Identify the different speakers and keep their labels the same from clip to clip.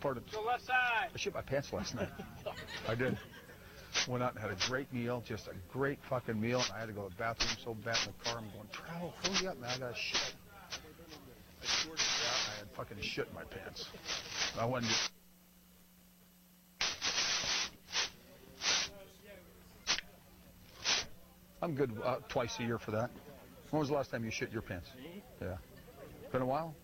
Speaker 1: Pardon.
Speaker 2: To the left side.
Speaker 1: I shit my pants last night. I did. Went out and had a great meal, just a great fucking meal. And I had to go to the bathroom so bad in the car. I'm going, travel, hurry up, man. I got to shit. I swear to God, I had fucking shit in my pants. I went and just. I'm good uh, twice a year for that. When was the last time you shit your pants? Yeah. Been a while?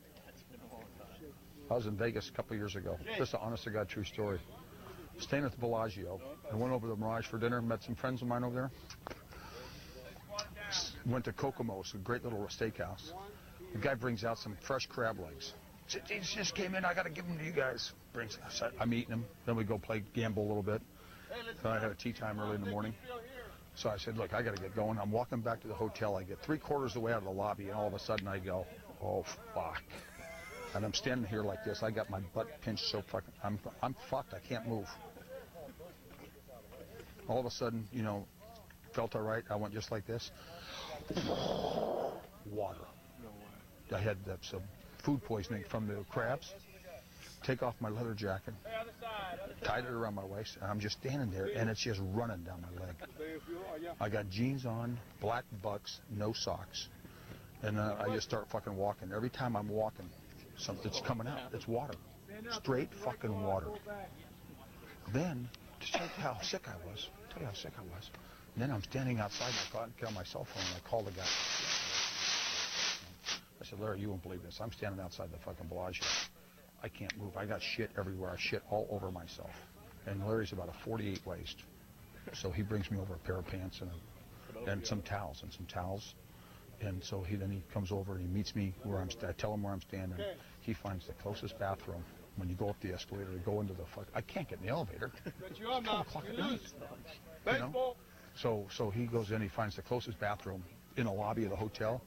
Speaker 1: I was in Vegas a couple years ago. Just an honest to God true story. Staying at the Bellagio. I went over to the Mirage for dinner, met some friends of mine over there. Went to Kokomo's, a great little steakhouse. The guy brings out some fresh crab legs. Said, These just came in, I gotta give them to you guys. Brings so I'm eating them. Then we go play gamble a little bit. Then I had a tea time early in the morning. So I said, look, I got to get going. I'm walking back to the hotel. I get three quarters of the way out of the lobby, and all of a sudden I go, oh, fuck. And I'm standing here like this. I got my butt pinched so fucking. I'm, I'm fucked. I can't move. All of a sudden, you know, felt all right. I went just like this. Water. I had uh, some food poisoning from the crabs. Take off my leather jacket, tied it around my waist, and I'm just standing there, and it's just running down my leg. I got jeans on, black bucks, no socks, and uh, I just start fucking walking. Every time I'm walking, something's coming out. It's water, straight fucking water. Then, to tell you how sick I was, tell you how sick I was. Then I'm standing outside my car and got my cell phone, and I call the guy. I said, Larry, you won't believe this. I'm standing outside the fucking Bellagio. I can't move. I got shit everywhere. I shit all over myself. And Larry's about a 48 waist. So he brings me over a pair of pants and, a, and some towels and some towels. And so he then he comes over and he meets me where I'm. St- I tell him where I'm standing. He finds the closest bathroom. When you go up the escalator, to go into the fuck. I can't get in the elevator.
Speaker 2: But you are not.
Speaker 1: o'clock
Speaker 2: You
Speaker 1: at night.
Speaker 2: lose.
Speaker 1: You know?
Speaker 2: Baseball.
Speaker 1: So so he goes in, he finds the closest bathroom in the lobby of the hotel,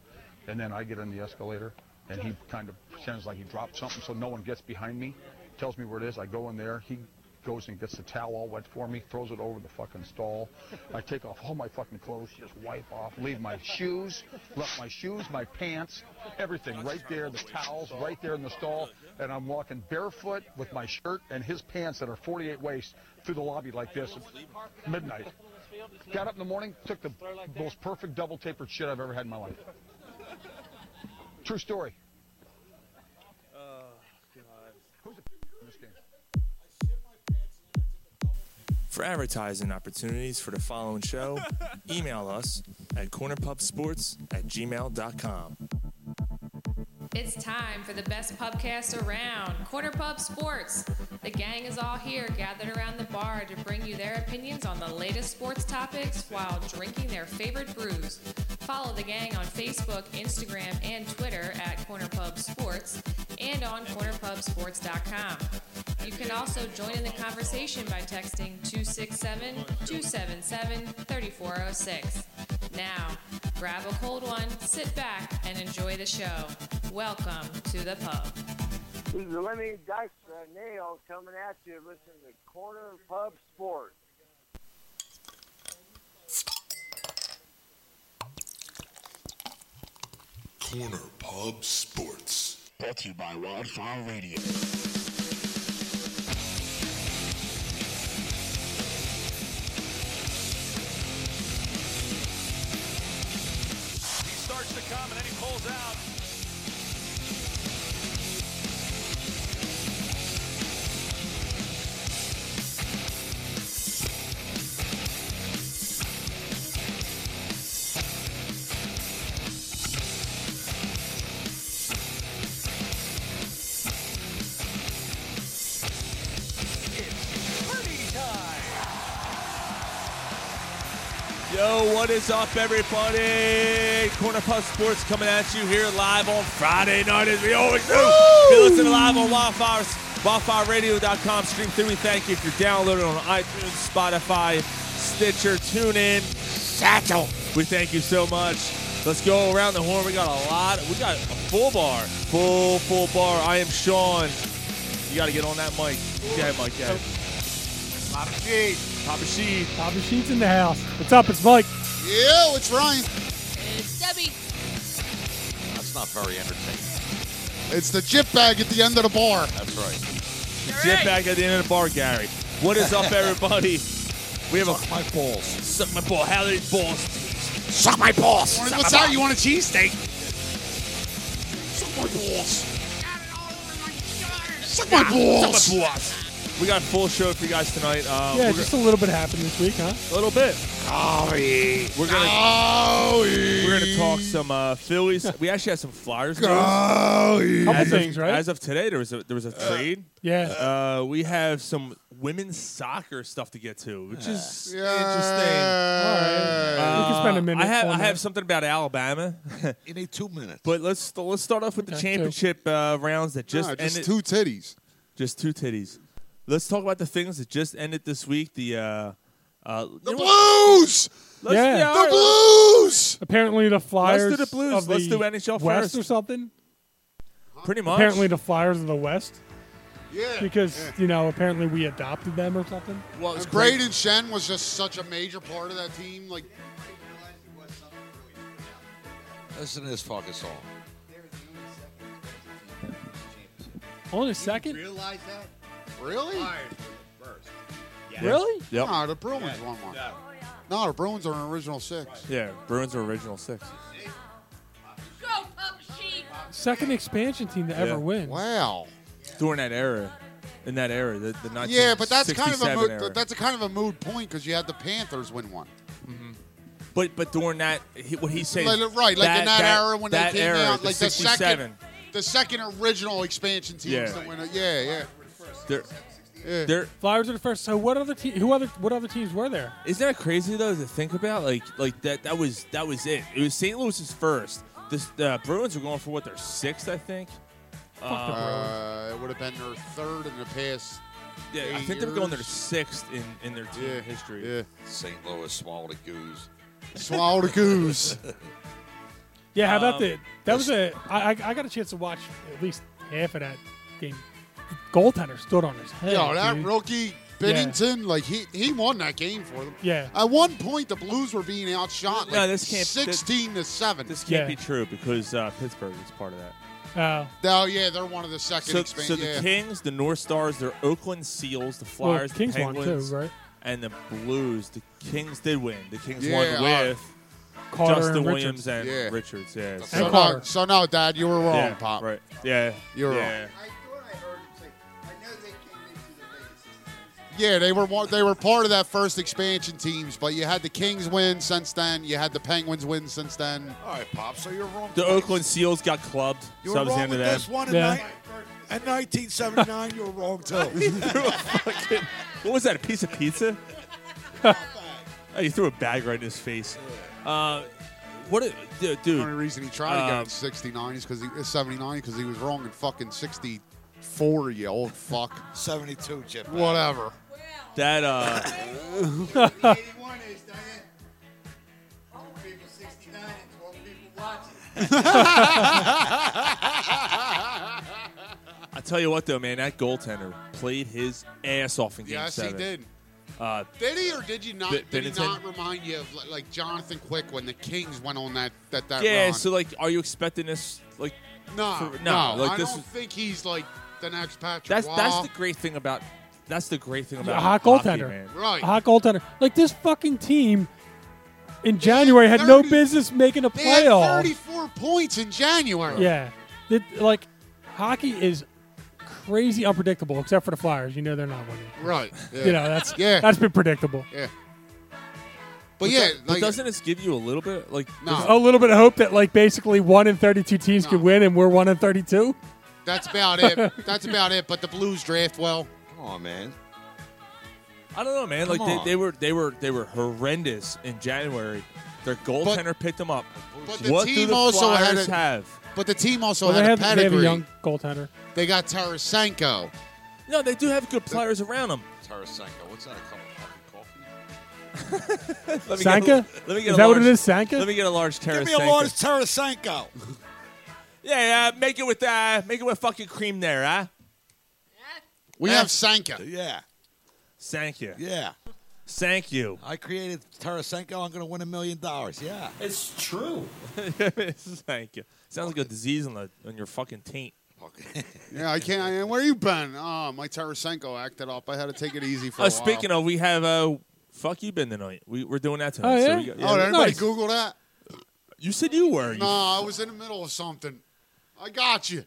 Speaker 1: and then I get in the escalator, and he kind of pretends like he dropped something, so no one gets behind me, tells me where it is. I go in there, he goes and gets the towel all wet for me, throws it over the fucking stall. I take off all my fucking clothes, just wipe off, leave my shoes, left my shoes, my pants, everything right there, the towels right there in the stall, and I'm walking barefoot with my shirt and his pants that are 48 waist through the lobby like this, at midnight. Got up in the morning, took the most perfect double tapered shit I've ever had in my life. True story.
Speaker 3: Oh,
Speaker 1: In this game.
Speaker 4: For advertising opportunities for the following show, email us at cornerpubsports at gmail.com.
Speaker 5: It's time for the best pubcast around, Corner Pub Sports. The gang is all here, gathered around the bar to bring you their opinions on the latest sports topics while drinking their favorite brews. Follow the gang on Facebook, Instagram, and Twitter at Corner Pub Sports and on cornerpubsports.com. You can also join in the conversation by texting 267 277 3406. Now, grab a cold one, sit back, and enjoy the show. Welcome to the pub.
Speaker 6: This is Lemmy Dykstra Nail coming at you. Listen to Corner Pub Sports.
Speaker 7: Corner Pub Sports. Brought to you by Wildfire Radio.
Speaker 2: He starts to come and then he pulls out.
Speaker 4: Yo, what is up, everybody? Corner Pub Sports coming at you here live on Friday night as we always do. If you listen live on Wildfire, WildfireRadio.com. Stream through. We thank you if you're downloading on iTunes, Spotify, Stitcher, TuneIn, Satchel. We thank you so much. Let's go around the horn. We got a lot. We got a full bar. Full, full bar. I am Sean. You got to get on that mic. Yeah, Mike. Yeah.
Speaker 8: Papa Sheet.
Speaker 4: Papa Sheed.
Speaker 9: Papa Sheets in the house. What's up? It's Mike.
Speaker 8: Yeah, it's Ryan.
Speaker 5: It's Debbie.
Speaker 10: That's not very entertaining.
Speaker 8: It's the chip bag at the end of the bar.
Speaker 10: That's right.
Speaker 4: Get back at the end of the bar, Gary. What is up, everybody? We have a
Speaker 8: My balls.
Speaker 4: suck my ball, Hallie's balls.
Speaker 10: Suck my balls.
Speaker 8: What's that? You want a cheesesteak?
Speaker 10: Suck my balls.
Speaker 8: Suck my balls.
Speaker 4: We got a full show for you guys tonight. Uh,
Speaker 2: Yeah,
Speaker 4: we're
Speaker 2: just a little bit happened this week, huh?
Speaker 4: gonna- a little bit.
Speaker 8: Golly.
Speaker 4: We're gonna
Speaker 8: Golly.
Speaker 4: we're gonna talk some uh, Phillies. We actually had some Flyers. news.
Speaker 8: Golly.
Speaker 2: Couple
Speaker 4: As of-
Speaker 2: things, right?
Speaker 4: As of today, there was a, there was a trade.
Speaker 2: yeah.
Speaker 4: Uh, we have some women's soccer stuff to get to, which is interesting. Uh,
Speaker 2: All right.
Speaker 8: Yeah.
Speaker 2: we can spend a minute.
Speaker 4: I have
Speaker 2: on
Speaker 4: I
Speaker 2: that.
Speaker 4: have something about Alabama,
Speaker 10: In a two minutes.
Speaker 4: but let's st- let's start off with the
Speaker 2: Okay,
Speaker 4: championship uh, rounds that just
Speaker 8: Nah, just
Speaker 4: ended.
Speaker 8: two titties.
Speaker 4: Just two titties. Let's talk about the things that just ended this week. The uh, uh,
Speaker 8: The Blues.
Speaker 4: Let's,
Speaker 2: Yeah.
Speaker 4: yeah, all
Speaker 8: The
Speaker 4: right,
Speaker 8: Blues.
Speaker 2: Apparently the Flyers
Speaker 4: do the Blues.
Speaker 2: of
Speaker 4: Let's
Speaker 2: the
Speaker 4: do NHL
Speaker 2: West
Speaker 4: first.
Speaker 2: or something.
Speaker 4: Pretty much.
Speaker 2: Apparently the Flyers of the West
Speaker 8: Yeah.
Speaker 2: because you know apparently we adopted them or something.
Speaker 8: Well, and Braden Shen was just such a major part of that team. Like,
Speaker 10: Listen to this fucking song.
Speaker 2: Only a second,
Speaker 11: Realize that?
Speaker 8: really?
Speaker 11: Fires were first.
Speaker 2: really?
Speaker 4: Yep.
Speaker 8: Nah, the Bruins won one.
Speaker 11: No.
Speaker 8: No, the Bruins are an original six.
Speaker 4: Yeah, Bruins are original six.
Speaker 12: Go, Pup Sheep!
Speaker 2: Second expansion team to
Speaker 4: Yeah.
Speaker 2: ever win.
Speaker 8: Wow.
Speaker 4: During that era, in that era, the, the 1967
Speaker 8: Yeah, but that's kind of a mood,
Speaker 4: era.
Speaker 8: but that's a kind of a mood point because you had the Panthers win one.
Speaker 4: Mm-hmm. but but during that, he, what he's saying,
Speaker 8: Like, right, like in that, era when
Speaker 4: that
Speaker 8: they came
Speaker 4: era,
Speaker 8: out,
Speaker 4: the
Speaker 8: like the second,
Speaker 4: 67,
Speaker 8: the second original expansion teams
Speaker 4: Yeah.
Speaker 8: that win. it. Yeah, yeah.
Speaker 4: they're,
Speaker 8: Yeah.
Speaker 4: they're,
Speaker 2: Flyers are the first. So what other team? Who other? What other teams were there?
Speaker 4: isn't that crazy though to think about? Like like that that was that was it. It was St. Louis's first. This, the Bruins were going for what their sixth, I think.
Speaker 8: Uh, it would have been their third in the past.
Speaker 4: Yeah, I
Speaker 8: Eight
Speaker 4: think they were going their
Speaker 8: years.
Speaker 4: sixth in, in their team
Speaker 8: Yeah,
Speaker 4: history.
Speaker 8: Yeah,
Speaker 10: St. Louis swallowed a goose.
Speaker 8: swallow the goose.
Speaker 2: Yeah, how about
Speaker 4: Um,
Speaker 2: the that was a I, I I got a chance to watch at least half of that game. Goaltender stood on his head.
Speaker 8: Yo, that
Speaker 2: dude.
Speaker 8: rookie Bennington, like he he won that game for them.
Speaker 2: Yeah.
Speaker 8: At one point, the Blues were being outshot like
Speaker 4: No, this can't-
Speaker 8: sixteen to seven.
Speaker 4: This can't
Speaker 2: Yeah.
Speaker 4: be true because uh, Pittsburgh is part of that.
Speaker 2: Uh,
Speaker 8: oh yeah, they're one of the second
Speaker 4: So, so
Speaker 8: expansion.
Speaker 4: the
Speaker 8: yeah.
Speaker 4: Kings, the North Stars, they're Oakland Seals, the
Speaker 2: well,
Speaker 4: Flyers,
Speaker 2: Kings
Speaker 4: the
Speaker 2: won too,
Speaker 4: Penguins,
Speaker 2: right?
Speaker 4: and the Blues. The Kings did win. The Kings
Speaker 8: Yeah,
Speaker 4: won
Speaker 8: all right.
Speaker 4: with
Speaker 2: Carter
Speaker 4: Justin
Speaker 2: and
Speaker 4: Williams
Speaker 2: Richards.
Speaker 4: and
Speaker 8: Yeah.
Speaker 4: Richards. Yeah, so-
Speaker 8: so,
Speaker 2: And
Speaker 8: no,
Speaker 2: Carter.
Speaker 8: so no, Dad, you were wrong,
Speaker 4: yeah,
Speaker 8: Pop.
Speaker 4: Right? Yeah,
Speaker 8: You're
Speaker 4: yeah.
Speaker 8: wrong.
Speaker 11: I thought I heard him say, I know they came into the Vegas system.
Speaker 8: Yeah, they were one- they were part of that first expansion teams, but you had the Kings win since then. You had the Penguins win since then.
Speaker 10: All right, Pop, so you're wrong.
Speaker 4: The Oakland Seals got clubbed.
Speaker 10: You
Speaker 4: so that
Speaker 10: were
Speaker 4: was the
Speaker 10: wrong
Speaker 4: end of
Speaker 10: with
Speaker 4: that.
Speaker 10: this one in,
Speaker 2: Yeah.
Speaker 10: ni- in 1979. you were wrong, too.
Speaker 4: What was that? A piece of pizza? oh, you threw a bag right in his face. Uh, what, a, d-
Speaker 8: The only
Speaker 4: dude?
Speaker 8: reason he tried to
Speaker 4: Um,
Speaker 8: go in 69 is because he uh, 79 because he was wrong in fucking 64. You old fuck.
Speaker 10: 72, Chip.
Speaker 8: Whatever.
Speaker 4: That uh,
Speaker 11: 81 is, Diane. 12 people 69 and 12 people watching.
Speaker 4: I tell you what, though, man, that goaltender played his ass off in Game
Speaker 8: Yes,
Speaker 4: Seven.
Speaker 8: he did.
Speaker 4: Uh,
Speaker 8: Did he or did you not?
Speaker 4: Be-
Speaker 8: did he
Speaker 4: Bennington?
Speaker 8: not remind you of like, like Jonathan Quick when the Kings went on that that that
Speaker 4: yeah.
Speaker 8: run?
Speaker 4: So, like, are you expecting this? Like,
Speaker 8: no,
Speaker 4: for- no,
Speaker 8: no,
Speaker 4: like,
Speaker 8: I
Speaker 4: this
Speaker 8: don't
Speaker 4: is-
Speaker 8: think he's like the next Patrick.
Speaker 4: that's that's
Speaker 8: Waugh.
Speaker 4: the great thing about that's the great thing about
Speaker 2: a hot
Speaker 4: hockey,
Speaker 2: goaltender.
Speaker 4: man.
Speaker 8: right.
Speaker 2: A hot goaltender. Like this fucking team in January had no
Speaker 8: 30
Speaker 2: business making a
Speaker 8: They had
Speaker 2: playoff.
Speaker 8: 34 points in January.
Speaker 2: Yeah, That- like hockey is crazy unpredictable, except for the Flyers. You know they're not winning.
Speaker 8: Right. Yeah.
Speaker 2: You know that's
Speaker 8: Yeah.
Speaker 2: that's been predictable.
Speaker 8: yeah. But, yeah,
Speaker 4: but
Speaker 8: like,
Speaker 4: doesn't this give you a little bit like?
Speaker 8: no,
Speaker 2: a little bit of hope that like basically one in 32 teams
Speaker 8: No.
Speaker 2: could win and we're one in 32
Speaker 8: that's about it. That's about it. But the Blues draft well.
Speaker 10: Come on, man.
Speaker 4: I don't know, man. Like
Speaker 10: Come
Speaker 4: they,
Speaker 10: on.
Speaker 4: they were they were they were horrendous in January. Their goaltender picked them up.
Speaker 8: But the
Speaker 4: what do
Speaker 8: team
Speaker 4: the
Speaker 8: also had
Speaker 4: Flyers
Speaker 8: a-
Speaker 4: have?
Speaker 8: But the team also
Speaker 2: well, they, have,
Speaker 8: had a
Speaker 2: they have
Speaker 8: pedigree.
Speaker 2: a
Speaker 8: They,
Speaker 2: young goaltender
Speaker 8: got Tarasenko.
Speaker 4: No, they do have good players around them.
Speaker 10: Tarasenko, what's that, a cup of fucking coffee?
Speaker 4: Let me
Speaker 2: Sanka?
Speaker 4: Get a, let me get
Speaker 2: Is that
Speaker 4: a large,
Speaker 2: what it is, Sanka?
Speaker 4: Let me get a large Tarasenko.
Speaker 10: Give me a large Tarasenko.
Speaker 4: Yeah, yeah. Make it with uh, make it with fucking cream there, huh?
Speaker 8: We
Speaker 10: Yeah.
Speaker 8: have Sanka.
Speaker 10: yeah,
Speaker 4: Thank you.
Speaker 10: yeah.
Speaker 4: Thank you.
Speaker 10: I created Tarasenko. I'm going to win a million dollars. Yeah.
Speaker 4: Thank you. Sounds like a disease on the on your fucking taint.
Speaker 10: pocket.
Speaker 8: Yeah, I can't. I, where you been? Oh, my Tarasenko acted up. I had to take it easy for
Speaker 4: Uh,
Speaker 8: a while.
Speaker 4: speaking of, we have uh, fuck you been tonight. We we're doing that tonight.
Speaker 8: Oh,
Speaker 4: So
Speaker 8: yeah?
Speaker 4: we got,
Speaker 8: Oh, did anybody
Speaker 4: Nice.
Speaker 8: Google that?
Speaker 4: You said you were. You,
Speaker 8: No, I was in the middle of something. I got you.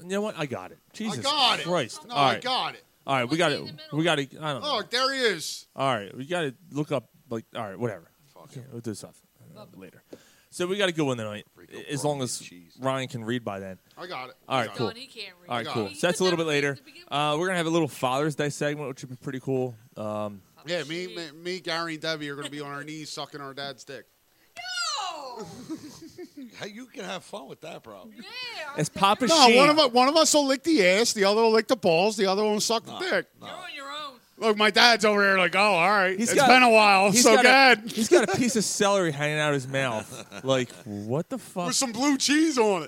Speaker 4: you know what? I got it. Jesus
Speaker 8: got it.
Speaker 4: Christ.
Speaker 8: No,
Speaker 4: All
Speaker 8: I
Speaker 4: right.
Speaker 8: got it.
Speaker 4: All right, we got it. We got it. I don't know.
Speaker 8: Oh, there he is.
Speaker 4: All right, we got to look up like all right, whatever. Yeah, we'll do stuff uh, later. So we got to go in tonight, as long as Ryan can read by then.
Speaker 8: I got it.
Speaker 4: All
Speaker 8: I
Speaker 4: right,
Speaker 8: got
Speaker 4: cool.
Speaker 8: it. He can't read.
Speaker 4: All
Speaker 8: I
Speaker 4: right,
Speaker 8: got
Speaker 4: cool.
Speaker 8: it.
Speaker 4: So that's a little bit later. Uh, we're gonna have a little Father's Day segment, which would be pretty cool. Um,
Speaker 8: Yeah, me, me, me, Gary, and Debbie are going to be on our knees sucking our dad's dick.
Speaker 10: How you can have fun with that, bro? Yeah.
Speaker 4: it's Papa
Speaker 8: no,
Speaker 4: Sheen.
Speaker 8: one of us, one of us will lick the ass, the other will lick the balls, the other one will suck the dick.
Speaker 10: You're on
Speaker 8: your own. Look, my dad's over here like, oh, all right. It's
Speaker 4: He's got-
Speaker 8: been a while.
Speaker 4: he's
Speaker 8: So
Speaker 4: got
Speaker 8: good.
Speaker 4: a- he's got a piece of celery hanging out his mouth. Like what the fuck?
Speaker 8: With some blue cheese Oh. on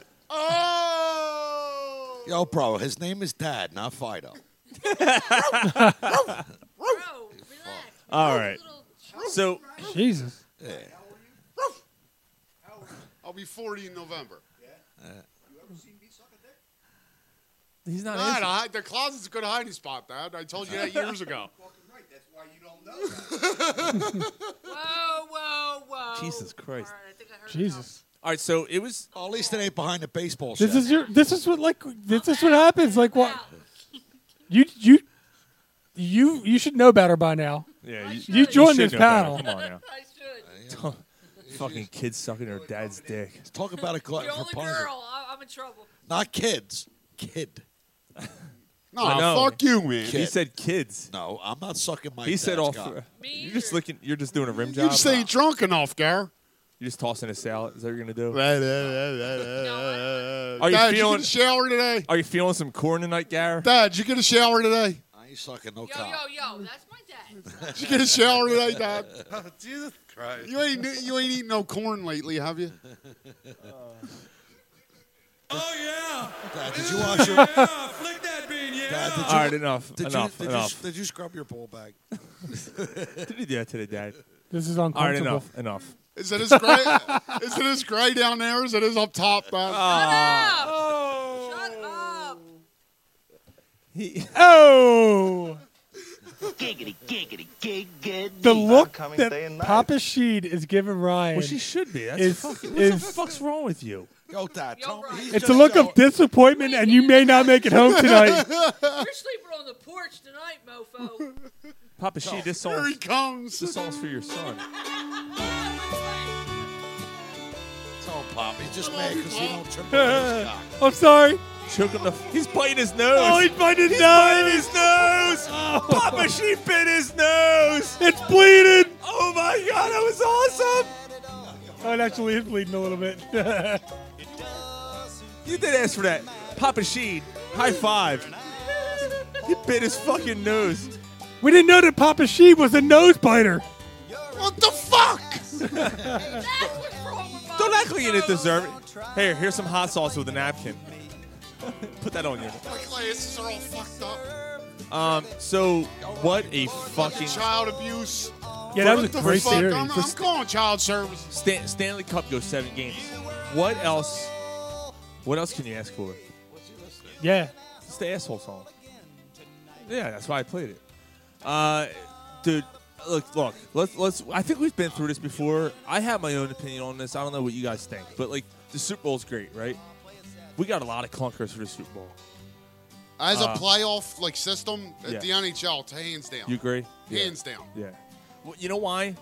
Speaker 8: it.
Speaker 10: Yo, bro, his name is Dad, not Fido. Oh,
Speaker 4: All right. So
Speaker 2: Jesus.
Speaker 10: Yeah.
Speaker 8: I'll be 40 in November. Uh,
Speaker 4: He's not.
Speaker 8: Dad,
Speaker 4: answering.
Speaker 8: I, the closet's a good hiding spot, Dad. I told you that years ago.
Speaker 13: Whoa, Oh, whoa, whoa.
Speaker 10: Jesus Christ.
Speaker 2: Jesus.
Speaker 4: All right, so it was.
Speaker 10: at least it ain't behind the baseball.
Speaker 2: This
Speaker 10: shack.
Speaker 2: is your. This is what like. This is what happens. Like what? You you you you should know better by now.
Speaker 4: Yeah,
Speaker 2: you, joined this panel.
Speaker 4: Come on now. Fucking kids sucking their dad's dick. Let's
Speaker 10: talk about a glutton
Speaker 13: You're only girl. Oh, I- I'm in trouble.
Speaker 10: Not kids. Kid.
Speaker 8: No, fuck you, man.
Speaker 4: He said kids.
Speaker 10: No, I'm not sucking my
Speaker 4: He said
Speaker 10: dad's
Speaker 4: all.
Speaker 10: cock.
Speaker 4: Fr- you're just licking. You're just doing a rim job.
Speaker 8: You stay drunk enough, Gar.
Speaker 4: You're just tossing a salad. Is that what you're gonna do?
Speaker 8: Are
Speaker 4: Are you
Speaker 8: Dad, you
Speaker 4: feeling-
Speaker 8: get a shower today?
Speaker 4: Are you feeling some corn tonight, Gar?
Speaker 8: Dad, you get a shower today?
Speaker 10: I ain't sucking no
Speaker 13: Yo,
Speaker 10: cock.
Speaker 13: yo, yo. That's my dad.
Speaker 8: Did you get a shower today, Dad?
Speaker 10: Jesus Christ.
Speaker 8: You ain't you ain't eating no corn lately, have you?
Speaker 10: oh yeah. Dad, did you wash your? yeah, flick that bean. Yeah. Dad, did you,
Speaker 4: All right, enough,
Speaker 10: Did
Speaker 4: enough,
Speaker 10: you, did
Speaker 4: enough.
Speaker 10: You, did you scrub your ball bag?
Speaker 4: Did you do that today, Dad?
Speaker 2: This is
Speaker 4: All right,
Speaker 2: uncomfortable.
Speaker 4: enough, enough.
Speaker 8: Is it as gray? is it as gray down there as it is up top? Dad?
Speaker 10: Oh.
Speaker 4: He-
Speaker 2: oh.
Speaker 6: giggity, giggity, giggity.
Speaker 2: The look
Speaker 6: Coming day and
Speaker 2: that
Speaker 6: night.
Speaker 2: Papa Sheed is giving Ryan.
Speaker 4: Well, she should be. That's
Speaker 2: is-
Speaker 4: fucking, what
Speaker 2: is-
Speaker 4: the fuck's wrong with you?
Speaker 10: Yo, Dad, tell me. he's
Speaker 2: it's a
Speaker 10: just
Speaker 2: look
Speaker 10: showing-
Speaker 2: of disappointment, and you may not make it home tonight.
Speaker 13: We're sleeping on the porch tonight, mofo.
Speaker 4: Papa Sheed, this song.
Speaker 8: Here he comes.
Speaker 4: This song's for your son.
Speaker 10: Tell him, Pop. He's just mad because you don't trim his cock.
Speaker 2: I'm sorry.
Speaker 4: Choke him the. He's biting his nose.
Speaker 2: Oh, he's biting his
Speaker 4: He's
Speaker 2: nose. Oh.
Speaker 4: biting his nose. Papa Sheep bit his nose.
Speaker 2: It's bleeding.
Speaker 4: Oh my god, that was awesome.
Speaker 2: Oh, it actually is bleeding a little bit.
Speaker 4: You did ask for that. Papa Sheed, high five. He bit his fucking nose.
Speaker 2: we didn't know that Papa Sheed was a nose biter.
Speaker 8: What the fuck?
Speaker 4: Don't act like you didn't deserve it. Here, here's some hot sauce with a napkin. Put that on you.
Speaker 8: My glasses are all fucked up.
Speaker 4: Um, so what a fucking
Speaker 8: Child abuse.
Speaker 2: Yeah, that was
Speaker 8: What
Speaker 2: a
Speaker 8: the
Speaker 4: great
Speaker 8: fuck?
Speaker 4: series.
Speaker 8: I'm, I'm calling child services.
Speaker 4: Stan- Stanley Cup goes seven games. What else? What else can you ask for?
Speaker 2: Yeah.
Speaker 4: It's the asshole song. Yeah, that's why I played it. Uh, dude, look, look, let's let's. I think we've been through this before. I have my own opinion on this. I don't know what you guys think, but like the Super Bowl's great, right? We got a lot of clunkers for the Super Bowl.
Speaker 8: As
Speaker 4: Uh,
Speaker 8: a playoff like system,
Speaker 4: yeah.
Speaker 8: at the NHL, it's hands down.
Speaker 4: You agree?
Speaker 8: Hands down.
Speaker 4: Yeah. Well, you know why?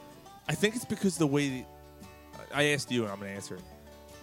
Speaker 4: I think it's because the way the, I asked you, and I'm gonna answer it.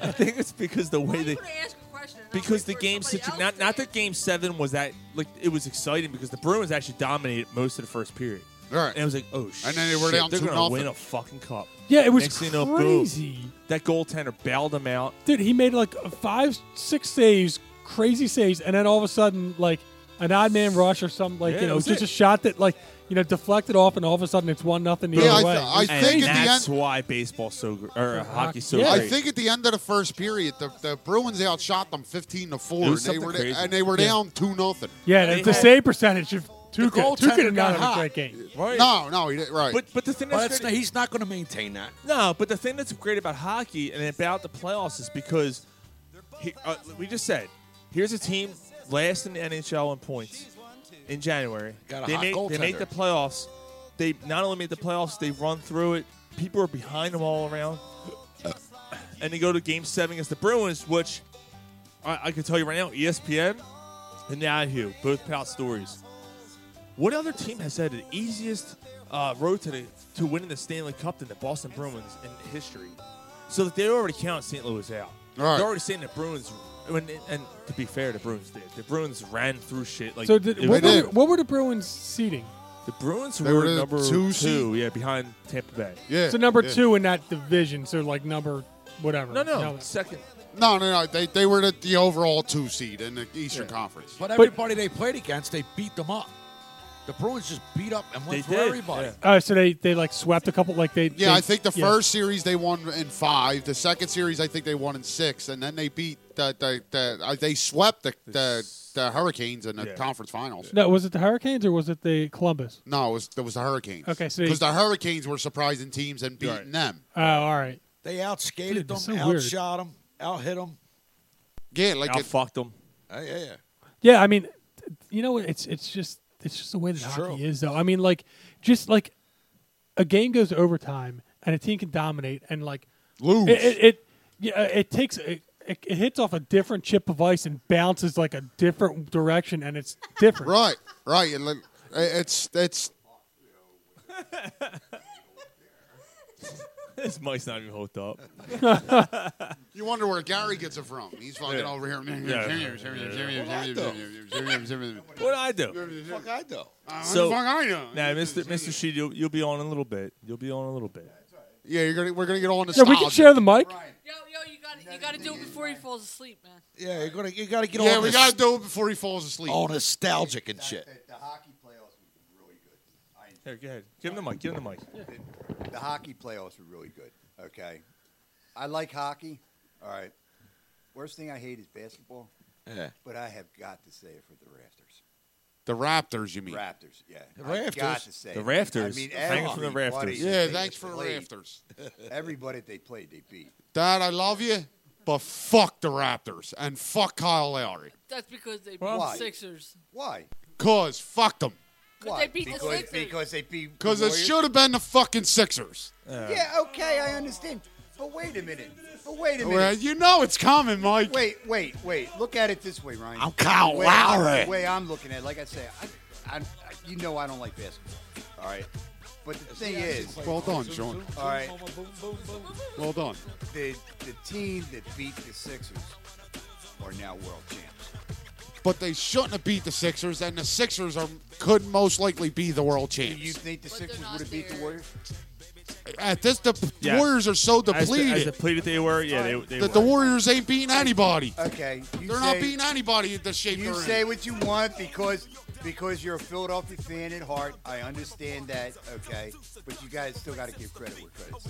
Speaker 4: I think it's because the way
Speaker 13: I'm
Speaker 4: they
Speaker 13: gonna ask a question. and I'll
Speaker 4: because the
Speaker 13: wait for
Speaker 4: game
Speaker 13: somebody
Speaker 4: situ-
Speaker 13: else
Speaker 4: not
Speaker 13: to
Speaker 4: not that
Speaker 13: answer.
Speaker 4: game seven was that like it was exciting because the Bruins actually dominated most of the first period.
Speaker 8: Right.
Speaker 4: And it was like, oh shit,
Speaker 8: And then they were down
Speaker 4: they're
Speaker 8: 2
Speaker 4: gonna
Speaker 8: nothing.
Speaker 4: win a fucking cup.
Speaker 2: Yeah, it was
Speaker 4: Next thing you know, boom.
Speaker 2: crazy.
Speaker 4: that goaltender bailed them out.
Speaker 2: Dude, he made like five, six saves, crazy saves, and then all of a sudden, like an odd man rush or something, like
Speaker 4: Yeah,
Speaker 2: you
Speaker 4: that
Speaker 2: know,
Speaker 4: was
Speaker 2: just
Speaker 4: it.
Speaker 2: a shot that like you know deflected off, and all of a sudden it's one nothing the
Speaker 8: Yeah,
Speaker 2: other
Speaker 8: I
Speaker 2: way.
Speaker 8: th- I
Speaker 4: and
Speaker 8: think at the
Speaker 4: that's why baseball's so gr- or uh, hockey's so
Speaker 2: Yeah.
Speaker 8: I
Speaker 4: great.
Speaker 8: think at the end of the first period, the, the Bruins outshot them 15 to
Speaker 4: It
Speaker 8: four, and
Speaker 4: was
Speaker 8: they
Speaker 4: something
Speaker 8: were
Speaker 4: crazy.
Speaker 8: and they were
Speaker 4: Yeah.
Speaker 8: down two nothing.
Speaker 2: yeah,
Speaker 4: They
Speaker 2: the, the
Speaker 4: had-
Speaker 2: save percentage of Tuca.
Speaker 10: goaltender
Speaker 2: Tuca did not
Speaker 10: got
Speaker 2: have
Speaker 10: hot.
Speaker 2: a great game.
Speaker 4: right?
Speaker 8: No, no, he did, right.
Speaker 4: But but the thing
Speaker 10: But
Speaker 4: that's
Speaker 10: that's
Speaker 4: great-
Speaker 10: not, he's not going to maintain that.
Speaker 4: No, but the thing that's great about hockey and about the playoffs is because he, uh, we just said Here's a team last in the NHL in points in January.
Speaker 10: Got a
Speaker 4: they
Speaker 10: hot
Speaker 4: made they made
Speaker 10: goaltender.
Speaker 4: the playoffs. They not only made the playoffs, they run through it. People are behind them all around, and they go to Game Seven against the Bruins, which I, I can tell you right now, E ESPN and Yahoo both put out stories. What other team has had the easiest uh, road to, the, to winning the Stanley Cup than the Boston Bruins in history? So that they already count St. Louis out.
Speaker 8: Right.
Speaker 4: They're already saying the Bruins. And, and to be fair, the Bruins did. The Bruins ran through shit. Like
Speaker 2: so did,
Speaker 4: it
Speaker 2: what,
Speaker 4: was-
Speaker 2: were, what were the Bruins seating?
Speaker 4: The Bruins
Speaker 2: They
Speaker 4: were,
Speaker 2: were the
Speaker 4: number
Speaker 2: two
Speaker 4: two,
Speaker 2: seed.
Speaker 4: yeah, behind Tampa Bay.
Speaker 8: Yeah,
Speaker 2: So number
Speaker 8: yeah.
Speaker 2: two in that division. So like number whatever.
Speaker 4: No, no,
Speaker 2: Now-
Speaker 4: second.
Speaker 8: No, no, no. They, they were the, the overall two seed in the Eastern Conference.
Speaker 10: But everybody they played against, they beat them up. The Bruins just beat up and went
Speaker 8: They
Speaker 10: through
Speaker 8: did,
Speaker 10: everybody.
Speaker 2: Oh, so they they like swept a couple. Like they.
Speaker 8: Yeah,
Speaker 2: they-
Speaker 8: I think the
Speaker 2: yeah.
Speaker 8: first series they won in five. The second series, I think they won in six, and then they beat the the, the uh, they swept the, the the Hurricanes in the
Speaker 2: Yeah.
Speaker 8: conference finals.
Speaker 2: No, was it the Hurricanes or was it the Columbus?
Speaker 8: No, it was it was the Hurricanes.
Speaker 2: Okay, so they-
Speaker 8: because the Hurricanes were surprising teams and beating them.
Speaker 2: Oh, all right.
Speaker 10: They outskated
Speaker 2: Dude,
Speaker 10: them,
Speaker 2: that's so weird.
Speaker 10: outshot them, outhit them.
Speaker 8: Yeah, like
Speaker 4: I fucked them.
Speaker 10: Yeah, yeah, yeah.
Speaker 2: Yeah, I mean, th- you know, it's it's just it's just the way that hockey is, though. I mean, like, just like a game goes to overtime and a team can dominate and like
Speaker 8: lose.
Speaker 2: It it, it, yeah, it takes it, it, it hits off a different chip of ice and bounces like a different direction, and it's different.
Speaker 8: right, right. and like, i- It's it's
Speaker 4: This mic's not even hooked up.
Speaker 8: you wonder where Gary gets it from. He's fucking
Speaker 4: Yeah.
Speaker 8: over here.
Speaker 4: Yeah. What I do?
Speaker 10: Fuck I do.
Speaker 4: So
Speaker 8: I know.
Speaker 4: Now, Mister Mister Sheed, you'll, you'll be on in a little bit. You'll be on in a little bit.
Speaker 8: Yeah, you're gonna we're gonna get on
Speaker 2: Yeah, we can share the mic.
Speaker 13: Yo, yo, you got to you got to do it before he falls asleep, man.
Speaker 10: Yeah, you gotta you gotta get
Speaker 8: yeah,
Speaker 10: all
Speaker 8: we
Speaker 10: nos-
Speaker 8: gotta do it before he falls asleep.
Speaker 10: all nostalgic and shit.
Speaker 4: Here, go ahead. Give him the mic. Give him the mic.
Speaker 11: The hockey playoffs were really good. Okay, I like hockey. All right. Worst thing I hate is basketball.
Speaker 8: Yeah.
Speaker 11: But I have got to say it for the Raptors.
Speaker 8: The Raptors, you mean?
Speaker 11: Raptors, yeah.
Speaker 8: The
Speaker 11: I've got
Speaker 8: rafters.
Speaker 11: to say
Speaker 8: The
Speaker 11: it.
Speaker 8: rafters.
Speaker 11: I mean,
Speaker 8: Hanging from the
Speaker 11: everybody
Speaker 8: rafters.
Speaker 11: that
Speaker 8: Yeah,
Speaker 11: they
Speaker 8: thanks for the
Speaker 11: played-
Speaker 8: rafters.
Speaker 11: everybody they played, they beat.
Speaker 8: Dad, I love you, but fuck the Raptors and fuck Kyle Lowry.
Speaker 13: That's because they beat
Speaker 11: Well,
Speaker 13: the
Speaker 11: why?
Speaker 13: Sixers.
Speaker 11: Why?
Speaker 8: Cause fuck them.
Speaker 13: Because they beat the
Speaker 11: because,
Speaker 13: Sixers.
Speaker 11: because they beat. the
Speaker 8: Cause it
Speaker 11: Warriors?
Speaker 8: should have been the fucking Sixers.
Speaker 11: Yeah, okay, I understand. But wait a minute. But wait a minute.
Speaker 8: Well, you know it's coming, Mike.
Speaker 11: Wait, wait, wait. Look at it this way, Ryan.
Speaker 8: I'm Kyle
Speaker 11: The way I'm-
Speaker 8: Lowry.
Speaker 11: The way I'm looking at it, like I say, I, I, you know I don't like basketball. All right. But the thing is.
Speaker 8: Well done, Sean.
Speaker 11: All right.
Speaker 8: Well done.
Speaker 11: The, the team that beat the Sixers are now world champs.
Speaker 8: But they shouldn't have beat the Sixers, and the Sixers are could most likely be the world
Speaker 11: Do you
Speaker 8: champs.
Speaker 11: think the Sixers would have beat the Warriors?
Speaker 8: At this, the
Speaker 4: Yeah.
Speaker 8: Warriors are so
Speaker 4: As,
Speaker 8: depleted
Speaker 4: as depleted they were, yeah, they, they
Speaker 8: that
Speaker 4: were.
Speaker 8: the Warriors ain't beating anybody.
Speaker 11: Okay. you
Speaker 8: They're not
Speaker 11: say-
Speaker 8: beating anybody at the shape
Speaker 11: You
Speaker 8: they're in.
Speaker 11: say what you want because because you're a Philadelphia fan at heart. I understand that, okay. But you guys still got to give credit where credit's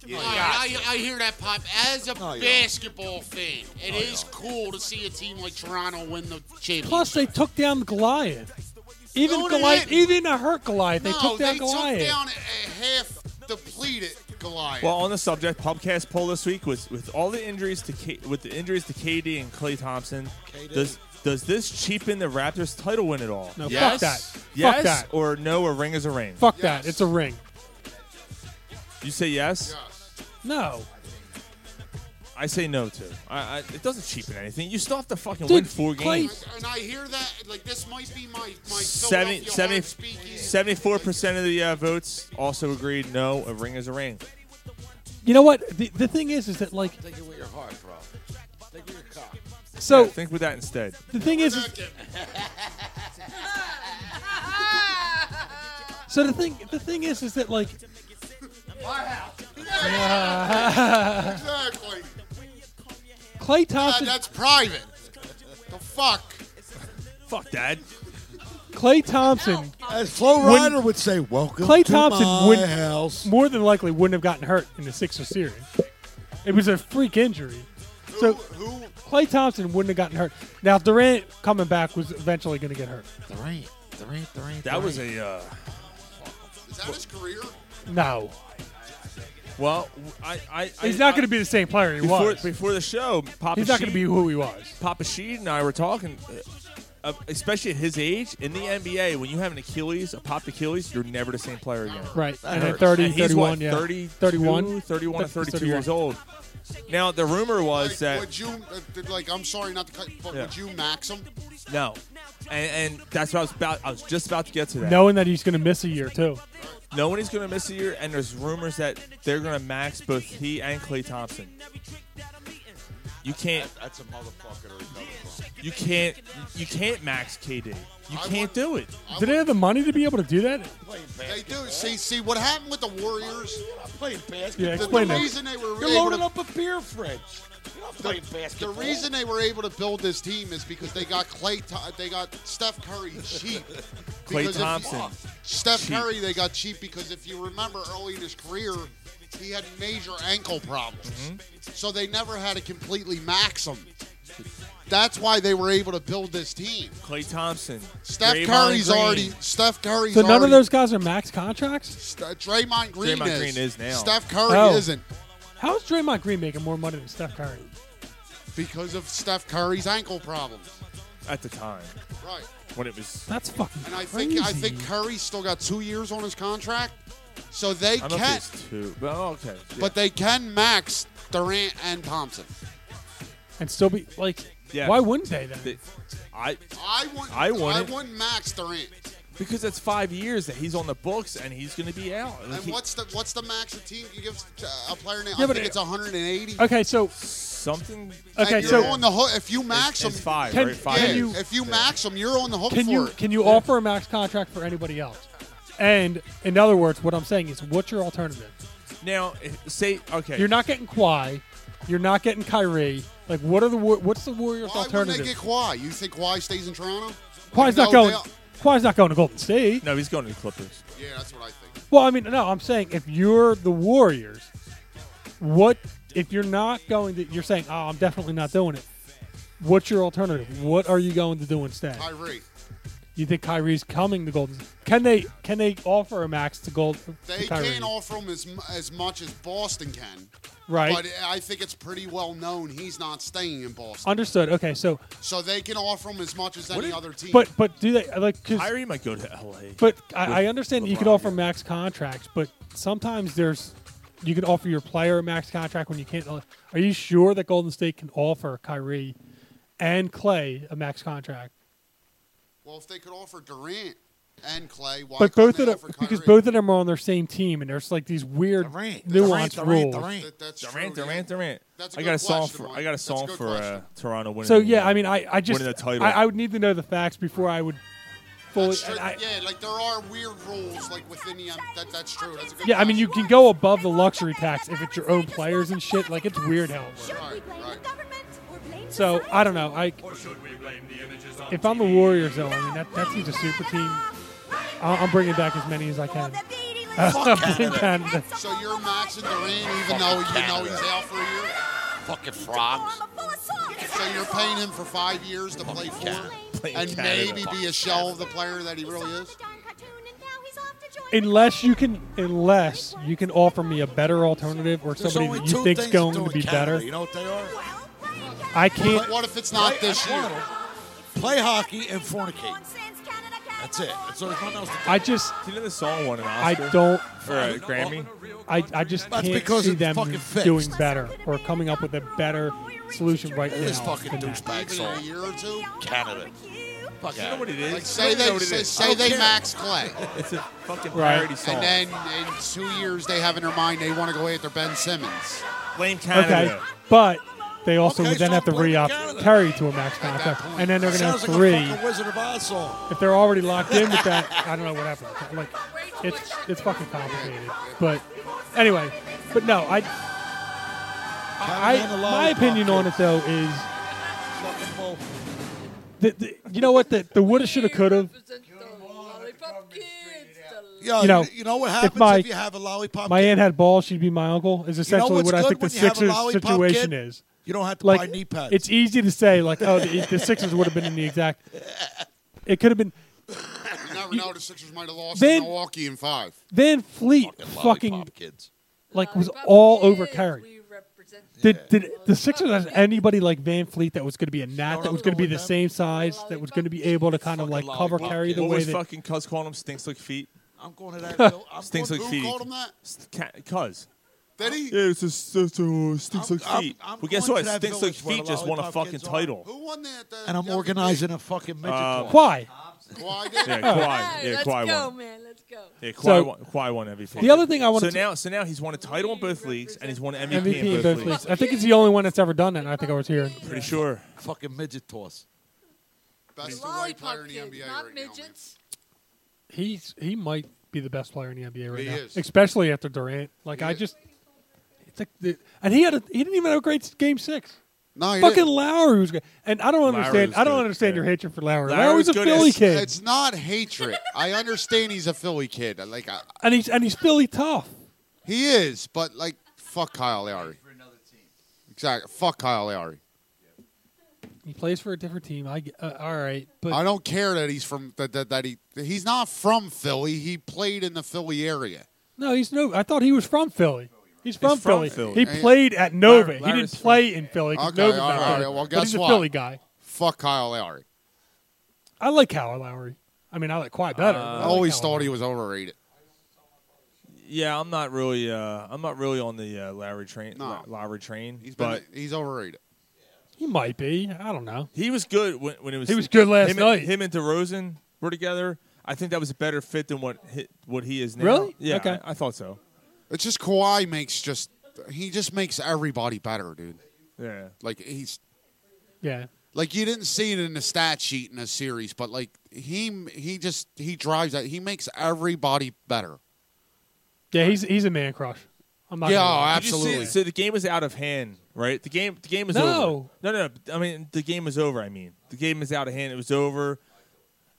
Speaker 11: due. You got
Speaker 8: I, I, I hear that pop. As a
Speaker 4: Oh,
Speaker 11: No, you don't.
Speaker 8: basketball fan, it is cool to see a team like Toronto win the championship.
Speaker 2: Plus, they took down Goliath. Even
Speaker 8: No, they
Speaker 2: Goliath, even a hurt Goliath, they
Speaker 8: no,
Speaker 2: took down
Speaker 8: they
Speaker 2: Goliath.
Speaker 8: took down a half depleted Goliath.
Speaker 4: Well, on the subject, Pubcast poll this week was with all the injuries to K- with the injuries to KD and Clay Thompson.
Speaker 8: KD.
Speaker 4: Does does this cheapen the Raptors' title win at all?
Speaker 2: No, fuck
Speaker 4: yes,
Speaker 2: that. Fuck
Speaker 4: Yes,
Speaker 2: that.
Speaker 4: or no, a ring is a ring.
Speaker 2: Fuck that! It's a ring.
Speaker 4: You say yes.
Speaker 2: No,
Speaker 4: I say no to. I, I, it doesn't cheapen anything. You still have to fucking
Speaker 2: Dude,
Speaker 4: win four games.
Speaker 8: And I hear that, like, this might be my, my
Speaker 4: 70, 74 percent of the uh, votes also agreed. No, a ring is a ring.
Speaker 2: you know what? The, the thing is, is that like
Speaker 10: Take it with your heart, bro. Take it with your cock.
Speaker 2: So-
Speaker 4: Yeah, think with that instead.
Speaker 2: the thing is, is so the thing the thing is, is that like
Speaker 8: exactly.
Speaker 2: Clay
Speaker 8: God,
Speaker 2: Thompson,
Speaker 8: that's private. The fuck?
Speaker 4: Fuck, Dad.
Speaker 2: Clay Thompson,
Speaker 10: As Flo
Speaker 2: When-
Speaker 10: Rider would say, "Welcome
Speaker 2: Clay
Speaker 10: to
Speaker 2: Thompson
Speaker 10: my
Speaker 2: would
Speaker 10: house."
Speaker 2: more than likely wouldn't have gotten hurt in the Sixers series. It was a freak injury. So Clay Thompson wouldn't have gotten hurt. Now Durant coming back was eventually going to get hurt.
Speaker 10: Durant, Durant, Durant.
Speaker 4: That was a. Uh,
Speaker 8: Is that his career?
Speaker 2: No.
Speaker 4: Well, I, I, I
Speaker 2: He's not
Speaker 4: I-
Speaker 2: gonna be the same player he
Speaker 4: before,
Speaker 2: was.
Speaker 4: before the show. Papa
Speaker 2: He's not gonna
Speaker 4: Sheed-
Speaker 2: be who he was.
Speaker 4: Papa Sheed and I were talking, uh, of- especially at his age in the NBA. When you have an Achilles, a popped Achilles, you're never the same player again.
Speaker 2: Right.
Speaker 4: That
Speaker 2: And at
Speaker 4: hurts.
Speaker 2: 30,
Speaker 4: And he's what,
Speaker 2: 31, yeah.
Speaker 4: 32,
Speaker 2: 31?
Speaker 4: 31 to 32
Speaker 2: 31.
Speaker 4: years old. Now the rumor was that
Speaker 8: Would you, uh, did, like, I'm sorry not to cut, but
Speaker 4: Yeah.
Speaker 8: would you max him?
Speaker 4: no, and, and that's what I was about. I was just about to get to that.
Speaker 2: Knowing that he's going to miss a year too.
Speaker 4: No one is going to miss a year, and there's rumors that they're going to max both he and Clay Thompson. You can't.
Speaker 10: That's a motherfucker. to recover from.
Speaker 4: You can't. You can't max KD. You can't do it.
Speaker 2: Do they have the money to be able to do that?
Speaker 8: They do. See, see what happened with the Warriors.
Speaker 10: Playing basketball.
Speaker 2: Yeah,
Speaker 8: the,
Speaker 2: explain
Speaker 8: the
Speaker 2: that.
Speaker 8: reason they were
Speaker 10: You're
Speaker 8: able
Speaker 10: loading
Speaker 8: to-
Speaker 10: up a beer fridge. You're not playing
Speaker 8: The
Speaker 10: basketball.
Speaker 8: reason they were able to build this team is because they got Clay, Tho- they got Steph Curry cheap.
Speaker 4: Klay
Speaker 8: Because if-
Speaker 4: Thompson,
Speaker 8: Steph
Speaker 4: cheap.
Speaker 8: Curry, they got cheap because if you remember early in his career, he had major ankle problems.
Speaker 4: Mm-hmm.
Speaker 8: So they never had to completely max him. That's why they were able to build this team.
Speaker 4: Clay Thompson.
Speaker 8: Steph
Speaker 4: Draymond
Speaker 8: Curry's
Speaker 4: Green.
Speaker 8: already. Steph Curry's
Speaker 2: So none
Speaker 8: already.
Speaker 2: of those guys are max contracts.
Speaker 8: St- Draymond Green
Speaker 4: Draymond
Speaker 8: is.
Speaker 4: Green is now.
Speaker 8: Steph Curry
Speaker 2: Oh.
Speaker 8: isn't
Speaker 2: How is Draymond Green making more money than Steph Curry?
Speaker 8: because of Steph Curry's ankle problems.
Speaker 4: at the time
Speaker 8: Right.
Speaker 4: when it was.
Speaker 2: That's fucking.
Speaker 8: And I think I think Curry's still got two years on his contract, so they
Speaker 4: I don't know if
Speaker 8: can.
Speaker 4: it's two, but oh, okay. Yeah.
Speaker 8: But they can max Durant and Thompson.
Speaker 2: And still be like,
Speaker 4: Yeah.
Speaker 2: why wouldn't they then?
Speaker 4: The- I
Speaker 8: I want.
Speaker 4: I want
Speaker 8: I
Speaker 4: it.
Speaker 8: want max Durant.
Speaker 4: because it's five years that he's on the books and he's going to be out.
Speaker 8: And
Speaker 4: he-
Speaker 8: what's the what's the max a team you give to a player now?
Speaker 2: Yeah,
Speaker 8: I
Speaker 2: but
Speaker 8: think
Speaker 2: it-
Speaker 8: it's 180.
Speaker 2: Okay, so
Speaker 4: something?
Speaker 8: And
Speaker 2: okay,
Speaker 8: you're
Speaker 2: so
Speaker 8: on the hook if you max
Speaker 4: It's-
Speaker 8: them.
Speaker 4: it's five,
Speaker 2: Can-
Speaker 4: right? Five
Speaker 8: yeah,
Speaker 4: years.
Speaker 8: if you max them, you're on the hook
Speaker 2: can
Speaker 8: for
Speaker 2: you
Speaker 8: it.
Speaker 2: can you offer a max contract for anybody else? And in other words, what I'm saying is, what's your alternative?
Speaker 4: Now, if- say okay.
Speaker 2: You're not getting Kawhi, you're not getting Kyrie. Like, what are the Wa- what's the Warriors'
Speaker 8: Why wouldn't they
Speaker 2: alternative?
Speaker 8: get Kawhi? You think Kawhi stays in Toronto?
Speaker 2: Kawhi's
Speaker 8: No,
Speaker 2: not going.
Speaker 8: they'll-
Speaker 2: Kawhi's not going to Golden State.
Speaker 4: No, he's going to the Clippers.
Speaker 8: Yeah, that's what I think.
Speaker 2: Well, I mean, no, I'm saying if you're the Warriors, what if you're not going to? You're saying, oh, I'm definitely not doing it. What's your alternative? What are you going to do instead?
Speaker 8: Kyrie.
Speaker 2: You think Kyrie's coming to Golden? Can they can they offer a max to Gold?
Speaker 8: They
Speaker 2: to Kyrie?
Speaker 8: can't offer him as, mu- as much as Boston can.
Speaker 2: Right.
Speaker 8: But I think it's pretty well known he's not staying in Boston.
Speaker 2: Understood. Okay, so
Speaker 8: so they can offer him as much as any other team.
Speaker 2: but but do they like? 'cause-
Speaker 4: Kyrie might go to LA.
Speaker 2: But
Speaker 4: with
Speaker 2: I, I understand you could
Speaker 4: LeBron.
Speaker 2: offer max contracts, but sometimes there's you can offer your player a max contract when you can't. uh, Are you sure that Golden State can offer Kyrie and Clay a max contract?
Speaker 8: well, if they could offer Durant and Clay, why
Speaker 2: but
Speaker 8: couldn't
Speaker 2: both of
Speaker 8: they
Speaker 2: them
Speaker 8: offer Kyrie?
Speaker 2: because both of them are on their same team, and there's like these weird nuanced rules.
Speaker 8: That- that's
Speaker 4: Durant,
Speaker 8: true, yeah.
Speaker 4: Durant, Durant.
Speaker 8: That's a
Speaker 4: I
Speaker 8: good
Speaker 4: got a song
Speaker 8: question,
Speaker 4: for
Speaker 8: Mike.
Speaker 4: I got a
Speaker 8: That's a
Speaker 4: song
Speaker 8: good
Speaker 4: for uh, Toronto winning.
Speaker 2: So
Speaker 4: the-
Speaker 2: yeah, I mean, I, I just
Speaker 4: winning the title.
Speaker 2: I, I would need to know the facts before I would fully.
Speaker 8: That's true.
Speaker 2: and I-
Speaker 8: yeah, like there are weird rules like within the um, that, that's true. That's a good
Speaker 2: yeah, I mean, you can go above the luxury tax if it's your own players and shit. Like it's weird how it works.
Speaker 8: Right, right.
Speaker 2: So I don't know. I if I'm the Warriors though, I mean that that's just a super team. I- I'm bringing back as many as I can.
Speaker 8: Fuck
Speaker 2: I'm bringing Canada.
Speaker 8: So you're maxing Durant even though you know he's out for a year.
Speaker 10: Fucking frogs.
Speaker 8: So you're paying him for five years to play for,
Speaker 10: Playing
Speaker 8: and
Speaker 10: Canada.
Speaker 8: maybe be a shell of the player that he really is.
Speaker 2: Unless you can, unless you can offer me a better alternative or
Speaker 10: There's
Speaker 2: somebody
Speaker 10: only
Speaker 2: that you
Speaker 10: two
Speaker 2: think's
Speaker 10: things
Speaker 2: going
Speaker 10: do
Speaker 2: to
Speaker 10: in
Speaker 2: be
Speaker 10: Canada.
Speaker 2: better.
Speaker 10: You know what they are?
Speaker 2: I can't.
Speaker 8: But what if it's not this year?
Speaker 10: Play hockey and fornicate. That's it. That's all there's nothing else to do.
Speaker 2: I just.
Speaker 4: Do you know the song won an
Speaker 2: I
Speaker 4: Oscar?
Speaker 2: don't.
Speaker 4: for a Grammy.
Speaker 2: I, I just
Speaker 10: That's
Speaker 2: can't
Speaker 10: because
Speaker 2: see
Speaker 10: it's
Speaker 2: them
Speaker 10: fucking fixed.
Speaker 2: doing better or coming up with a better solution right now.
Speaker 10: This fucking
Speaker 2: than that.
Speaker 10: douchebag
Speaker 8: Even in a
Speaker 10: song.
Speaker 8: year or two?
Speaker 10: Canada. Fuck
Speaker 4: You know
Speaker 10: out.
Speaker 4: what it is?
Speaker 8: Like
Speaker 4: You
Speaker 8: say
Speaker 4: know
Speaker 8: they
Speaker 4: what it
Speaker 8: say,
Speaker 4: is.
Speaker 8: say they max Clay,
Speaker 4: It's a fucking
Speaker 2: Right.
Speaker 4: parody song.
Speaker 8: and then in two years they have in their mind they want to go after Ben Simmons.
Speaker 4: Blame Canada.
Speaker 2: Okay, but they also
Speaker 10: Okay,
Speaker 2: would then
Speaker 10: so
Speaker 2: have to
Speaker 10: I'm blaming
Speaker 2: re-up
Speaker 10: Canada.
Speaker 2: Curry to a max contract, and then they're going to have
Speaker 10: Sounds like a
Speaker 2: three.
Speaker 10: fucking Wizard of Oz song.
Speaker 2: If they're already locked in with that, I don't know what happened. Like, it's it's fucking complicated. But anyway, but no, I, I
Speaker 10: Canada
Speaker 2: my
Speaker 10: lollipop
Speaker 2: opinion on it though is,
Speaker 10: Fucking bull.
Speaker 2: the, the, you know what, the the woulda, shoulda, coulda.
Speaker 10: Yo,
Speaker 2: You know,
Speaker 10: you know what happens if,
Speaker 2: my,
Speaker 10: you have a lollipop?
Speaker 2: my
Speaker 10: kid?
Speaker 2: aunt had balls, she'd be my uncle. Is
Speaker 10: You know
Speaker 2: essentially
Speaker 10: what's
Speaker 2: what I
Speaker 10: good
Speaker 2: think the
Speaker 10: when you have a
Speaker 2: Sixers
Speaker 10: lollipop
Speaker 2: situation
Speaker 10: kid?
Speaker 2: is.
Speaker 10: You don't have to
Speaker 2: like,
Speaker 10: buy knee pads.
Speaker 2: It's easy to say like, oh, the, the Sixers would have been in the exact. It could have been.
Speaker 8: You never know the Sixers might have lost
Speaker 2: Then-
Speaker 8: to Milwaukee in five.
Speaker 2: Then Fleet fucking,
Speaker 10: kids.
Speaker 2: like was all over Curry. Did did the Sixers have anybody like Van Fleet that was going to be a nat that was going to be the same size that was going to be able to kind of like cover Curry the
Speaker 4: what
Speaker 2: way
Speaker 4: was
Speaker 2: that
Speaker 4: fucking Cuz calling him stinks like feet?
Speaker 10: I'm going to that.
Speaker 4: Bill.
Speaker 10: I'm
Speaker 4: stinks
Speaker 10: going-
Speaker 4: like
Speaker 10: who
Speaker 4: feet.
Speaker 10: called him that?
Speaker 4: Cuz.
Speaker 10: Did he?
Speaker 4: Yeah, it's just it's, uh, stinks like
Speaker 10: I'm-
Speaker 4: feet.
Speaker 10: I'm
Speaker 4: well, guess
Speaker 10: going to that
Speaker 4: what? Stinks like
Speaker 10: village where
Speaker 4: feet
Speaker 10: the
Speaker 4: just won a
Speaker 10: lollipop
Speaker 4: fucking
Speaker 10: kids are.
Speaker 4: title.
Speaker 10: Who won that? And I'm organizing a fucking midget
Speaker 4: Uh,
Speaker 10: tour.
Speaker 2: Kawhi.
Speaker 8: Kawhi
Speaker 4: did? Yeah, Kawhi. Yeah,
Speaker 13: let's
Speaker 4: Kawhi
Speaker 13: go,
Speaker 4: won.
Speaker 13: man. Let's go.
Speaker 4: Yeah, Kawhi,
Speaker 2: So-
Speaker 4: won, Kawhi won everything.
Speaker 2: The other thing I wanted
Speaker 4: so
Speaker 2: to-
Speaker 4: now, so now he's won a title in both leagues and he's won MVP,
Speaker 2: MVP
Speaker 4: in
Speaker 2: in
Speaker 4: both,
Speaker 2: both
Speaker 4: leagues.
Speaker 2: leagues? I think he's the only one that's ever done it. And I think I was here.
Speaker 4: Pretty sure.
Speaker 10: Fucking midget toss.
Speaker 8: Best white
Speaker 13: Lollipop
Speaker 8: player in the
Speaker 13: kids,
Speaker 8: NBA
Speaker 13: not
Speaker 8: right
Speaker 13: midgets.
Speaker 2: He's he might be the best player in the NBA right
Speaker 8: He
Speaker 2: now,
Speaker 8: is.
Speaker 2: especially after Durant. Like
Speaker 8: He
Speaker 2: I
Speaker 8: is.
Speaker 2: just, it's like the, and he had a, he didn't even have a great game six.
Speaker 8: No, he
Speaker 2: fucking
Speaker 8: didn't.
Speaker 2: Lowry was good, and I don't
Speaker 8: Lowry
Speaker 2: understand.
Speaker 8: was
Speaker 2: I don't
Speaker 8: good,
Speaker 2: understand your hatred for Lowry.
Speaker 8: Lowry
Speaker 2: Lowry's a
Speaker 8: was good
Speaker 2: Philly
Speaker 8: as-
Speaker 2: kid,
Speaker 8: It's not hatred. I understand he's a Philly kid. Like I,
Speaker 2: and he's and he's Philly tough.
Speaker 8: he is, but like fuck Kyle Lowry. Exactly. Fuck Kyle Lowry.
Speaker 2: He plays for a different team. I g- uh, all right, but
Speaker 8: I don't care that he's from that, that that he he's not from Philly. He played in the Philly area.
Speaker 2: no, he's no. I thought he was from Philly. He's from,
Speaker 8: He's from
Speaker 2: Philly.
Speaker 8: Philly.
Speaker 2: He
Speaker 8: Yeah.
Speaker 2: played at Nova. he
Speaker 8: Lowry's
Speaker 2: didn't play in Philly. 'cause
Speaker 8: Okay,
Speaker 2: Nova's
Speaker 8: all
Speaker 2: not
Speaker 8: right,
Speaker 2: there.
Speaker 8: well,
Speaker 2: but
Speaker 8: guess
Speaker 2: he's a
Speaker 8: what?
Speaker 2: Philly guy.
Speaker 8: Fuck Kyle Lowry.
Speaker 2: I like Kyle Lowry. I mean, I like Kawhi better.
Speaker 8: I
Speaker 13: Uh,
Speaker 2: but I like
Speaker 8: Uh, always
Speaker 2: Kyle
Speaker 8: thought he was overrated.
Speaker 4: Yeah, I'm not really. Uh, I'm not really on the uh, Lowry train.
Speaker 8: No.
Speaker 4: Lowry train.
Speaker 8: He's been,
Speaker 4: but
Speaker 8: he's overrated.
Speaker 2: He might be. I don't know.
Speaker 4: He was good when, when it was.
Speaker 2: He was good last
Speaker 4: him,
Speaker 2: night.
Speaker 4: Him and DeRozan were together. I think that was a better fit than what hi- what he is now.
Speaker 8: Really?
Speaker 4: Yeah,
Speaker 8: Okay.
Speaker 4: I, I thought so.
Speaker 8: It's just Kawhi makes just he just makes everybody better, dude.
Speaker 4: Yeah.
Speaker 8: Like he's
Speaker 2: Yeah.
Speaker 8: like you didn't see it in the stat sheet in the series, but like he he just he drives that he makes everybody better.
Speaker 2: Yeah, he's he's a man crush. I'm not
Speaker 8: Yeah,
Speaker 2: gonna lie.
Speaker 8: oh,
Speaker 4: Did you see- so the game was out of hand, right? The game, the game is
Speaker 2: No.
Speaker 4: over. No, no, no. I mean, the game was over. I mean, the game is out of hand. It was over,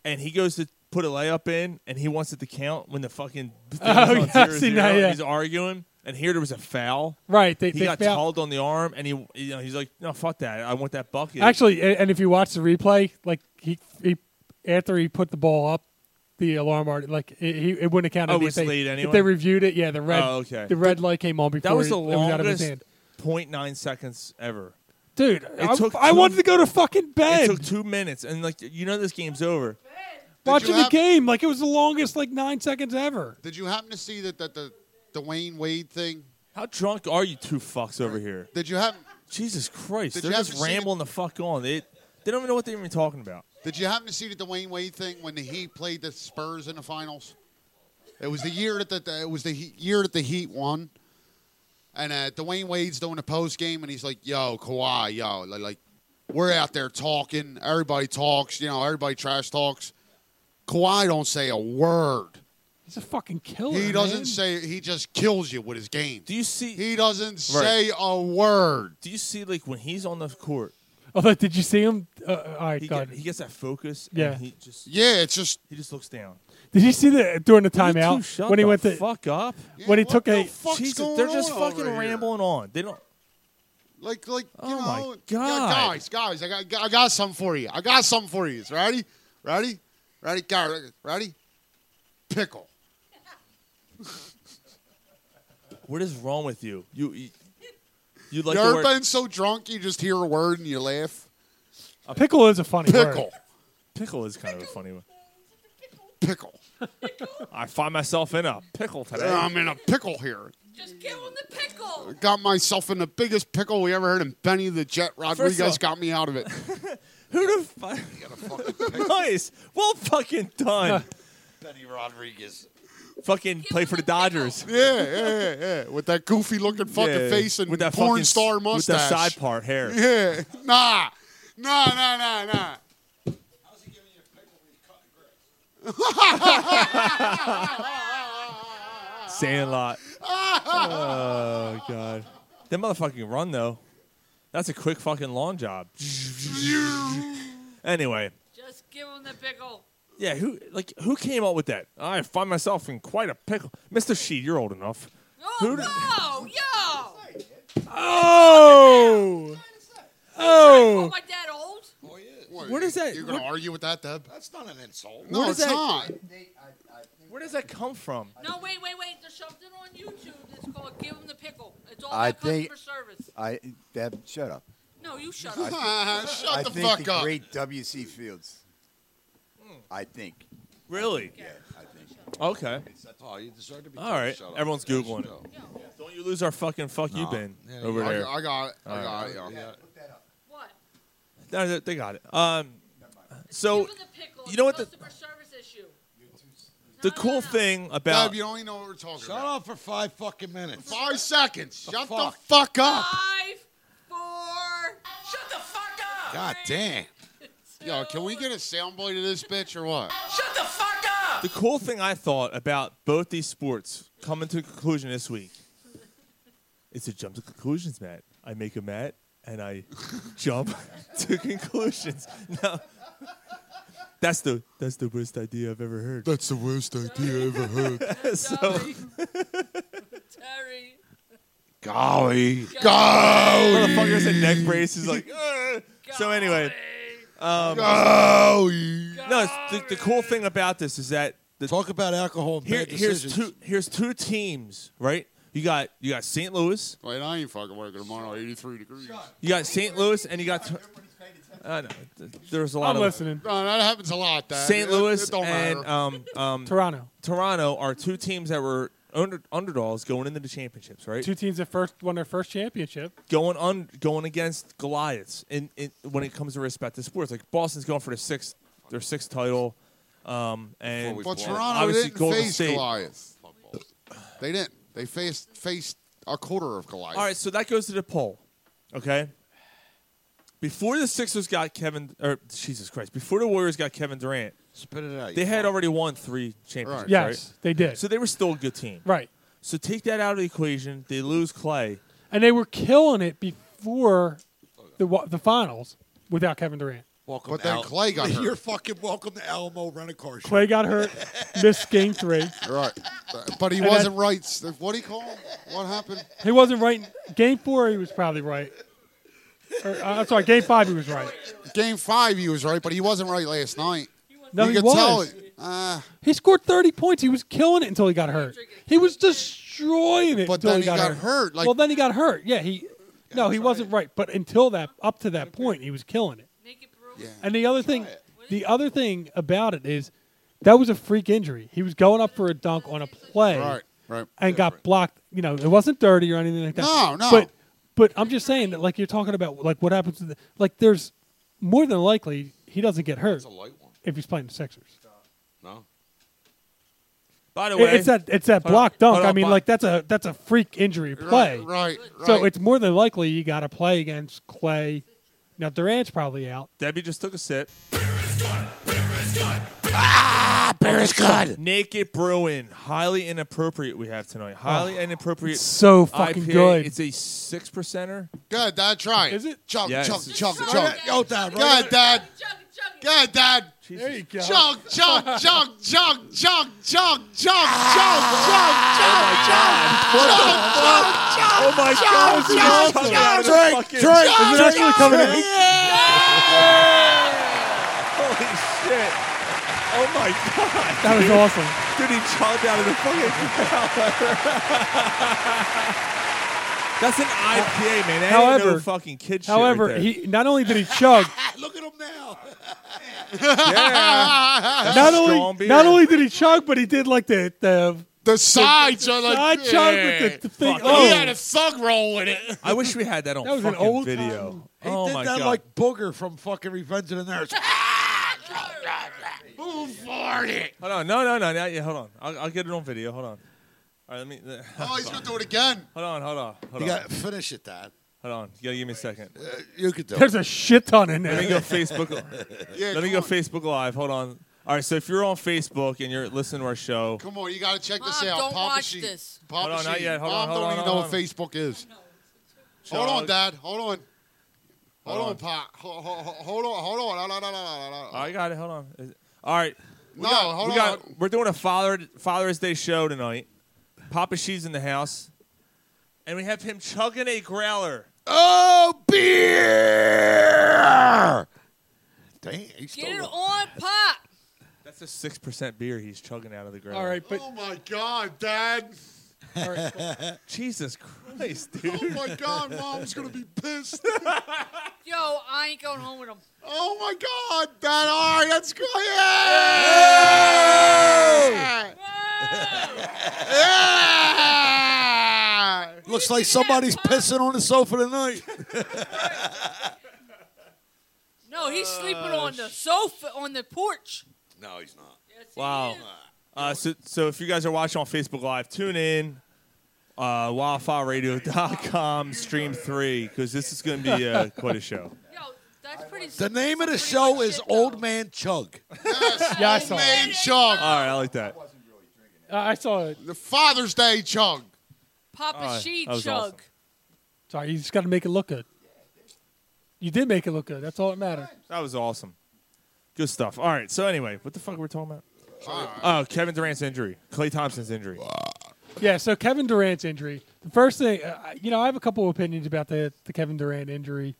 Speaker 4: and he goes to put a layup in, and he wants it to count when the fucking thing
Speaker 2: Oh,
Speaker 4: was on
Speaker 2: yeah, I've
Speaker 4: zero,
Speaker 2: seen
Speaker 4: zero,
Speaker 2: that,
Speaker 4: and
Speaker 2: yeah.
Speaker 4: He's arguing, and here there was a foul.
Speaker 2: Right, they-
Speaker 4: he
Speaker 2: they
Speaker 4: got
Speaker 2: fouled-
Speaker 4: called on the arm, and he, you know, he's like, "No, fuck that. I want that bucket."
Speaker 2: Actually, a- and if you watch the replay, like he he after he put the ball up, the alarm already like it, he it wouldn't have counted.
Speaker 4: Oh,
Speaker 2: if
Speaker 4: it was
Speaker 2: they-
Speaker 4: late
Speaker 2: If
Speaker 4: anyway?
Speaker 2: they reviewed it, yeah, the red
Speaker 4: Oh, okay.
Speaker 2: the red light came on before
Speaker 4: that was
Speaker 2: it,
Speaker 4: the
Speaker 2: it was out of his
Speaker 4: longest
Speaker 2: hand.
Speaker 4: 0.9 seconds ever.
Speaker 2: Dude,
Speaker 4: It
Speaker 2: I,
Speaker 4: took
Speaker 2: I
Speaker 4: two-
Speaker 2: wanted to go to fucking bed.
Speaker 4: It took two minutes, and like you know, this game's over.
Speaker 2: watching
Speaker 8: you
Speaker 2: the
Speaker 8: have-
Speaker 2: game, like it was the longest like nine seconds ever.
Speaker 8: Did you happen to see that that the Dwayne Wade thing?
Speaker 4: How drunk are you two fucks over here?
Speaker 8: Did you have?
Speaker 4: Jesus Christ!
Speaker 8: Did
Speaker 4: They're
Speaker 8: you have
Speaker 4: just
Speaker 8: to see
Speaker 4: rambling the fuck on. They they don't even know what they're even talking about.
Speaker 8: Did you happen to see the Dwayne Wade thing when the Heat played the Spurs in the finals? It was the year that the it was the Heat- year that the Heat won, and uh, Dwayne Wade's doing a post game and he's like, "Yo, Kawhi, yo, li- like we're out there talking. Everybody talks, you know, everybody trash talks. Kawhi don't say a word.
Speaker 2: He's a fucking killer.
Speaker 8: he doesn't
Speaker 2: man.
Speaker 8: say. He just kills you with his game.
Speaker 4: Do you see?
Speaker 8: He doesn't say a word.
Speaker 4: Do you see like when he's on the court?
Speaker 2: Although, Oh, did you see him? Uh, all right,
Speaker 4: He,
Speaker 2: go
Speaker 4: get,
Speaker 2: ahead.
Speaker 4: he gets that focus.
Speaker 2: Yeah.
Speaker 4: And he just
Speaker 8: yeah, it's just
Speaker 4: he just looks down.
Speaker 2: Did you see that during the
Speaker 4: Will you two
Speaker 2: timeout
Speaker 4: shut
Speaker 2: when he
Speaker 4: the
Speaker 2: went to
Speaker 4: fuck up?
Speaker 2: when he took a
Speaker 4: Jesus, they're just fucking rambling on. They don't.
Speaker 8: Like, like, you
Speaker 4: Oh, my
Speaker 8: know,
Speaker 4: God.
Speaker 8: Yeah, guys, guys, I got, I got something for you. I got something for you. Ready, ready, ready, Gar- ready? Pickle.
Speaker 4: What is wrong with you? You you, you like
Speaker 8: you
Speaker 4: the
Speaker 8: ever
Speaker 4: word
Speaker 8: been so drunk you just hear a word and you laugh?
Speaker 4: A
Speaker 2: pickle is a funny word.
Speaker 8: pickle.
Speaker 4: pickle is kind of a funny one.
Speaker 8: Pickle.
Speaker 4: I find myself in a pickle today.
Speaker 8: I'm in a pickle here.
Speaker 13: Just give him the pickle.
Speaker 8: Got myself in the biggest pickle we ever heard, and Benny the Jet Rodriguez
Speaker 4: off-
Speaker 8: got me out of it.
Speaker 4: Who the fuck? nice. Well, fucking done.
Speaker 14: Benny Rodriguez.
Speaker 4: fucking play for the Dodgers.
Speaker 8: yeah, yeah, yeah. With that goofy looking fucking
Speaker 4: Yeah,
Speaker 8: face and
Speaker 4: with that
Speaker 8: porn
Speaker 4: fucking s-
Speaker 8: star
Speaker 4: with
Speaker 8: mustache.
Speaker 4: that side part hair.
Speaker 8: Yeah. Nah. Nah, nah, nah, nah.
Speaker 4: Sandlot. oh god. That motherfucker can run though. That's a quick fucking lawn job. anyway,
Speaker 13: Just give him the pickle.
Speaker 4: yeah, who like who came up with that? I find myself in quite a pickle. Mr. Sheed, you're old enough.
Speaker 13: Oh no, yo!
Speaker 4: Oh.
Speaker 13: Oh,
Speaker 4: Oh.
Speaker 13: my dad old?
Speaker 8: Well, What,
Speaker 4: Where does that-
Speaker 8: You're going to
Speaker 4: what-
Speaker 8: argue with that, Deb?
Speaker 6: That's not an insult.
Speaker 8: No,
Speaker 4: Where does
Speaker 8: it's
Speaker 4: that-
Speaker 8: not.
Speaker 4: Where does that come from?
Speaker 13: No, wait, wait, wait. There's something on YouTube that's called "Give 'em the Pickle." It's all
Speaker 11: I
Speaker 13: about
Speaker 11: think.
Speaker 13: customer service.
Speaker 11: I Deb, shut up.
Speaker 13: No, you shut up.
Speaker 11: I think-
Speaker 8: Shut
Speaker 11: I
Speaker 8: the
Speaker 11: think
Speaker 8: fuck
Speaker 11: the
Speaker 8: up.
Speaker 11: Great W.C. Fields. I think.
Speaker 4: Hmm. Really?
Speaker 11: Yeah, I think.
Speaker 4: Okay.
Speaker 6: Oh, you deserve to be.
Speaker 4: All right.
Speaker 6: Shut up.
Speaker 4: Everyone's googling it. Don't you lose our fucking fuck you
Speaker 6: No.
Speaker 4: bin
Speaker 6: Yeah,
Speaker 4: over
Speaker 6: I-
Speaker 4: there?
Speaker 6: I got it. I
Speaker 4: All
Speaker 6: got it,
Speaker 4: right.
Speaker 6: yeah.
Speaker 4: No, they- they got it. Um, so
Speaker 13: Give 'em the pickle.
Speaker 4: you know what
Speaker 13: It's a
Speaker 4: the
Speaker 13: customer service issue.
Speaker 4: the cool thing about
Speaker 8: Deb, you don't even know what we're talking
Speaker 6: Shut
Speaker 8: about.
Speaker 6: up for five fucking minutes.
Speaker 8: Five seconds. Shut the
Speaker 6: fuck?
Speaker 8: fuck up.
Speaker 13: Five, four. Shut the fuck up.
Speaker 8: God damn. Yo, can we get a soundbite of this bitch or what?
Speaker 13: Shut the fuck up.
Speaker 4: the cool thing I thought about both these sports coming to a conclusion this week is to jump to conclusions, Matt. I make a Matt and I jump to conclusions. Now, that's the that's the worst idea I've ever heard.
Speaker 8: That's the worst idea I ever heard.
Speaker 4: so,
Speaker 13: Terry.
Speaker 6: Golly.
Speaker 4: motherfuckers in neck braces like. "Ugh." So anyway, um, no, it's the, the cool thing about this is that the,
Speaker 6: talk about alcohol. And
Speaker 4: here,
Speaker 6: bad
Speaker 4: here's
Speaker 6: decisions.
Speaker 4: two here's two teams, right? You got you got St. Louis,
Speaker 8: Wait, I ain't fucking working tomorrow. 83 degrees.
Speaker 4: you got St. Louis, and you got. T- I know th- there's a lot
Speaker 8: I'm
Speaker 4: of
Speaker 8: listening. No, that happens a lot. That
Speaker 4: St.
Speaker 8: It-
Speaker 4: Louis
Speaker 8: it don't
Speaker 4: and
Speaker 8: matter.
Speaker 4: um, um,
Speaker 2: Toronto.
Speaker 4: Toronto are two teams that were under, underdogs going into the championships, right?
Speaker 2: Two teams that first won their first championship.
Speaker 4: going on going against Goliaths in, in when it comes to respect to sports. Like Boston's going for the sixth their sixth title. Um, and
Speaker 8: Well, Toronto
Speaker 4: obviously
Speaker 8: didn't
Speaker 4: Golden
Speaker 8: face
Speaker 4: State.
Speaker 8: Goliath. They didn't. They faced faced a quarter of Goliath.
Speaker 4: All right, so that goes to the poll. Okay. Before the Sixers got Kevin or Jesus Christ, before the Warriors got Kevin Durant,
Speaker 6: Spit it out.
Speaker 4: they had already won three championships.
Speaker 2: Yes,
Speaker 4: right?
Speaker 2: they did.
Speaker 4: So they were still a good team.
Speaker 2: Right.
Speaker 4: So take that out of the equation. They lose Clay.
Speaker 2: And they were killing it before the wa- the finals without Kevin Durant.
Speaker 6: Welcome
Speaker 8: But then Clay got
Speaker 6: You're
Speaker 8: hurt.
Speaker 6: fucking welcome to Alamo Rent a Car. Show.
Speaker 2: Clay got hurt, missed game three.
Speaker 8: Right. But he
Speaker 2: And
Speaker 8: wasn't right. So What do you call him? What happened?
Speaker 2: He wasn't right. in- Game four, he was probably right. Or, uh, I'm sorry, game five, he was right.
Speaker 8: Game five, he was right, but he wasn't right last night.
Speaker 2: No,
Speaker 8: you
Speaker 2: he
Speaker 8: could
Speaker 2: was.
Speaker 8: tell it. Uh,
Speaker 2: He scored 30 points. He was killing it until he got hurt. He was destroying it
Speaker 8: But
Speaker 2: until
Speaker 8: then
Speaker 2: he got, hurt.
Speaker 8: like-
Speaker 2: well, then he got hurt. Yeah, he. No, he wasn't right. But until that, up to that point, he was killing it.
Speaker 8: Yeah.
Speaker 2: And the other thing, the other thing about it is, that was a freak injury. He was going up for a dunk on a play,
Speaker 8: Right, right.
Speaker 2: and got blocked. You know, it wasn't dirty or anything like that.
Speaker 8: No, no.
Speaker 2: But, but I'm just saying that, like you're talking about, like what happens to the, like there's more than likely he doesn't get hurt
Speaker 6: That's a light one.
Speaker 2: if he's playing the Sixers.
Speaker 6: No.
Speaker 4: By the
Speaker 2: It-
Speaker 4: way,
Speaker 2: it's that it's that
Speaker 4: hold on,
Speaker 2: block dunk.
Speaker 4: hold
Speaker 2: I
Speaker 4: on,
Speaker 2: mean,
Speaker 4: by-
Speaker 2: like that's a that's a freak injury play.
Speaker 8: right,
Speaker 2: So
Speaker 8: right.
Speaker 2: it's more than likely you got to play against Clay. Now Durant's probably out.
Speaker 4: Debbie just took a sip.
Speaker 6: Ah, beer is good.
Speaker 4: Naked Bruin, highly inappropriate. We have tonight, highly
Speaker 2: Oh,
Speaker 4: inappropriate.
Speaker 2: it's so fucking
Speaker 4: IPA.
Speaker 2: good.
Speaker 4: It's a six percenter.
Speaker 8: God, Dad, try.
Speaker 2: Is it?
Speaker 8: Chug,
Speaker 4: Yes.
Speaker 8: chug, chug,
Speaker 6: Right
Speaker 8: chug.
Speaker 6: at- Yo, Dad, right
Speaker 8: God,
Speaker 6: at-
Speaker 8: Dad. God, Dad.
Speaker 2: There you go.
Speaker 8: Chug, chug, chug, chug, chug, chug, chug, chug, chug, chug,
Speaker 4: Oh my god! this is coming out of the
Speaker 6: Drake,
Speaker 4: fucking-
Speaker 6: Drake,
Speaker 2: Is it actually coming out?
Speaker 4: Holy shit! Oh my god!
Speaker 2: That was
Speaker 4: dude.
Speaker 2: awesome.
Speaker 4: Dude, he chopped out of the fucking That's an IPA, man. That ain't no
Speaker 2: However,
Speaker 4: fucking kid shit.
Speaker 2: However,
Speaker 4: right there.
Speaker 2: he not only did he chug,
Speaker 6: Look at him now.
Speaker 4: Yeah. That's
Speaker 2: not
Speaker 4: a strong
Speaker 2: only
Speaker 4: beer.
Speaker 2: not only did he chug, but he did like the the
Speaker 8: The sides are like.
Speaker 2: side chug with the, the thing.
Speaker 4: Fuck.
Speaker 8: He
Speaker 2: Oh,
Speaker 8: had a thug roll with it.
Speaker 4: I wish we had that on
Speaker 2: That was an
Speaker 4: fucking
Speaker 2: old
Speaker 4: video.
Speaker 2: time-
Speaker 6: He
Speaker 4: oh
Speaker 6: did
Speaker 4: my
Speaker 6: that
Speaker 4: god!
Speaker 6: like Booger from fucking Revenge of the Nerds.
Speaker 8: Move forward it.
Speaker 4: hold on, no, no, no, not yet. Hold on, I'll, I'll get it on video. Hold on. All right, let me. uh,
Speaker 8: Oh, he's going to do it again.
Speaker 4: Hold on, hold on, hold
Speaker 6: You
Speaker 4: on,
Speaker 6: got finish it, Dad.
Speaker 4: hold on. You gotta give me a second.
Speaker 6: Uh, you could do it.
Speaker 2: there's a shit ton in
Speaker 4: Let me
Speaker 2: there.
Speaker 4: go Facebook.
Speaker 8: Yeah,
Speaker 4: Let me go
Speaker 8: come
Speaker 4: Facebook Live. Hold on. All right, so if you're on Facebook and you're listening to our show,
Speaker 8: Come on, you gotta check this
Speaker 13: Mom,
Speaker 8: out.
Speaker 13: don't
Speaker 8: Papa
Speaker 13: watch
Speaker 8: Sheep.
Speaker 13: this.
Speaker 8: Papa
Speaker 4: Hold on, not
Speaker 8: Sheep.
Speaker 4: yet. Hold on,
Speaker 8: Mom
Speaker 4: hold
Speaker 8: don't
Speaker 4: on,
Speaker 8: even
Speaker 4: hold
Speaker 8: know
Speaker 4: on.
Speaker 8: what Facebook is.
Speaker 4: Chug.
Speaker 8: Hold on, Dad. Hold on. Hold,
Speaker 4: Hold
Speaker 8: on,
Speaker 4: on.
Speaker 8: Pop. Hold, hold, hold on. Hold on. La, la, la, la, la, la.
Speaker 4: I Oh, got it. Hold on. Is it- All right. We
Speaker 8: No,
Speaker 4: got,
Speaker 8: hold
Speaker 4: we
Speaker 8: on.
Speaker 4: Got, we're doing a Father Father's Day show tonight. Papa She's in the house, and we have him chugging a growler.
Speaker 6: Oh, beer!
Speaker 10: Damn, he's
Speaker 13: Get
Speaker 10: still
Speaker 13: it on pop.
Speaker 4: That's a six percent beer he's chugging out of the ground.
Speaker 10: All right,
Speaker 8: oh my God, Dad!
Speaker 4: Jesus Christ, dude.
Speaker 8: Oh my God, Mom's gonna be pissed.
Speaker 13: Yo, I ain't going home with him.
Speaker 8: Oh my God, Dad! All right, that's good. Yeah!
Speaker 10: Looks like somebody's pissing on the sofa tonight.
Speaker 13: No, he's sleeping
Speaker 10: Oh,
Speaker 13: on the sofa, on the porch.
Speaker 10: no, he's not.
Speaker 4: Wow. Uh, so, so if you guys are watching on Facebook Live, tune in. Uh, wildfireradio.com stream three because this is going to be uh, quite a show.
Speaker 10: The name of the show is Old Man Chug.
Speaker 2: Yes,
Speaker 8: Old
Speaker 2: I-
Speaker 8: Man Chug.
Speaker 4: All right, I like that.
Speaker 2: I saw it.
Speaker 8: The Father's Day Chug.
Speaker 13: Papa
Speaker 2: Oh,
Speaker 13: She
Speaker 2: that was
Speaker 13: Chug.
Speaker 2: Sorry, you just got to make it look good. You did make it look good. That's all that matters.
Speaker 4: That was awesome. Good stuff. All right. So anyway, what the fuck were we talking about? Oh, Kevin Durant's injury, Clay Thompson's injury.
Speaker 2: Yeah, so Kevin Durant's injury. The first thing, uh, you know, I have a couple of opinions about the, the Kevin Durant injury.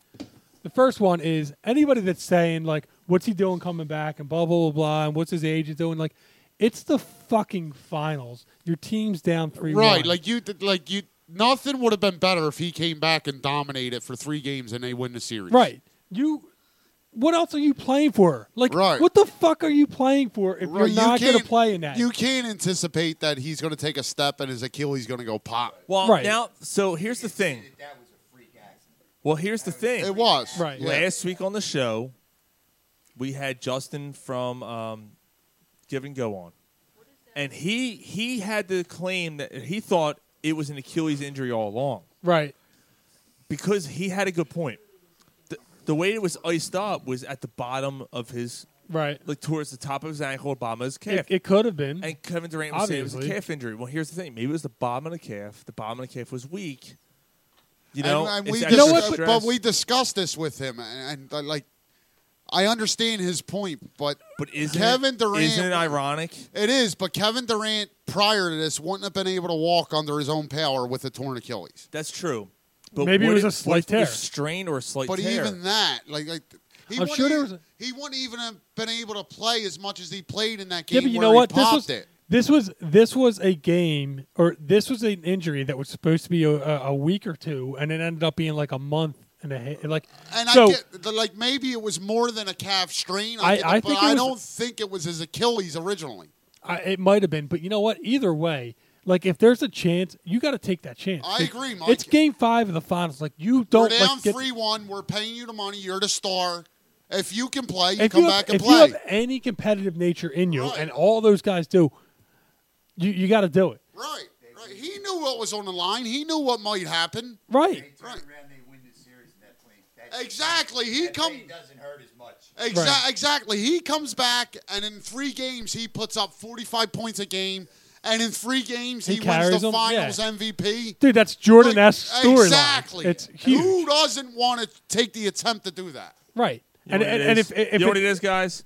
Speaker 2: The first one is anybody that's saying, like, what's he doing coming back and blah, blah, blah, blah, and what's his age is doing, like, it's the fucking finals. Your team's down 3
Speaker 8: Right, like you, th- like you. Nothing would have been better if he came back and dominated for three games and they win the series.
Speaker 2: Right. You. What else are you playing for? Like, what the fuck are you playing for if
Speaker 8: Right,
Speaker 2: you're not going to
Speaker 8: can't-
Speaker 2: play in that?
Speaker 8: You can't anticipate that he's going to take a step and his Achilles going to go pop.
Speaker 4: Well, now, so here's the thing. Well, here's the thing. It
Speaker 8: was Right, yeah.
Speaker 4: Last week on the show, we had Justin from um, Give and Go on, and he he had the claim that he thought it was an Achilles injury all along
Speaker 2: Right.
Speaker 4: because he had a good point. The, the way it was iced up was at the bottom of his
Speaker 2: Right.
Speaker 4: like towards the top of his ankle, bottom of his
Speaker 2: It,
Speaker 4: calf.
Speaker 2: it could have been.
Speaker 4: And Kevin Durant was saying it was a
Speaker 2: Obviously.
Speaker 4: calf injury. Well, here's the thing: maybe it was the bottom of the calf. The bottom of the calf was weak. You know,
Speaker 8: and, and
Speaker 4: it's
Speaker 8: we
Speaker 4: that
Speaker 8: dis-
Speaker 4: stress.
Speaker 8: but we discussed this with him, and, and uh, like, I understand his point, but
Speaker 4: but isn't it-
Speaker 8: Kevin Durant
Speaker 4: isn't it ironic?
Speaker 8: It is, but Kevin Durant prior to this wouldn't have been able to walk under his own power with a torn Achilles.
Speaker 4: That's true.
Speaker 2: Maybe it
Speaker 4: would
Speaker 2: was a
Speaker 4: would
Speaker 2: slight
Speaker 4: it be
Speaker 2: tear.
Speaker 4: strain or a slight
Speaker 8: But
Speaker 4: tear.
Speaker 8: even that, like, like he,
Speaker 2: I'm
Speaker 8: wouldn't
Speaker 2: sure there
Speaker 8: even,
Speaker 2: was a-
Speaker 8: he wouldn't even have been able to play as much as he played in that game.
Speaker 2: Yeah, but you
Speaker 8: where
Speaker 2: know
Speaker 8: he
Speaker 2: what? This
Speaker 8: popped
Speaker 2: was
Speaker 8: it.
Speaker 2: this was this was a game, or this was an injury that was supposed to be a, a a week or two, and it ended up being like a month and a half. Like
Speaker 8: And
Speaker 2: so,
Speaker 8: I get, the- like maybe it was more than a calf strain. I,
Speaker 2: I-
Speaker 8: get
Speaker 2: I
Speaker 8: it, but
Speaker 2: think it
Speaker 8: I
Speaker 2: was-
Speaker 8: don't think it was his Achilles originally.
Speaker 2: I, it might have been, but you know what? Either way, like if there's a chance, you got to take that chance.
Speaker 8: I
Speaker 2: Like,
Speaker 8: agree, Mike.
Speaker 2: It's game five of the finals. Like you don't
Speaker 8: We're down
Speaker 2: like get,
Speaker 8: three one. We're paying you the money. You're the star. If you can play, you
Speaker 2: if
Speaker 8: come
Speaker 2: you have,
Speaker 8: back and
Speaker 2: if
Speaker 8: play.
Speaker 2: you have any competitive nature in you, and all those guys do, you you got to do it.
Speaker 8: right, right. He knew what was on the line. He knew what might happen.
Speaker 2: Right.
Speaker 8: Right. Exactly. He
Speaker 15: That
Speaker 8: come.
Speaker 15: pain doesn't hurt as much.
Speaker 8: Exa- Exactly. He comes back, and in three games, he puts up 45 points a game. And in three games,
Speaker 2: He
Speaker 8: he, wins the
Speaker 2: carries 'em, yeah.
Speaker 8: finals MVP.
Speaker 2: Dude, that's Jordan esque storyline.
Speaker 8: Exactly.
Speaker 2: It's
Speaker 8: And
Speaker 2: huge.
Speaker 8: Who doesn't want to take the attempt to do that?
Speaker 2: Right.
Speaker 4: You know
Speaker 2: and
Speaker 4: what it
Speaker 2: and, and
Speaker 4: is?
Speaker 2: if, if
Speaker 4: you know
Speaker 2: it-
Speaker 4: what it is, guys,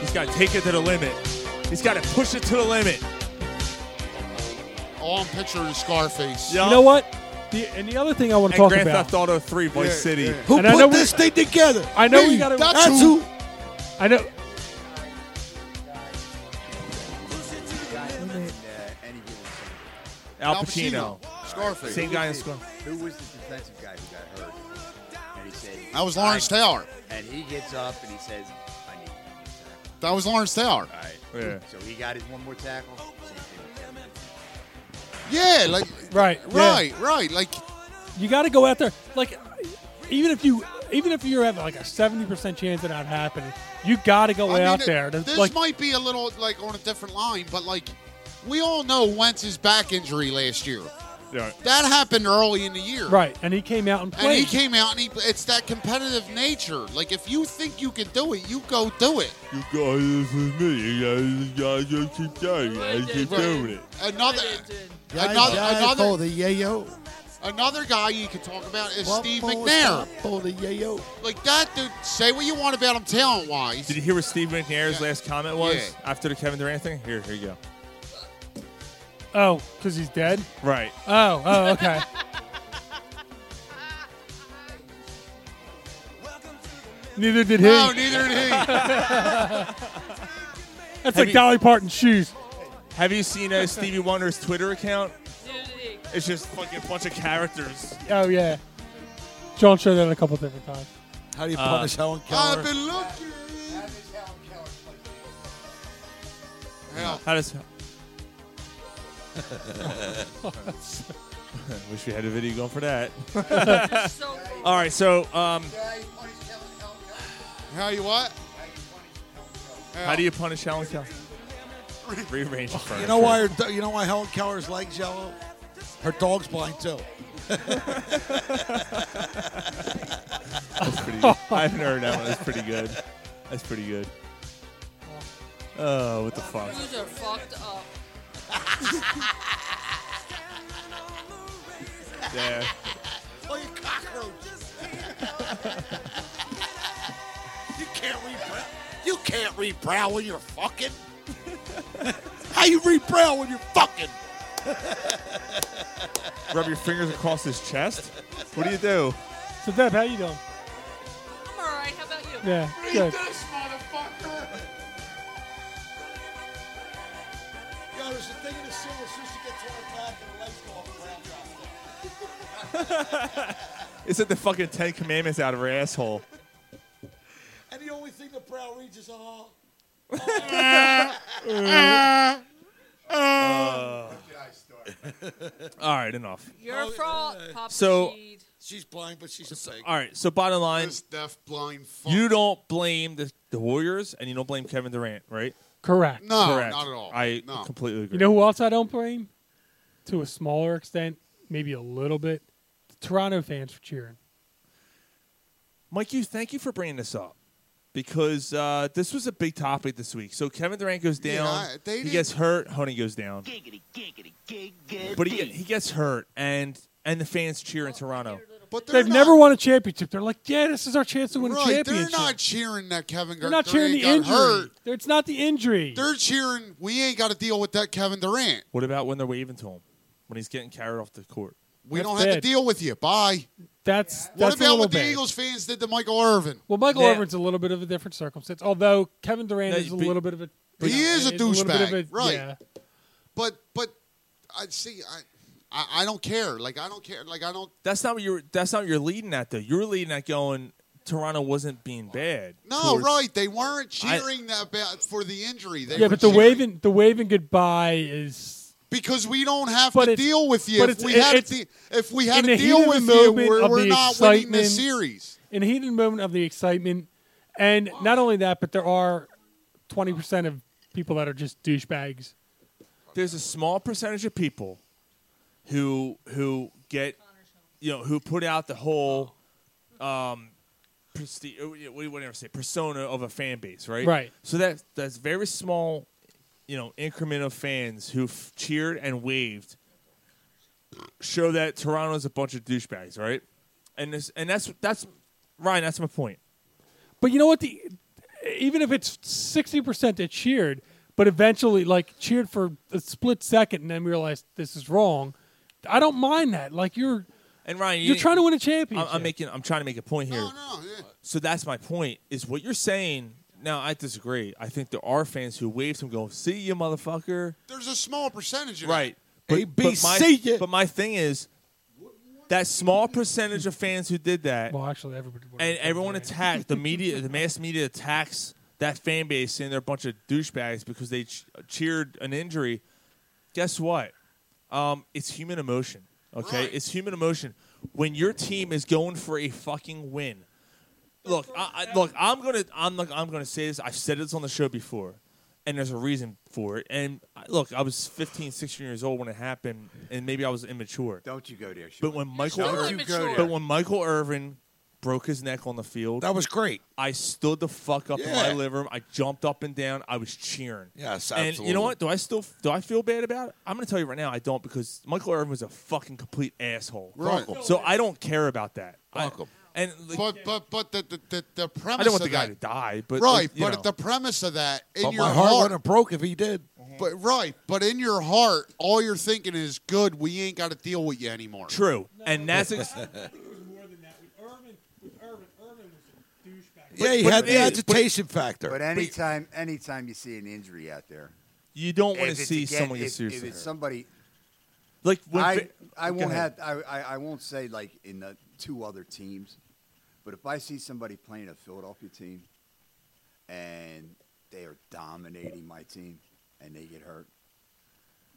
Speaker 4: he's got to take it to the limit. He's got to push it to the limit.
Speaker 8: All I'm picturing is Scarface.
Speaker 2: You know what? The, and the other thing I want to
Speaker 4: And
Speaker 2: talk
Speaker 4: Grand
Speaker 2: about.
Speaker 4: Theft Auto Three, Vice City.
Speaker 2: Who And I put know we- this
Speaker 10: thing together?
Speaker 2: I know
Speaker 10: Me.
Speaker 2: we got to.
Speaker 10: That's That's who. who.
Speaker 2: I know.
Speaker 4: Al
Speaker 11: Al
Speaker 4: Pacino.
Speaker 11: Pacino. Scarface.
Speaker 4: Same guy in Scar.
Speaker 11: Who was the defensive guy who got hurt? And he said
Speaker 8: That was Lawrence Taylor.
Speaker 11: And he gets up and he says, "I need one more tackle."
Speaker 8: That was Lawrence Taylor.
Speaker 11: All right.
Speaker 8: Yeah.
Speaker 11: So he got his one more tackle. Same thing with Kevin Durant.
Speaker 8: Yeah, like
Speaker 2: Right.
Speaker 8: right, right. Like
Speaker 2: You got to go out there. Like, even if you, even if you have like a seventy percent chance of that happening, you got to go
Speaker 8: I mean,
Speaker 2: out
Speaker 8: it-
Speaker 2: there. to,
Speaker 8: This
Speaker 2: like,
Speaker 8: might be a little like on a different line, but like we all know Wentz's back injury last year.
Speaker 4: Yeah.
Speaker 8: That happened early in the year.
Speaker 2: right, and he came out and
Speaker 8: And he
Speaker 2: played.
Speaker 8: came out and he, it's that competitive nature. Like if you think you can do it, you go do it.
Speaker 4: You guys, this is me. You guys, you guys keep going. I keep doing it.
Speaker 8: Another another another, another guy you could talk about is Steve McNair. Like that dude, say what you want about him talent wise.
Speaker 4: Did you hear what Steve McNair's last comment was
Speaker 8: Yeah.
Speaker 4: after the Kevin Durant thing? Here, here you go.
Speaker 2: Oh, because he's dead.
Speaker 4: Right.
Speaker 2: Oh, oh, okay. Neither did he.
Speaker 8: No, neither did he.
Speaker 2: That's like Dolly Parton shoes.
Speaker 4: Have you seen uh, Stevie Wonder's Twitter account? It's just fucking bunch of characters.
Speaker 2: Oh yeah. John showed that a couple different times.
Speaker 10: How do
Speaker 4: Uh,
Speaker 10: you punish Helen Keller?
Speaker 8: I've been looking.
Speaker 4: How does? Wish we had a video going for that. All right, so um,
Speaker 8: How you what?
Speaker 4: how do you punish Helen Keller? Rearrange the furniture.
Speaker 10: You know why? Her, you know why Helen Keller's legs yellow? Her dog's blind too.
Speaker 4: That's pretty good. I haven't heard that one. That's pretty good. That's pretty good. Oh, what the fuck?
Speaker 6: Yous are fucked up.
Speaker 4: Yeah.
Speaker 10: Oh, you cockroaches! you can't rebrow. You can't rebrow when you're fucking. How you rebrow when you're fucking?
Speaker 4: Rub your fingers across his chest. What do you do?
Speaker 2: So Deb, how you doing?
Speaker 6: I'm alright. How about you?
Speaker 2: Yeah, Read good.
Speaker 10: this, motherfucker. Yo, there's a thing in the civil. As soon as you get to her back, and the legs go off the ground.
Speaker 4: It's like the fucking Ten Commandments out of her asshole.
Speaker 10: And the only thing the brow reads is oh.
Speaker 4: Uh, all right, enough.
Speaker 6: You're
Speaker 10: Oh,
Speaker 6: a fraud, Papa
Speaker 4: So-
Speaker 6: Seed.
Speaker 10: she's blind, but she's a fake.
Speaker 4: All right, so bottom line,
Speaker 8: This deaf blind. Fuck.
Speaker 4: you don't blame the, the Warriors and you don't blame Kevin Durant, right?
Speaker 2: Correct.
Speaker 8: No,
Speaker 4: Correct.
Speaker 8: not at all.
Speaker 4: I
Speaker 8: no.
Speaker 4: completely agree.
Speaker 2: You know who else I don't blame? To a smaller extent, maybe a little bit. The Toronto fans for cheering.
Speaker 4: Mike, you thank you for bringing this up because uh, this was a big topic this week. So Kevin Durant goes
Speaker 8: Yeah,
Speaker 4: down,
Speaker 8: I- they
Speaker 4: he
Speaker 8: didn't-
Speaker 4: gets hurt, Honey goes down, but he he gets hurt and and the fans cheer in Toronto.
Speaker 8: But they're
Speaker 2: They've
Speaker 8: not-
Speaker 2: never won a championship. They're like, yeah, this is our chance to win a
Speaker 8: Right, they're
Speaker 2: championship.
Speaker 8: not cheering that Kevin
Speaker 2: They're not
Speaker 8: Durant
Speaker 2: cheering the
Speaker 8: got
Speaker 2: injury.
Speaker 8: hurt.
Speaker 2: They're- It's not the injury.
Speaker 8: They're cheering. We ain't got to deal with that Kevin Durant.
Speaker 4: What about when they're waving to him when he's getting carried off the court?
Speaker 8: We
Speaker 2: That's
Speaker 8: don't have to
Speaker 2: bad.
Speaker 8: deal with you. Bye.
Speaker 2: that's
Speaker 8: What
Speaker 2: that's a
Speaker 8: about
Speaker 2: little
Speaker 8: what the
Speaker 2: bad.
Speaker 8: Eagles fans did to Michael Irvin?
Speaker 2: Well, Michael
Speaker 4: Yeah.
Speaker 2: Irvin's a little bit of a different circumstance, although Kevin Durant
Speaker 4: No,
Speaker 2: is a
Speaker 4: but-
Speaker 2: little bit of a.
Speaker 8: He
Speaker 2: you know,
Speaker 8: is a
Speaker 2: it's little bit
Speaker 8: douchebag,
Speaker 2: of a-
Speaker 8: right.
Speaker 2: yeah.
Speaker 8: But but I see. I, I I don't care. Like I don't care. Like I don't.
Speaker 4: That's not what you're. That's not what you're leading at though. You're leading at going. Toronto wasn't being bad.
Speaker 8: No,
Speaker 4: towards-
Speaker 8: right. They weren't cheering that about for the injury. They
Speaker 2: Yeah,
Speaker 8: were
Speaker 2: but the
Speaker 8: cheering
Speaker 2: waving, the waving goodbye is
Speaker 8: because we don't have
Speaker 2: But
Speaker 8: to
Speaker 2: it's-
Speaker 8: deal with you.
Speaker 2: but
Speaker 8: if
Speaker 2: it's-
Speaker 8: we
Speaker 2: it-
Speaker 8: had
Speaker 2: it's-
Speaker 8: to de- if we had
Speaker 2: in
Speaker 8: to
Speaker 2: the
Speaker 8: deal
Speaker 2: heat of
Speaker 8: with
Speaker 2: the
Speaker 8: you,
Speaker 2: moment
Speaker 8: we're,
Speaker 2: of
Speaker 8: we're
Speaker 2: the
Speaker 8: not winning the
Speaker 2: excitement-
Speaker 8: series.
Speaker 2: in a heated moment of the excitement, and not only that, but there are twenty percent of people that are just douchebags.
Speaker 4: There's a small percentage of people who who get you know who put out the whole um presti- uh, what do you want to say persona of a fan base, right?
Speaker 2: Right.
Speaker 4: So that that's very small, you know, increment of fans who f- cheered and waved show that Toronto's a bunch of douchebags, right? And this and that's that's Ryan, that's my point.
Speaker 2: But you know what? The even if it's sixty percent that cheered, but eventually like cheered for a split second and then realized this is wrong. I don't mind that. Like you're
Speaker 4: And Ryan, you
Speaker 2: you're
Speaker 4: didn't-
Speaker 2: trying to win a
Speaker 4: I'm,
Speaker 2: championship.
Speaker 4: I'm making. I'm trying to make a point here.
Speaker 8: Oh, No, yeah.
Speaker 4: So that's my point. Is what you're saying. Now I disagree. I think there are fans who wave to him, go, "See you, motherfucker."
Speaker 8: There's a small percentage of
Speaker 4: Right.
Speaker 10: A, B,
Speaker 4: but my,
Speaker 10: C, yeah.
Speaker 4: But my thing is that small percentage of fans who did that,
Speaker 2: well, actually, everybody. would.
Speaker 4: and everyone attacked the media, the mass media attacks that fan base, saying they're a bunch of douchebags because they ch- cheered an injury. Guess what? Um, it's human emotion. Okay,
Speaker 8: Right.
Speaker 4: it's human emotion. When your team is going for a fucking win, look, I, I, look, I'm gonna, I'm like, I'm gonna say this. I've said this on the show before, and there's a reason for it. And I- look, I was 15, 16 years old when it happened, and maybe I was immature.
Speaker 11: Don't you go there. Sean.
Speaker 4: But when Michael,
Speaker 6: so
Speaker 4: Ir-
Speaker 6: immature.
Speaker 4: but when Michael Irvin broke his neck on the field,
Speaker 10: That was great.
Speaker 4: I stood the fuck up in
Speaker 10: Yeah.
Speaker 4: my living room. I jumped up and down. I was cheering.
Speaker 10: Yes,
Speaker 4: And you
Speaker 10: absolutely.
Speaker 4: know what? Do I still do I feel bad about it? I'm going to tell you right now, I don't because Michael Irvin was a fucking complete asshole.
Speaker 8: Right. Fuck
Speaker 4: So I don't care about that. I-
Speaker 10: Fuck him.
Speaker 4: And
Speaker 8: it.
Speaker 4: like,
Speaker 8: But but but the the, the, the premise.
Speaker 4: I don't want
Speaker 8: of
Speaker 4: the guy
Speaker 8: that-
Speaker 4: to die. But
Speaker 8: right,
Speaker 4: like, you
Speaker 8: but
Speaker 4: know.
Speaker 8: at the premise of that in
Speaker 10: But
Speaker 8: your
Speaker 10: my heart, wouldn't have broke if he did.
Speaker 8: but right, but in your heart, all you're thinking is, "Good, we ain't got to deal with you anymore."
Speaker 4: true, and that's ex-
Speaker 2: more than that. With Irvin, with Irvin, Irvin was a douchebag.
Speaker 10: yeah, he had the agitation factor.
Speaker 11: But anytime, anytime you see an injury out there,
Speaker 4: You don't want
Speaker 11: if
Speaker 4: to
Speaker 11: it's
Speaker 4: see
Speaker 11: again-
Speaker 4: someone get
Speaker 11: if,
Speaker 4: seriously
Speaker 11: If it's
Speaker 4: hurt.
Speaker 11: somebody,
Speaker 4: Like when
Speaker 11: I,
Speaker 4: Fa-
Speaker 11: I
Speaker 4: Go
Speaker 11: won't
Speaker 4: ahead.
Speaker 11: have, I, I, I won't say like in the two other teams, but if I see somebody playing a Philadelphia team, and they are dominating my team, and they get hurt.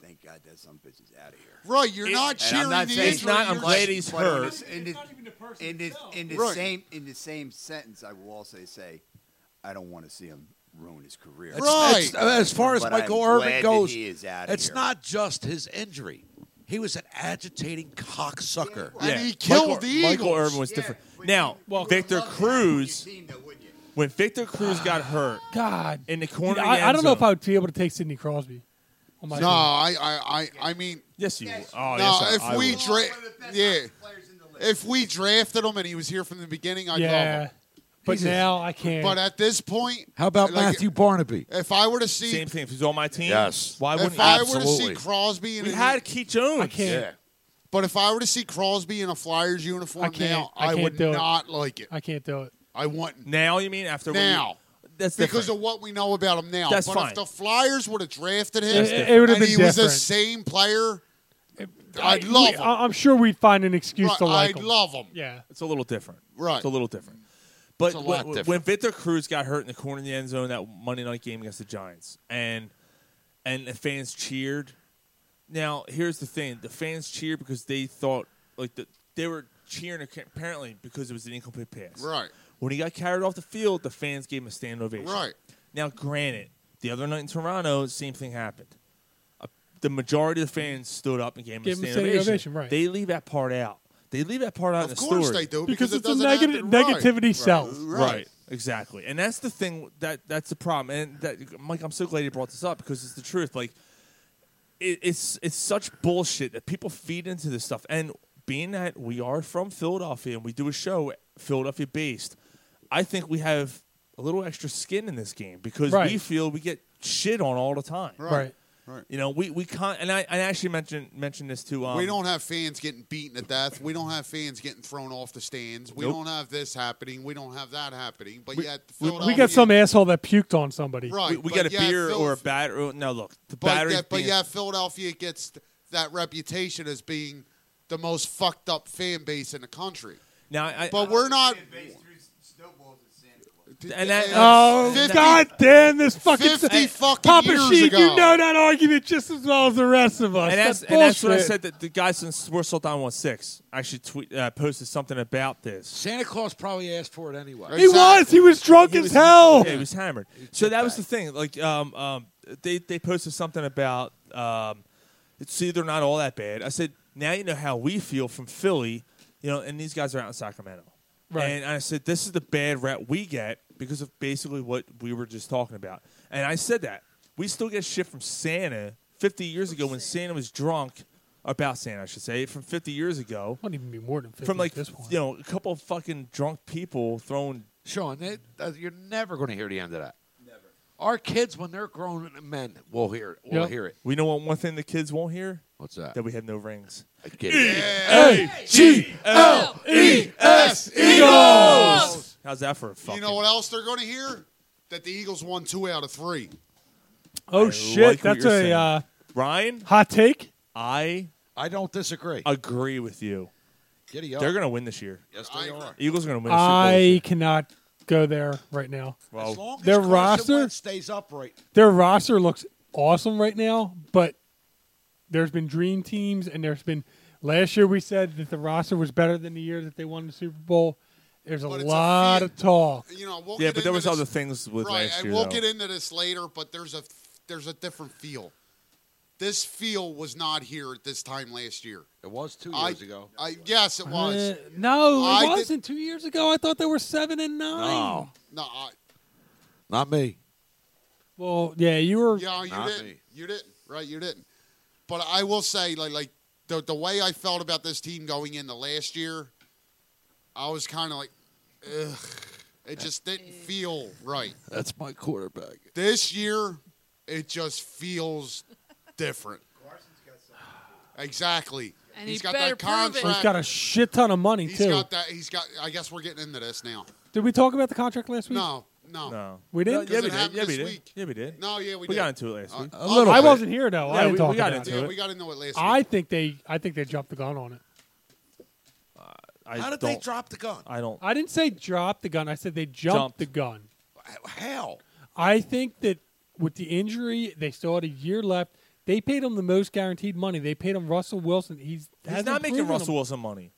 Speaker 11: Thank God that some bitch is out of here.
Speaker 8: Right, you're not
Speaker 11: And
Speaker 8: cheering
Speaker 11: I'm not
Speaker 8: the
Speaker 11: saying
Speaker 8: injury, It's not, I'm you're glad just- he's
Speaker 11: but in
Speaker 8: hurt.
Speaker 11: this- In the, in the, in the
Speaker 8: Right.
Speaker 11: same in the same sentence, I will also say, I don't want to see him ruin his career.
Speaker 10: It's- it's- as far as
Speaker 11: But
Speaker 10: Michael
Speaker 11: I'm
Speaker 10: Irvin
Speaker 11: glad that
Speaker 10: goes,
Speaker 11: he is out of
Speaker 10: it's
Speaker 11: here.
Speaker 10: not just his injury. He was an agitating cocksucker.
Speaker 4: Michael, Michael Irvin was different. Now, Victor Cruz, when Victor Cruz got hurt,
Speaker 2: God,
Speaker 4: in the corner,
Speaker 2: Dude,
Speaker 4: of the
Speaker 2: I, I
Speaker 4: end
Speaker 2: don't know
Speaker 4: zone-
Speaker 2: if I would be able to take Sidney Crosby. On my team.
Speaker 8: no, I, I, I, I mean.
Speaker 4: Yes, you. Yes, Oh,
Speaker 8: no,
Speaker 4: yes, I-
Speaker 8: if
Speaker 4: I
Speaker 8: we
Speaker 4: would.
Speaker 8: dra- yeah, if we drafted him and he was here from the beginning, I'd
Speaker 2: Yeah,
Speaker 8: love him.
Speaker 2: but now I can't.
Speaker 8: But at this point,
Speaker 10: How about
Speaker 8: like,
Speaker 10: Matthew Barnaby?
Speaker 8: If I were to see,
Speaker 4: Same thing. If he's on my team,
Speaker 10: Yes.
Speaker 4: Why
Speaker 8: if
Speaker 4: wouldn't
Speaker 8: I were to see Crosby, in
Speaker 4: We
Speaker 8: a-
Speaker 4: had Keith Jones. I
Speaker 2: can't.
Speaker 4: Yeah.
Speaker 8: But if I were to see Crosby in a Flyers uniform
Speaker 2: I can't.
Speaker 8: now,
Speaker 2: I
Speaker 8: I,
Speaker 2: can't
Speaker 8: would
Speaker 2: do it.
Speaker 8: not like it.
Speaker 2: I can't do it.
Speaker 8: I wouldn't
Speaker 4: Now you mean after we-
Speaker 8: now.
Speaker 4: that's
Speaker 8: because
Speaker 4: different.
Speaker 8: of what we know about him now.
Speaker 4: That's
Speaker 8: but
Speaker 4: fine.
Speaker 8: if the Flyers would have drafted him,
Speaker 2: That's It- it would've
Speaker 8: and
Speaker 2: been
Speaker 8: he was the
Speaker 2: different.
Speaker 8: same player, I'd
Speaker 2: I-
Speaker 8: love
Speaker 2: we-
Speaker 8: him.
Speaker 2: I, am sure we'd find an excuse
Speaker 8: Right,
Speaker 2: to like
Speaker 8: I'd
Speaker 2: him.
Speaker 8: love him.
Speaker 2: Yeah.
Speaker 4: It's a little different.
Speaker 8: Right.
Speaker 4: It's a little different. But
Speaker 8: a
Speaker 4: when,
Speaker 8: lot different.
Speaker 4: when Victor Cruz got hurt in the corner of the end zone that Monday night game against the Giants, and and the fans cheered. Now here's the thing: the fans cheered because they thought like the, they were cheering apparently because it was an incomplete pass.
Speaker 8: Right.
Speaker 4: When he got carried off the field, the fans gave him a stand ovation.
Speaker 8: Right.
Speaker 4: Now, granted, the other night in Toronto, same thing happened. Uh, the majority of the fans stood up and gave him
Speaker 2: Gave
Speaker 4: a
Speaker 2: him a
Speaker 4: standing
Speaker 2: standing
Speaker 4: ovation.
Speaker 2: ovation, right.
Speaker 4: They leave that part out. They leave that part out
Speaker 8: Of
Speaker 4: in the
Speaker 8: course
Speaker 4: story.
Speaker 8: they do,
Speaker 2: Because
Speaker 8: because,
Speaker 2: it's a
Speaker 8: it doesn't
Speaker 2: negati-
Speaker 8: happen right.
Speaker 2: negativity
Speaker 8: Right.
Speaker 2: sells.
Speaker 8: Right.
Speaker 4: Right. Exactly. And that's the thing that that's the problem. And that Mike, I'm so glad you brought this up because it's the truth. Like it, it's it's such bullshit that people feed into this stuff. And being that we are from Philadelphia and we do a show Philadelphia based, I think we have a little extra skin in this game because we
Speaker 2: Right.
Speaker 4: feel we get shit on all the time.
Speaker 2: Right.
Speaker 8: Right.
Speaker 4: You know, we, we can't and I, I actually mentioned mentioned this to um
Speaker 8: we don't have fans getting beaten to death. We don't have fans getting thrown off the stands. We
Speaker 4: Nope.
Speaker 8: don't have this happening. We don't have that happening. But yet,
Speaker 2: We got some asshole that puked on somebody.
Speaker 8: Right.
Speaker 4: we, we
Speaker 8: but
Speaker 4: got a
Speaker 8: yeah,
Speaker 4: beer
Speaker 8: Phil-
Speaker 4: or a batter no look, the
Speaker 8: But,
Speaker 4: battery
Speaker 8: yeah, but yeah, Philadelphia gets th- that reputation as being the most fucked up fan base in the country.
Speaker 4: now I,
Speaker 8: But we're not. uh,
Speaker 4: and that,
Speaker 2: Oh God damn this fucking
Speaker 8: 50
Speaker 2: Hey,
Speaker 8: fucking
Speaker 2: Papa
Speaker 8: years
Speaker 2: Sheik,
Speaker 8: ago.
Speaker 2: You know that argument just as well as the rest of us.
Speaker 4: and that's,
Speaker 2: that's,
Speaker 4: and that's what I
Speaker 2: bullshit.
Speaker 4: said that the guy since Sports Sultan One Six actually tweet, uh, posted something about this.
Speaker 10: Santa Claus probably asked for it anyway.
Speaker 2: He was. He was drunk
Speaker 4: He
Speaker 2: as
Speaker 4: was-
Speaker 2: hell.
Speaker 4: Yeah, he was hammered. So that was the thing. Like, um, um, they they posted something about um, see they're not all that bad. I said now you know how we feel from Philly, you know, and these guys are out in Sacramento,
Speaker 2: Right.
Speaker 4: And I said this is the bad rep we get because of basically what we were just talking about. And I said that we still get shit from Santa 50 years ago when Santa was drunk. About Santa, I should say, from 50 years ago.
Speaker 2: Wouldn't even be more than 50
Speaker 4: From like
Speaker 2: at this point.
Speaker 4: you know a couple of fucking drunk people throwing
Speaker 10: Sean, they, uh, you're never going to hear the end of that. Never. Our kids, when they're grown men, will hear it. Will
Speaker 4: Yep.
Speaker 10: hear it.
Speaker 4: We know what one thing the kids won't hear?
Speaker 10: What's that?
Speaker 4: That we have no rings. E
Speaker 10: I get
Speaker 4: E-A-G-L-E-S,
Speaker 8: Eagles!
Speaker 4: E How's that for a fucking?
Speaker 8: You know what else they're going to hear? That the Eagles won two out of three.
Speaker 2: Oh
Speaker 4: I
Speaker 2: shit,
Speaker 4: like what
Speaker 2: that's
Speaker 4: you're
Speaker 2: a
Speaker 4: saying.
Speaker 2: uh,
Speaker 4: Ryan.
Speaker 2: hot take.
Speaker 4: I
Speaker 10: I don't disagree.
Speaker 4: agree with you.
Speaker 10: Giddy up.
Speaker 4: They're gonna win this year.
Speaker 10: Yes, they are.
Speaker 4: Eagles are gonna win. the Super Bowl this year.
Speaker 2: I cannot go there right now.
Speaker 4: Well- As
Speaker 10: long as
Speaker 2: their
Speaker 10: Carson
Speaker 2: roster
Speaker 10: Wentz stays upright.
Speaker 2: Their roster looks awesome right now, but there's been dream teams, and there's been last year we said that the roster was better than the year that they won the Super Bowl. There's a
Speaker 8: But it's a
Speaker 2: lot
Speaker 8: fan-
Speaker 2: of talk.
Speaker 8: You know, we'll
Speaker 4: yeah,
Speaker 8: get
Speaker 4: but there
Speaker 8: into
Speaker 4: was
Speaker 8: this-
Speaker 4: other things with
Speaker 8: right,
Speaker 4: last
Speaker 8: and
Speaker 4: year.
Speaker 8: we'll
Speaker 4: though.
Speaker 8: get into this later, but there's a there's a different feel. This feel was not here at this time last year.
Speaker 10: It was two
Speaker 8: I-
Speaker 10: years ago.
Speaker 8: I, yes, it was.
Speaker 2: Uh, no, it
Speaker 8: I did-
Speaker 2: wasn't. Two years ago, I thought they were seven and nine.
Speaker 10: No,
Speaker 8: no, I,
Speaker 10: not me.
Speaker 2: Well, yeah, you were.
Speaker 8: yeah, you
Speaker 10: Not
Speaker 8: didn't.
Speaker 10: me.
Speaker 8: You didn't. Right, you didn't. But I will say, like, like the the way I felt about this team going into last year, I was kind of like, ugh, it just didn't feel right.
Speaker 10: That's my quarterback.
Speaker 8: This year, it just feels different. Exactly.
Speaker 6: And
Speaker 8: he's
Speaker 6: he
Speaker 8: got
Speaker 6: better
Speaker 8: that
Speaker 6: prove it.
Speaker 8: contract.
Speaker 2: He's got a shit ton of money
Speaker 8: He's
Speaker 2: too.
Speaker 8: got that. He's got. I guess we're getting into this now.
Speaker 2: Did we talk about the contract last week?
Speaker 8: No, no.
Speaker 4: No.
Speaker 2: We
Speaker 4: No,
Speaker 2: didn't.
Speaker 4: yeah, we
Speaker 8: It
Speaker 4: did.
Speaker 8: happened
Speaker 4: Yeah, we
Speaker 8: this
Speaker 4: did.
Speaker 8: week.
Speaker 4: Yeah, we did.
Speaker 8: No, yeah, we did.
Speaker 4: We got into it last
Speaker 8: Uh,
Speaker 4: week.
Speaker 8: a little
Speaker 2: I
Speaker 8: bit.
Speaker 2: wasn't here though.
Speaker 4: Yeah,
Speaker 2: I didn't
Speaker 4: we-
Speaker 2: talk
Speaker 4: we got
Speaker 2: about
Speaker 4: into
Speaker 2: it.
Speaker 4: it. We
Speaker 8: got into it last
Speaker 2: I think they. I think they dropped the gun on it.
Speaker 4: I
Speaker 10: How did they
Speaker 4: don't-
Speaker 10: drop the gun?
Speaker 4: I don't.
Speaker 2: I didn't say drop the gun. I said they jumped,
Speaker 4: Jumped.
Speaker 2: the gun.
Speaker 10: How?
Speaker 2: I think that with the injury, they still had a year left. They paid him the most guaranteed money. They paid him Russell Wilson. He's
Speaker 4: He's
Speaker 2: hasn't
Speaker 4: not making
Speaker 2: proven
Speaker 4: Russell
Speaker 2: him.
Speaker 4: Wilson money.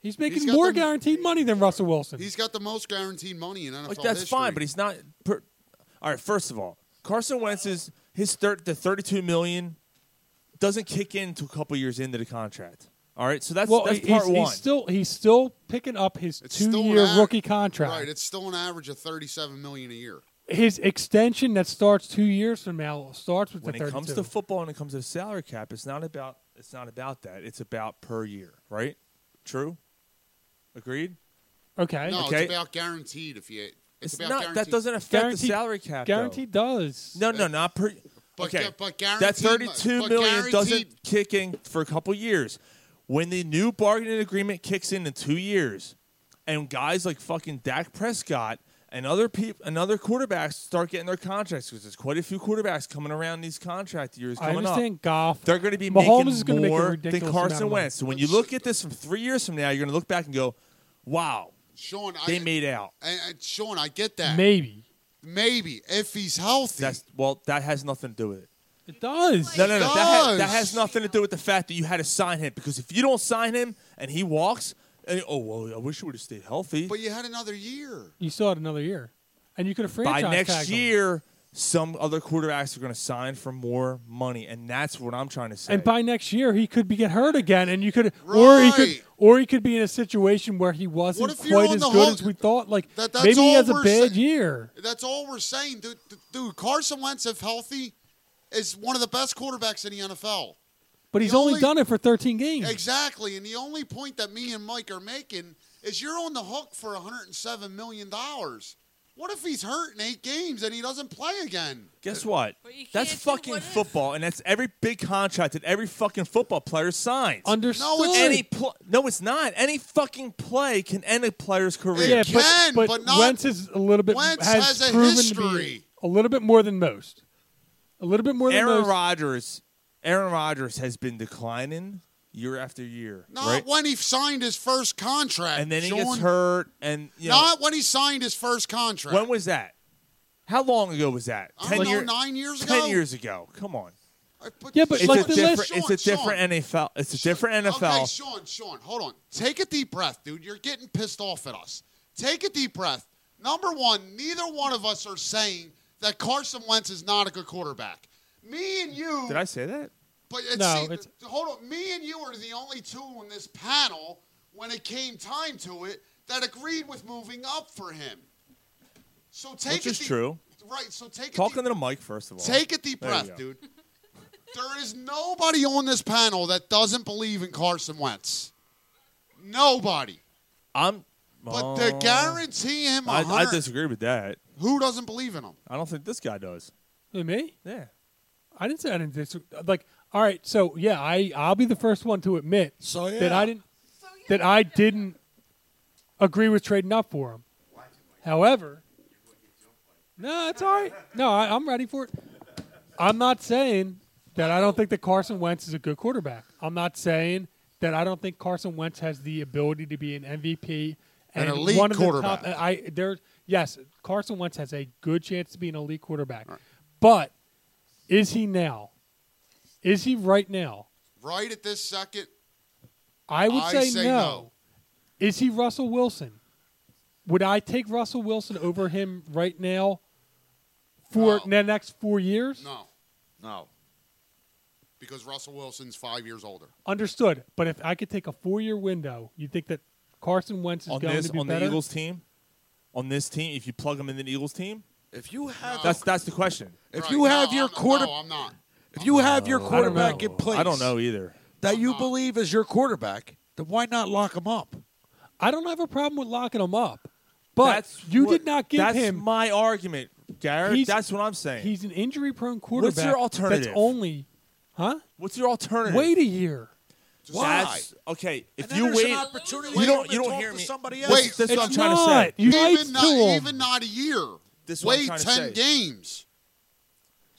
Speaker 2: He's making
Speaker 8: He's got
Speaker 2: more
Speaker 8: the-
Speaker 2: guaranteed money than Russell Wilson.
Speaker 8: He's got the most guaranteed money in NFL
Speaker 4: Like that's
Speaker 8: history.
Speaker 4: fine, but he's not. Per, all right. First of all, Carson Wentz's his thir- the thirty-two million doesn't kick in to a couple years into the contract. All right, so that's
Speaker 2: well,
Speaker 4: that's
Speaker 2: he's,
Speaker 4: part
Speaker 2: he's
Speaker 4: one.
Speaker 2: still he's still picking up his
Speaker 8: still an
Speaker 2: two-year
Speaker 8: aver-
Speaker 2: rookie contract.
Speaker 8: Right, it's still an average of thirty-seven million a year.
Speaker 2: His extension that starts two years from now starts with
Speaker 4: when
Speaker 2: the
Speaker 4: it
Speaker 2: 32.
Speaker 4: comes to football and it comes to the salary cap, it's not about it's not about that. It's about per year, right? True. Agreed.
Speaker 2: okay.
Speaker 8: No,
Speaker 4: Okay.
Speaker 8: it's about guaranteed. If you, it's,
Speaker 4: It's
Speaker 8: about
Speaker 4: not- that
Speaker 8: guaranteed.
Speaker 4: doesn't affect the Guaranteed- salary cap, though.
Speaker 2: Guaranteed does.
Speaker 4: No, no, not per.
Speaker 8: But
Speaker 4: okay,
Speaker 8: gu- but
Speaker 4: that
Speaker 8: guaranteed mon-
Speaker 4: thirty-two
Speaker 8: but
Speaker 4: million
Speaker 8: guaranteed-
Speaker 4: doesn't kick in for a couple years. When the new bargaining agreement kicks in in two years, and guys like fucking Dak Prescott and other people and other quarterbacks start getting their contracts because there's quite a few quarterbacks coming around these contract years
Speaker 2: I
Speaker 4: coming up.
Speaker 2: understand golf.
Speaker 4: They're going to be
Speaker 2: Mahomes
Speaker 4: making
Speaker 2: is gonna make a
Speaker 4: more than
Speaker 2: ridiculous amount
Speaker 4: Carson
Speaker 2: of money.
Speaker 4: Wentz. So when you look at this from three years from now, you're going to look back and go, "Wow,
Speaker 8: Sean, I,
Speaker 4: they made out."
Speaker 8: and, and Sean, I get that.
Speaker 2: Maybe.
Speaker 8: Maybe if he's healthy.
Speaker 4: That's well, that has nothing to do with it.
Speaker 2: It does.
Speaker 4: No, no, no. That, ha- that
Speaker 8: Does.
Speaker 4: has nothing to do with the fact that you had to sign him because if you don't sign him and he walks, and, oh well, I wish you would have stayed healthy.
Speaker 8: But you had another year.
Speaker 2: You still had another year, and you could have
Speaker 4: By
Speaker 2: franchise
Speaker 4: next
Speaker 2: tagged him.
Speaker 4: year, some other quarterbacks are going to sign for more money, and that's what I'm trying to say.
Speaker 2: And by next year, he could be get hurt again, and you could, or he could,
Speaker 4: Right.
Speaker 2: or he could be in a situation where he wasn't
Speaker 8: if you're
Speaker 2: quite
Speaker 8: on
Speaker 2: as
Speaker 8: the
Speaker 2: good
Speaker 8: Hall-
Speaker 2: as we thought. Like
Speaker 8: That- that's
Speaker 2: maybe he
Speaker 8: all
Speaker 2: has a
Speaker 8: we're
Speaker 2: bad
Speaker 8: saying.
Speaker 2: year.
Speaker 8: That's all we're saying, dude. d- Dude, Carson Wentz, if healthy, is one of the best quarterbacks in the NFL.
Speaker 2: But he's only, done it for 13 games.
Speaker 8: Exactly, and the only point that me and Mike are making is you're on the hook for 107 million dollars. What if he's hurt in eight games and he doesn't play again?
Speaker 4: Guess what? That's fucking football, and that's every big contract that every fucking football player signs.
Speaker 2: Understood. No, it's-
Speaker 4: any pl- no, it's not. Any fucking play can end a player's career.
Speaker 2: yeah, but, but, Wentz is a little bit
Speaker 4: Wentz
Speaker 2: has,
Speaker 4: has a
Speaker 2: proven to be
Speaker 4: history.
Speaker 2: a little bit more than most. A little bit more than
Speaker 4: Aaron
Speaker 2: most.
Speaker 4: Rodgers. Aaron Rodgers has been declining year after year.
Speaker 8: Not
Speaker 4: right?
Speaker 8: when he signed his first contract.
Speaker 4: and then he
Speaker 8: Sean.
Speaker 4: gets hurt, and you know,
Speaker 8: Not when he signed his first contract.
Speaker 4: when was that? How long ago was that?
Speaker 8: I don't know, nine years
Speaker 4: ten
Speaker 8: ago?
Speaker 4: years ago. Come on.
Speaker 2: yeah, but
Speaker 4: it's
Speaker 2: like
Speaker 4: a
Speaker 2: the
Speaker 4: different.
Speaker 2: list-
Speaker 4: it's a different NFL. It's a different NFL.
Speaker 8: Okay, Sean, Sean, hold on. Take a deep breath, dude. You're getting pissed off at us. Take a deep breath. Number one, neither one of us are saying that Carson Wentz is not a good quarterback. Me and you.
Speaker 4: Did I say that?
Speaker 8: But it's,
Speaker 2: No,
Speaker 8: see,
Speaker 2: it's-
Speaker 8: hold on. Me and you are the only two on this panel when it came time to it that agreed with moving up for him. So take
Speaker 4: Which
Speaker 8: a
Speaker 4: is
Speaker 8: deep-
Speaker 4: true.
Speaker 8: Right. So take a
Speaker 4: Talking to the mic first of all.
Speaker 8: Take a deep
Speaker 4: There you
Speaker 8: breath,
Speaker 4: go.
Speaker 8: dude. There is nobody on this panel that doesn't believe in Carson Wentz. Nobody.
Speaker 4: I'm.
Speaker 8: But to
Speaker 4: Oh.
Speaker 8: guarantee him a
Speaker 4: I, I
Speaker 8: hundred-
Speaker 4: disagree with that.
Speaker 8: Who doesn't believe in him?
Speaker 4: I don't think this guy does.
Speaker 2: Who, me?
Speaker 4: Yeah.
Speaker 2: I didn't say I didn't. Dis- like, all right, so yeah, I I'll be the first one to admit that
Speaker 10: yeah.
Speaker 2: I didn't that I didn't agree with trading up for him. However, no, it's all right. No, I, I'm ready for it. I'm not saying that I don't think that Carson Wentz is a good quarterback. I'm not saying that I don't think Carson Wentz has the ability to be an MVP
Speaker 8: An
Speaker 2: and
Speaker 8: elite
Speaker 2: one of
Speaker 8: quarterback.
Speaker 2: The top, I there. Yes, Carson Wentz has a good chance to be an elite quarterback, but is he now? Is he right now?
Speaker 8: Right at this second,
Speaker 2: I would
Speaker 8: I
Speaker 2: say,
Speaker 8: say
Speaker 2: no.
Speaker 8: no.
Speaker 2: Is he Russell Wilson? Would I take Russell Wilson over him right now for the next four years?
Speaker 8: no. No. Because Russell Wilson's five years older.
Speaker 2: Understood. But if I could take a four-year window, you think that Carson Wentz is
Speaker 4: on
Speaker 2: going
Speaker 4: this
Speaker 2: to be
Speaker 4: on
Speaker 2: better?
Speaker 4: the Eagles team, on this team, if you plug him in the Eagles team,
Speaker 10: If you have
Speaker 4: that's that's the question.
Speaker 10: If you have your quarter, If you have your
Speaker 4: I don't
Speaker 10: quarterback
Speaker 4: know.
Speaker 10: in place,
Speaker 4: I don't know either.
Speaker 10: That you believe is your quarterback, then why not lock him up?
Speaker 2: I don't have a problem with locking him up, but
Speaker 4: That's
Speaker 2: you
Speaker 4: what-
Speaker 2: did not give
Speaker 4: that's
Speaker 2: him.
Speaker 4: my argument, Garrett.
Speaker 2: He's-
Speaker 4: That's what I'm saying.
Speaker 2: He's an injury-prone quarterback.
Speaker 4: What's your alternative?
Speaker 2: That's only, huh?
Speaker 4: What's your alternative?
Speaker 2: Wait a year.
Speaker 4: Why? That's, okay, if
Speaker 10: And then
Speaker 4: you
Speaker 10: there's an
Speaker 4: wait,
Speaker 10: opportunity
Speaker 4: you
Speaker 10: for
Speaker 4: don't
Speaker 10: them
Speaker 4: you
Speaker 10: to
Speaker 4: don't
Speaker 10: talk
Speaker 4: hear
Speaker 10: to
Speaker 4: me.
Speaker 10: somebody
Speaker 4: This-
Speaker 10: else.
Speaker 4: this is what I'm trying to say.
Speaker 8: even not, even not a year.
Speaker 4: This is what I'm
Speaker 8: Wait
Speaker 4: trying to
Speaker 8: ten
Speaker 4: say.
Speaker 8: games.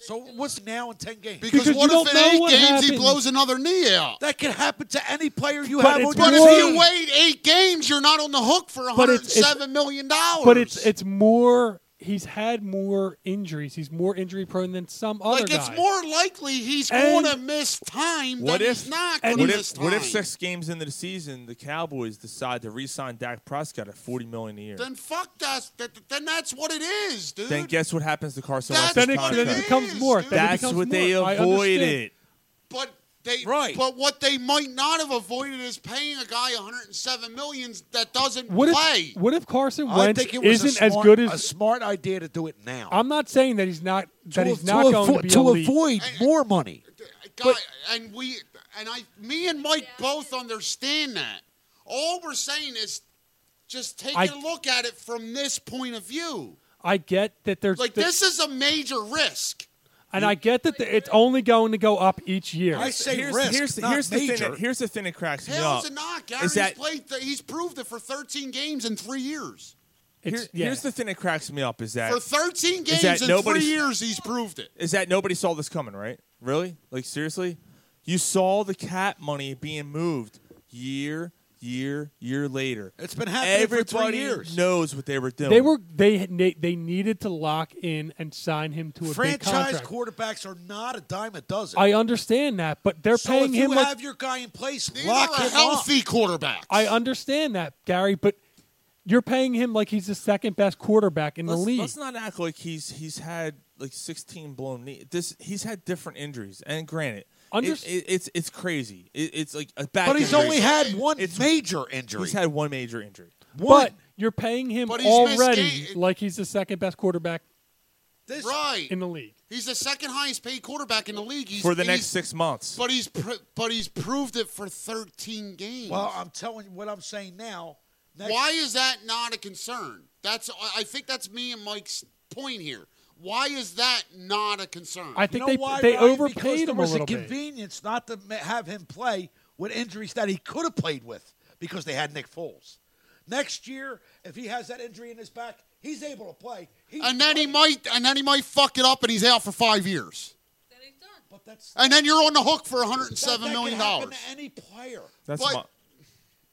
Speaker 10: So what's now in ten games?
Speaker 8: Because, what if in eight games he blows another knee out?
Speaker 10: That could happen to any player you
Speaker 8: but
Speaker 10: have on
Speaker 8: it's-
Speaker 10: your
Speaker 8: but
Speaker 10: team.
Speaker 8: if you wait eight games, you're not on the hook for
Speaker 2: But
Speaker 8: hundred
Speaker 2: it's- it's-
Speaker 8: seven million dollars.
Speaker 2: But it's it's more. He's had more injuries. He's more injury prone than some other
Speaker 8: like it's
Speaker 2: guys.
Speaker 8: more likely he's
Speaker 2: And-
Speaker 8: going to miss time
Speaker 4: What
Speaker 8: than
Speaker 4: if,
Speaker 8: he's not going
Speaker 4: what,
Speaker 8: to miss
Speaker 4: if
Speaker 8: time.
Speaker 4: what if six games into the season the Cowboys decide to re-sign Dak Prescott at forty million a year?
Speaker 8: Then fuck that. Th- th- Then that's what it is, dude.
Speaker 4: Then guess what happens to Carson
Speaker 8: That's
Speaker 4: Wentz's
Speaker 8: what
Speaker 4: contract?
Speaker 8: it Then it becomes is, more. dude. Then it
Speaker 4: That's
Speaker 8: becomes
Speaker 4: what they
Speaker 8: more. I
Speaker 4: avoided.
Speaker 8: But they right. But what they might not have avoided is paying a guy 107 millions that doesn't
Speaker 2: What
Speaker 8: play.
Speaker 2: if what if Carson
Speaker 8: I
Speaker 2: Wentz
Speaker 8: think it was a
Speaker 2: isn't as
Speaker 8: smart-
Speaker 2: good
Speaker 10: a
Speaker 2: as?
Speaker 10: smart idea to do it now.
Speaker 2: I'm not saying that he's not that
Speaker 10: to,
Speaker 2: he's not
Speaker 10: to,
Speaker 2: going
Speaker 10: avo-
Speaker 2: to be
Speaker 10: to
Speaker 2: elite.
Speaker 10: avoid more money.
Speaker 8: God, and we and I, me and Mike both understand that. All we're saying is just take
Speaker 2: I-
Speaker 8: a look at it from this point of view.
Speaker 2: I get that there's
Speaker 8: Like
Speaker 2: the-
Speaker 8: this is a major risk.
Speaker 2: and I get that the, it's only going to go up each year.
Speaker 4: here's, here's, here's the thing. That, here's the thing that cracks me
Speaker 8: Hell's
Speaker 4: up.
Speaker 8: a knock.
Speaker 4: is
Speaker 8: Gary's
Speaker 4: that
Speaker 8: played. th- he's proved it for 13 games in three years.
Speaker 4: here- here's the thing that cracks me up is that
Speaker 8: For 13 games
Speaker 4: is that
Speaker 8: in
Speaker 4: nobody-
Speaker 8: three years, he's proved it.
Speaker 4: is that nobody saw this coming, right? Really? Like seriously? You saw the cap money being moved year, year, year later.
Speaker 10: It's been happening for three
Speaker 4: Everybody
Speaker 10: years.
Speaker 4: knows what they were doing.
Speaker 2: They were they had- they they needed to lock in and sign him to a big
Speaker 10: Franchise
Speaker 2: contract.
Speaker 10: quarterbacks are not a dime a dozen.
Speaker 2: I understand that, but they're
Speaker 10: so
Speaker 2: paying
Speaker 10: if
Speaker 2: him
Speaker 10: you have
Speaker 2: like
Speaker 10: your guy in place,
Speaker 8: Neither
Speaker 10: lock
Speaker 8: are
Speaker 10: him
Speaker 8: healthy
Speaker 10: up.
Speaker 8: quarterbacks.
Speaker 2: I understand that, Gary, but you're paying him like he's the second best quarterback in
Speaker 4: let's,
Speaker 2: the league.
Speaker 4: let's not act like he's he's had like 16 blown knee. This he's had different injuries, and granted,
Speaker 10: Under-
Speaker 4: it, it, it's it's crazy. It, it's like a back.
Speaker 10: But he's
Speaker 4: injury.
Speaker 10: only had one major injury.
Speaker 4: He's had one major injury.
Speaker 2: But you're paying him
Speaker 8: But he's missed
Speaker 2: already like he's the second best quarterback
Speaker 8: right.
Speaker 2: in the league.
Speaker 8: He's the second highest paid quarterback in the league. He's,
Speaker 4: for the
Speaker 8: he's-
Speaker 4: next six months.
Speaker 8: But he's pr- but he's proved it for 13 games.
Speaker 10: Well, I'm telling you what I'm saying now. Next-
Speaker 8: Why is that not a concern? That's I- I think that's me and Mike's point here. Why is that not a concern?
Speaker 2: I
Speaker 10: You
Speaker 2: think
Speaker 10: know
Speaker 2: they-
Speaker 10: why,
Speaker 2: they
Speaker 10: Ryan?
Speaker 2: overpaid
Speaker 10: Because
Speaker 2: him
Speaker 10: there
Speaker 2: a
Speaker 10: was
Speaker 2: little bit.
Speaker 10: convenience not to ma- have him play with injuries that he could have played with because they had Nick Foles. Next year, if he has that injury in his back, he's able to play. He's
Speaker 8: and then he might and then he might fuck it up and he's out for five years.
Speaker 10: But that's
Speaker 8: And then you're on the hook for
Speaker 10: that, that
Speaker 8: $107 million.
Speaker 10: Can happen to any player.
Speaker 4: That's
Speaker 8: But-
Speaker 4: my-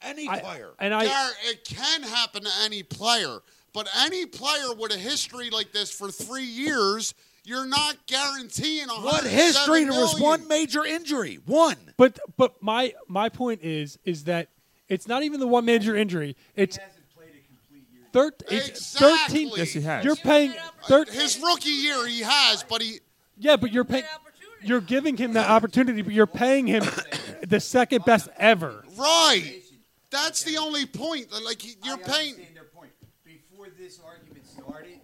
Speaker 10: any
Speaker 8: I-
Speaker 10: player.
Speaker 2: and I-
Speaker 8: Gar, it can happen to any player, but any player with a history like this for three years, you're not guaranteeing a
Speaker 10: what history? There was one major injury. One.
Speaker 2: But but my my point is is that it's not even the one major injury. It's Thir- it's
Speaker 8: Exactly.
Speaker 2: 13
Speaker 8: Yes, he has.
Speaker 2: You're paying 13
Speaker 8: His rookie year, he has, but he
Speaker 2: Yeah, but you're paying you're giving him that opportunity, but you're paying him the second best ever.
Speaker 8: right. That's the only point. Like he- you're paying.
Speaker 11: understand their point. Before this argument started,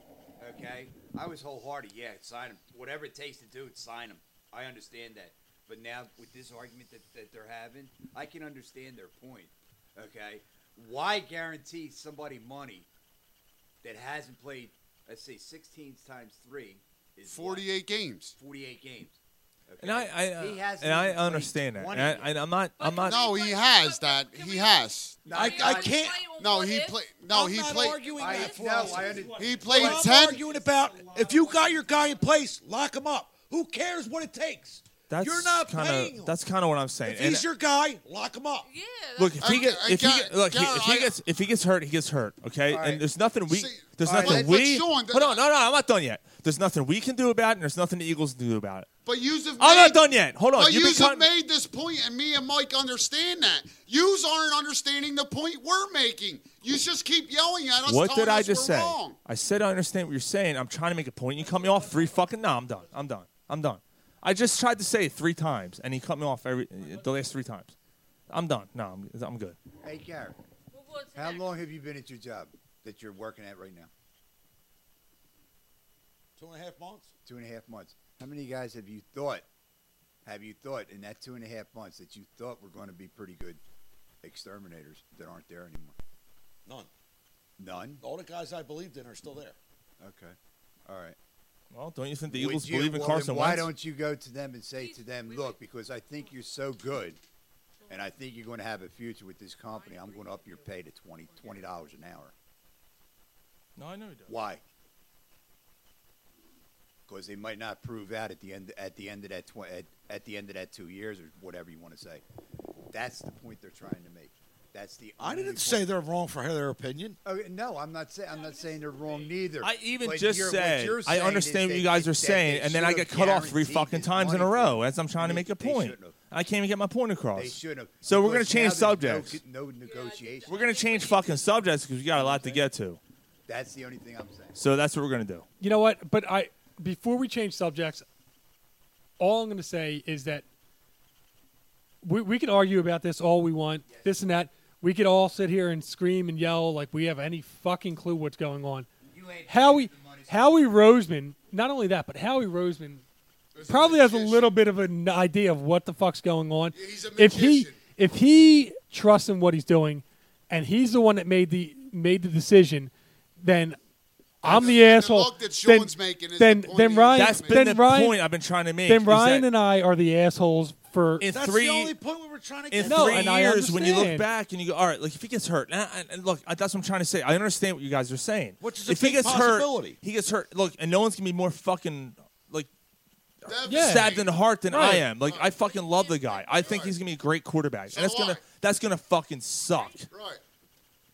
Speaker 11: okay, I was wholehearted. Yeah, sign him. Whatever it takes to do it, sign him. I understand that. But now with this argument that, that they're having, I can understand their point. Okay, why guarantee somebody money that hasn't played? Let's say 16 times three is what?
Speaker 8: 48 games.
Speaker 11: 48 games. Okay?
Speaker 4: And I, I uh,
Speaker 11: He hasn't
Speaker 4: and I
Speaker 11: even played
Speaker 4: understand that.
Speaker 11: one
Speaker 4: And I,
Speaker 11: of them.
Speaker 4: and I'm not. I'm not.
Speaker 8: No, he has that. He has.
Speaker 11: No, I- I can't-
Speaker 8: No, he played. No, he played.
Speaker 11: I- no, I under-
Speaker 8: He played
Speaker 10: What I'm
Speaker 8: 10
Speaker 10: arguing about if you got your guy in place, lock him up. Who cares what it takes?
Speaker 4: That's
Speaker 10: You're not
Speaker 4: kinda,
Speaker 10: playing him.
Speaker 4: That's kind of what I'm saying.
Speaker 10: If
Speaker 4: And-
Speaker 10: he's your guy, lock him up. Yeah.
Speaker 4: Look, if he
Speaker 10: And-
Speaker 4: gets,
Speaker 10: and
Speaker 4: if he
Speaker 10: Gar-
Speaker 4: get, look, he-
Speaker 10: Gar-
Speaker 4: if he
Speaker 10: I-
Speaker 4: gets, if he gets hurt, he gets hurt. Okay,
Speaker 10: right.
Speaker 4: and there's nothing we, there's
Speaker 10: all right.
Speaker 4: nothing
Speaker 10: But- but
Speaker 4: we.
Speaker 10: Sean,
Speaker 4: hold on, no, no, I'm not done yet. There's nothing we can do about it, and there's nothing the Eagles can do about it.
Speaker 8: But you've made,
Speaker 4: I'm not done yet. Hold on,
Speaker 8: But
Speaker 4: you've been
Speaker 8: yous have
Speaker 4: cutting-
Speaker 8: made this point, and me and Mike understand that. Yous aren't understanding the point we're making. You just keep yelling at us.
Speaker 4: What
Speaker 8: telling
Speaker 4: did I
Speaker 8: us
Speaker 4: just
Speaker 8: we're
Speaker 4: say?
Speaker 8: Wrong.
Speaker 4: I said I understand what you're saying. I'm trying to make a point. You cut me off three fucking. No, I'm done. I'm done. I'm done. I just tried to say it three times, and he cut me off every the last three times. I'm done. No, I'm, I'm good.
Speaker 11: Hey, Garrett. How long have you been at your job that you're working at right now?
Speaker 10: Two and a half months.
Speaker 11: Two and a half months. How many guys have you thought, have you thought in that two and a half months that you thought were going to be pretty good exterminators that aren't there anymore?
Speaker 10: None.
Speaker 11: None?
Speaker 10: All the guys I believed in are still there.
Speaker 11: Okay. All right.
Speaker 4: Well, don't you think the
Speaker 11: Would
Speaker 4: Eagles
Speaker 11: you-
Speaker 4: believe in
Speaker 11: well, then
Speaker 4: Carson
Speaker 11: Why
Speaker 4: Wentz?
Speaker 11: don't you go to them and say to them, look, because I think you're so good And I think you're going to have a future with this company. I'm going to up your pay to 20 dollars an hour.
Speaker 4: No, I know he does.
Speaker 11: Why? Because they might not prove out at the end at the end of that tw- at, at the end of that two years or whatever you want to say. That's the point they're trying to make. That's the.
Speaker 10: I
Speaker 11: only
Speaker 10: didn't
Speaker 11: point.
Speaker 10: say they're wrong for their opinion.
Speaker 11: Oh, no, I'm not saying I'm not saying they're wrong neither.
Speaker 4: I even
Speaker 11: But
Speaker 4: just
Speaker 11: you're- what
Speaker 4: said
Speaker 11: you're
Speaker 4: I
Speaker 11: saying
Speaker 4: understand
Speaker 11: is
Speaker 4: what
Speaker 11: they-
Speaker 4: you guys
Speaker 11: they-
Speaker 4: are
Speaker 11: that
Speaker 4: saying,
Speaker 11: they
Speaker 4: and then I
Speaker 11: should
Speaker 4: got
Speaker 11: have
Speaker 4: cut off three
Speaker 11: guaranteed
Speaker 4: fucking
Speaker 11: this
Speaker 4: times in a
Speaker 11: money.
Speaker 4: row as I'm trying to make a point. I can't even get my point
Speaker 11: They
Speaker 4: across.
Speaker 11: should have.
Speaker 4: So we're gonna
Speaker 11: Because now
Speaker 4: change
Speaker 11: there's no
Speaker 4: subjects.
Speaker 11: co- No, negotiation.
Speaker 4: We're gonna change fucking subjects because we got a lot to get to.
Speaker 11: That's the only thing I'm saying.
Speaker 4: So that's what we're gonna do.
Speaker 2: You know what? But I before we change subjects, all I'm going to say is that we we can argue about this all we want, this and that. We could all sit here and scream and yell like we have any fucking clue what's going on. Howie Howie Roseman, not only that, but Howie Roseman probably has a little bit of an idea of what the fuck's going on. if he if he trusts in what he's doing, and he's the one that made the made the decision, then I'm the, asshole.
Speaker 8: that
Speaker 2: Then-
Speaker 8: Sean's making is the
Speaker 2: then
Speaker 8: point
Speaker 2: then
Speaker 8: he's
Speaker 2: Ryan
Speaker 4: That's been
Speaker 2: then
Speaker 4: the
Speaker 2: Ryan,
Speaker 4: point I've been trying to make,
Speaker 2: Then
Speaker 4: is
Speaker 2: Ryan
Speaker 4: that-
Speaker 2: and I are the assholes for
Speaker 4: In three, in
Speaker 2: No,
Speaker 4: three
Speaker 2: and I
Speaker 4: years, when you look
Speaker 2: understand.
Speaker 4: back and you go, all right, like if he gets hurt, and, I- and look, I- that's what I'm trying to say. I understand what you guys are saying.
Speaker 10: Which is a
Speaker 4: if
Speaker 10: big
Speaker 4: he gets
Speaker 10: possibility.
Speaker 4: hurt, he gets hurt. Look, and no one's gonna be more fucking like
Speaker 2: Yeah.
Speaker 4: stabbed in the heart than
Speaker 2: Right.
Speaker 4: I am. Like I fucking love the guy. I think he's gonna be a great quarterback, and that's gonna that's gonna fucking suck.
Speaker 8: Right.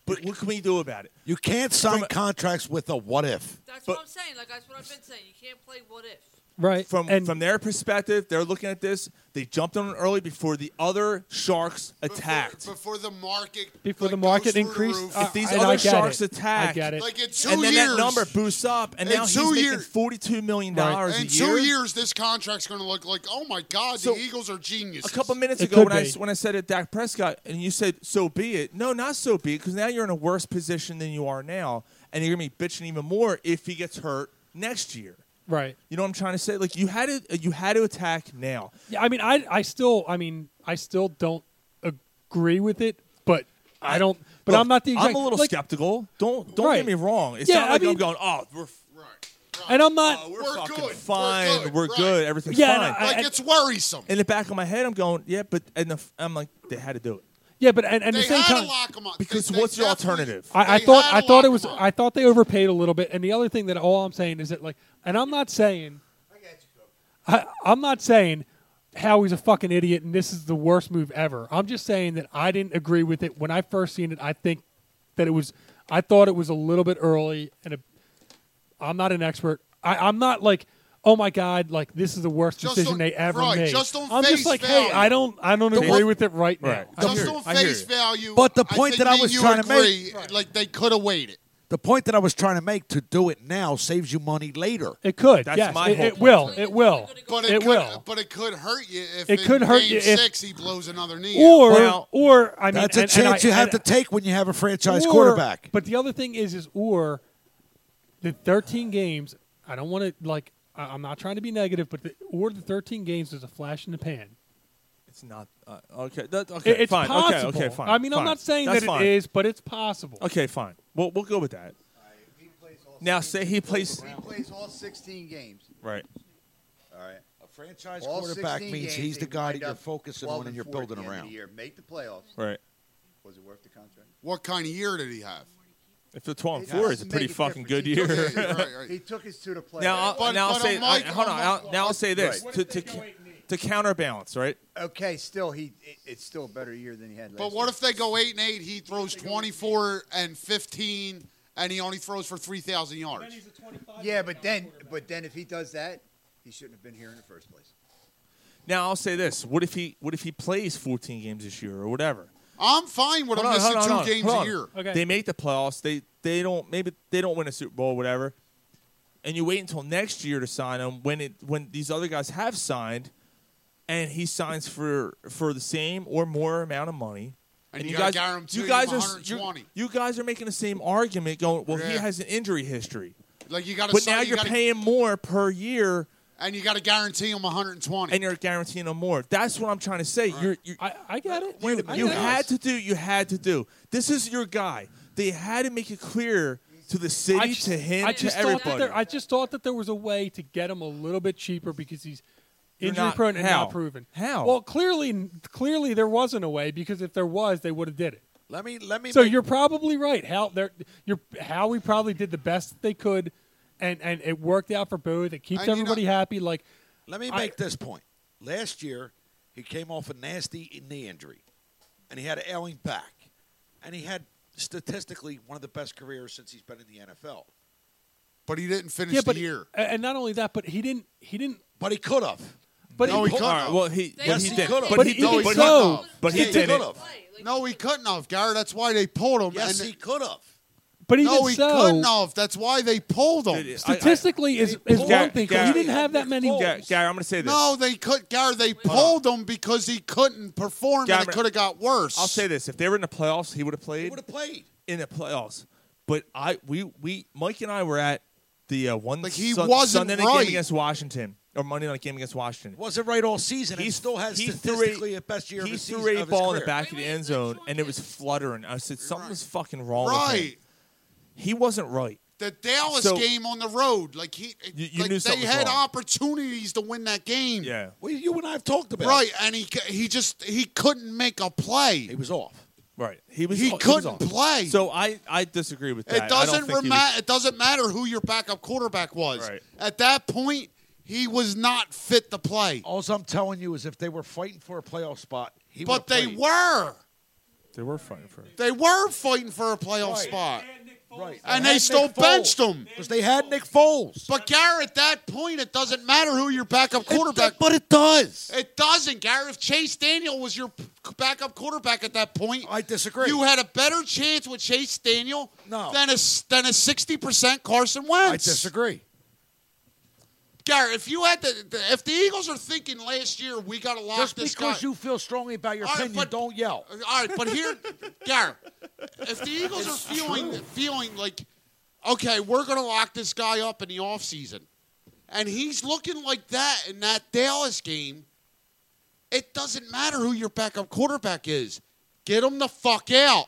Speaker 4: But what can we do about it?
Speaker 10: You can't sign contracts with a what if.
Speaker 13: That's what I'm saying. Like that's what I've been saying. You can't play what if.
Speaker 2: Right.
Speaker 4: From from their perspective, they're looking at this. They jumped on it early before the other sharks attacked.
Speaker 8: Before the market
Speaker 2: before the market increased. I-
Speaker 4: if these
Speaker 2: and I
Speaker 4: other
Speaker 2: get
Speaker 4: sharks
Speaker 2: it.
Speaker 4: attack,
Speaker 2: I get it.
Speaker 8: Like in two
Speaker 4: and then
Speaker 8: years-
Speaker 4: that number boosts up, and
Speaker 8: In
Speaker 4: now he's
Speaker 8: two
Speaker 4: making
Speaker 8: years-
Speaker 4: forty-two million dollars
Speaker 8: in
Speaker 4: a
Speaker 8: two
Speaker 4: year.
Speaker 8: years, this contract's going to look like, oh my God,
Speaker 4: So,
Speaker 8: the Eagles are genius.
Speaker 4: A couple minutes
Speaker 2: It
Speaker 4: ago,
Speaker 2: could
Speaker 4: when I
Speaker 2: be.
Speaker 4: s- when I said it, Dak Prescott, and you said, "So be it." No, not so be it, because now you're in a worse position than you are now, and you're gonna be bitching even more if he gets hurt next year.
Speaker 2: right.
Speaker 4: You know what I'm trying to say? Like you had to you had to attack now.
Speaker 2: Yeah, I mean, I I still I mean I still don't agree with it, but I, don't. But
Speaker 4: Look,
Speaker 2: I'm not the. Exact,
Speaker 4: I'm a little
Speaker 2: like,
Speaker 4: skeptical. Don't don't
Speaker 2: Right.
Speaker 4: get me wrong. It's
Speaker 2: Yeah,
Speaker 4: not
Speaker 2: I
Speaker 4: like I am
Speaker 2: mean-
Speaker 4: going, "Oh, we're
Speaker 2: and I'm not.
Speaker 4: Oh, we're, fucking fine. We're good. Everything's
Speaker 2: Yeah, and
Speaker 4: fine.
Speaker 2: I- Like, I-
Speaker 8: it's worrisome.
Speaker 4: In the back of my head, I'm going, yeah, but and the, f- I'm like, they had to do it.
Speaker 2: yeah, but and, and at
Speaker 8: they
Speaker 2: the same
Speaker 8: had
Speaker 2: time,
Speaker 8: to lock him up.
Speaker 4: Because what's your alternative?
Speaker 2: I, I thought I thought it was I thought they overpaid a little bit. And the other thing that all I'm saying is that like, and I'm not saying. I, I'm not saying Howie's a fucking idiot and this is the worst move ever. I'm just saying that I didn't agree with it when I first seen it. I think that it was, I thought it was a little bit early, and a, I'm not an expert. I, I'm not like, oh my god, like this is the worst
Speaker 8: Just
Speaker 2: decision
Speaker 8: on-
Speaker 2: they ever
Speaker 8: right,
Speaker 2: made.
Speaker 8: just on
Speaker 2: I'm
Speaker 8: face
Speaker 2: just like, hey,
Speaker 8: value.
Speaker 2: I don't, I don't
Speaker 8: The
Speaker 2: agree
Speaker 8: one-
Speaker 2: with it right,
Speaker 4: Right.
Speaker 2: now.
Speaker 8: Just
Speaker 2: I'm-
Speaker 8: on face value.
Speaker 10: But the point
Speaker 8: think
Speaker 10: that I
Speaker 8: me and
Speaker 10: was
Speaker 8: you
Speaker 10: trying to make-
Speaker 8: agree, like they could have waited.
Speaker 10: The point that I was trying to make to do it now saves you money later.
Speaker 2: It could. yes, it, it will. It will.
Speaker 8: But
Speaker 2: it,
Speaker 8: it, could,
Speaker 2: will.
Speaker 8: But it could hurt you if
Speaker 2: It
Speaker 8: in
Speaker 2: could hurt
Speaker 8: game
Speaker 2: you if-
Speaker 8: six he blows another knee.
Speaker 2: Or,
Speaker 8: out.
Speaker 2: or I mean,
Speaker 10: That's a
Speaker 2: and- and I-
Speaker 10: chance you have
Speaker 2: and-
Speaker 10: to take when you have a franchise
Speaker 2: Or-
Speaker 10: quarterback.
Speaker 2: But the other thing is, is or the 13 games. I don't want to like. I- I'm not trying to be negative, but the, or the 13 games is a flash in the pan.
Speaker 4: It's not uh, okay. That, okay,
Speaker 2: it's
Speaker 4: fine.
Speaker 2: possible.
Speaker 4: Okay, okay, fine.
Speaker 2: I mean, I'm
Speaker 4: fine.
Speaker 2: not saying
Speaker 4: That's
Speaker 2: that
Speaker 4: fine.
Speaker 2: it is, but it's possible.
Speaker 4: Okay, fine. We'll we'll go with that. Now say he plays
Speaker 11: He plays all 16 games.
Speaker 4: right.
Speaker 11: All right. A
Speaker 10: franchise quarterback means he's the guy that you're focusing on and you're building around.
Speaker 11: Year, make the playoffs.
Speaker 4: Right.
Speaker 11: Was it worth the contract?
Speaker 8: What kind of year did he have?
Speaker 4: If the 12
Speaker 11: It
Speaker 4: 4 is a
Speaker 11: doesn't
Speaker 4: pretty
Speaker 11: make a
Speaker 4: fucking good
Speaker 11: difference.
Speaker 4: year.
Speaker 11: He took, us- he took us to the playoffs.
Speaker 4: Now, I'll, now I'll say, I- hold on. I'll, now I'll say this
Speaker 11: Right.
Speaker 4: to, to, to counterbalance, right?
Speaker 11: Okay, still he it, it's still a better year than he had last
Speaker 8: But what if they go eight and eight? He throws twenty four and fifteen, and he only throws for three thousand yards.
Speaker 11: year. Yeah, but then but then if he does that, he shouldn't have been here in the first place.
Speaker 4: Now I'll say this: What if he what if he plays 14 games this year or whatever?
Speaker 8: I'm fine with him
Speaker 4: Hold on,
Speaker 8: missing
Speaker 4: hold on,
Speaker 8: two
Speaker 4: hold on,
Speaker 8: games
Speaker 4: hold
Speaker 8: a
Speaker 4: on.
Speaker 8: year.
Speaker 4: They make the playoffs. They they don't maybe they don't win a Super Bowl, whatever. And you wait until next year to sign him when it when these other guys have signed, and he signs for for the same or more amount of money.
Speaker 8: And you gotta guarantee
Speaker 4: you
Speaker 8: him
Speaker 4: guys are you,
Speaker 8: 120.
Speaker 4: you guys are making the same argument. Going well, he
Speaker 8: Yeah.
Speaker 4: has an injury history,
Speaker 8: Like you got to.
Speaker 4: but now you're paying more per year,
Speaker 8: and you got to guarantee him 120.
Speaker 4: and you're guaranteeing him more. That's what I'm trying to say. You're, you're
Speaker 2: I, I got it.
Speaker 4: you,
Speaker 2: I
Speaker 4: you
Speaker 2: got it.
Speaker 4: had to do. You had to do. This is your guy. They had to make it clear to the
Speaker 2: I
Speaker 4: city,
Speaker 2: just-
Speaker 4: to him,
Speaker 2: I just
Speaker 4: to
Speaker 2: thought that
Speaker 4: everybody.
Speaker 2: there, I just thought that there was a way to get him a little bit cheaper because he's
Speaker 16: You're
Speaker 2: injury
Speaker 16: not-
Speaker 2: prone and
Speaker 16: how?
Speaker 2: not proven.
Speaker 16: How?
Speaker 2: Well, clearly, clearly there wasn't a way because if there was, they would have did it.
Speaker 16: Let me let me.
Speaker 2: So
Speaker 16: make-
Speaker 2: you're probably right. How they're you're how we probably did the best they could, and and it worked out for both. It keeps
Speaker 10: And you know-
Speaker 2: everybody happy. Like
Speaker 10: Let me
Speaker 2: I-
Speaker 10: make this point. Last year, he came off a nasty knee injury, and he had an ailing back, and he had statistically one of the best careers since he's been in the NFL.
Speaker 8: But he didn't finish
Speaker 2: yeah, but
Speaker 8: the year.
Speaker 2: a- and not only that, but he didn't he didn't.
Speaker 10: But he could have.
Speaker 2: But
Speaker 8: No, he couldn't have.
Speaker 2: Well, he
Speaker 8: Yes, he could have.
Speaker 2: But he
Speaker 8: No,
Speaker 2: even
Speaker 8: couldn't
Speaker 2: so,
Speaker 8: have.
Speaker 2: but he
Speaker 8: Yeah,
Speaker 2: didn't.
Speaker 8: could have. No, he couldn't have, Garrett. That's why they pulled him.
Speaker 10: Yes, he could have.
Speaker 2: But even
Speaker 8: no, he
Speaker 2: so-
Speaker 8: couldn't have. That's why they pulled him.
Speaker 2: Statistically, is is
Speaker 8: Gar-
Speaker 2: one thing. 'cause
Speaker 8: Gar-
Speaker 2: he didn't have that many.
Speaker 8: Gar-
Speaker 4: Gary, I'm going to say this.
Speaker 8: No, they could, Garrett. They pulled him because he couldn't perform,
Speaker 4: Gary,
Speaker 8: and it could have got worse.
Speaker 4: I'll say this: if they were in the playoffs, he would have played.
Speaker 10: would have played.
Speaker 4: in the playoffs. But I, we, we, Mike and I were at the uh, one
Speaker 10: Like, he
Speaker 4: Sun-
Speaker 10: wasn't
Speaker 4: Sunday night
Speaker 10: right.
Speaker 4: game against Washington or Monday night game against Washington.
Speaker 10: Wasn't right all season. and
Speaker 4: He-
Speaker 10: still has
Speaker 4: he threw a-
Speaker 10: statistically a best year of
Speaker 4: He
Speaker 10: his
Speaker 4: threw
Speaker 10: season-
Speaker 4: a
Speaker 10: of his
Speaker 4: ball in the
Speaker 10: career.
Speaker 4: back of the end zone, and it was fluttering. I said something's fucking wrong. with him."
Speaker 8: Right.
Speaker 4: He wasn't right.
Speaker 8: the Dallas
Speaker 4: So-
Speaker 8: game on the road, like he,
Speaker 4: You- you
Speaker 8: like
Speaker 4: knew
Speaker 8: they
Speaker 4: something was
Speaker 8: had
Speaker 4: wrong.
Speaker 8: opportunities to win that game.
Speaker 4: Yeah.
Speaker 10: Well, you and I have talked about
Speaker 8: right, and he c- he just he couldn't make a play. He
Speaker 10: was off.
Speaker 4: Right. He was.
Speaker 8: He
Speaker 4: was
Speaker 8: couldn't
Speaker 4: off.
Speaker 8: play.
Speaker 4: So I, I disagree with that.
Speaker 8: It
Speaker 4: I don't
Speaker 8: doesn't
Speaker 4: think he
Speaker 8: rema-
Speaker 4: was-
Speaker 8: It doesn't matter who your backup quarterback was.
Speaker 4: Right.
Speaker 8: At that point, he was not fit to play.
Speaker 10: All I'm telling you is if they were fighting for a playoff spot, he
Speaker 8: but
Speaker 10: would've
Speaker 8: they
Speaker 10: played.
Speaker 8: were.
Speaker 4: They were fighting for it.
Speaker 8: They were fighting for a playoff
Speaker 10: Right.
Speaker 8: spot.
Speaker 10: Right.
Speaker 8: And they still benched him.
Speaker 10: Because they had Nick Foles.
Speaker 8: But Garrett, at that point, it doesn't matter who your backup quarterback.
Speaker 10: but it does.
Speaker 8: It doesn't, Garrett. If Chase Daniel was your p- backup quarterback at that point,
Speaker 10: I disagree.
Speaker 8: You had a better chance with Chase Daniel
Speaker 10: No.
Speaker 8: than a s- than a sixty percent Carson Wentz.
Speaker 10: I disagree.
Speaker 8: Garrett, if you had the, the if the Eagles are thinking last year we got to lock
Speaker 10: Just
Speaker 8: this
Speaker 10: because
Speaker 8: guy.
Speaker 10: you feel strongly about your opinion, don't yell.
Speaker 8: All right, but here, Garrett, if the Eagles are feeling feeling like, okay, we're going to lock this guy up in the offseason, and he's looking like that in that Dallas game, it doesn't matter who your backup quarterback is. Get him the fuck out.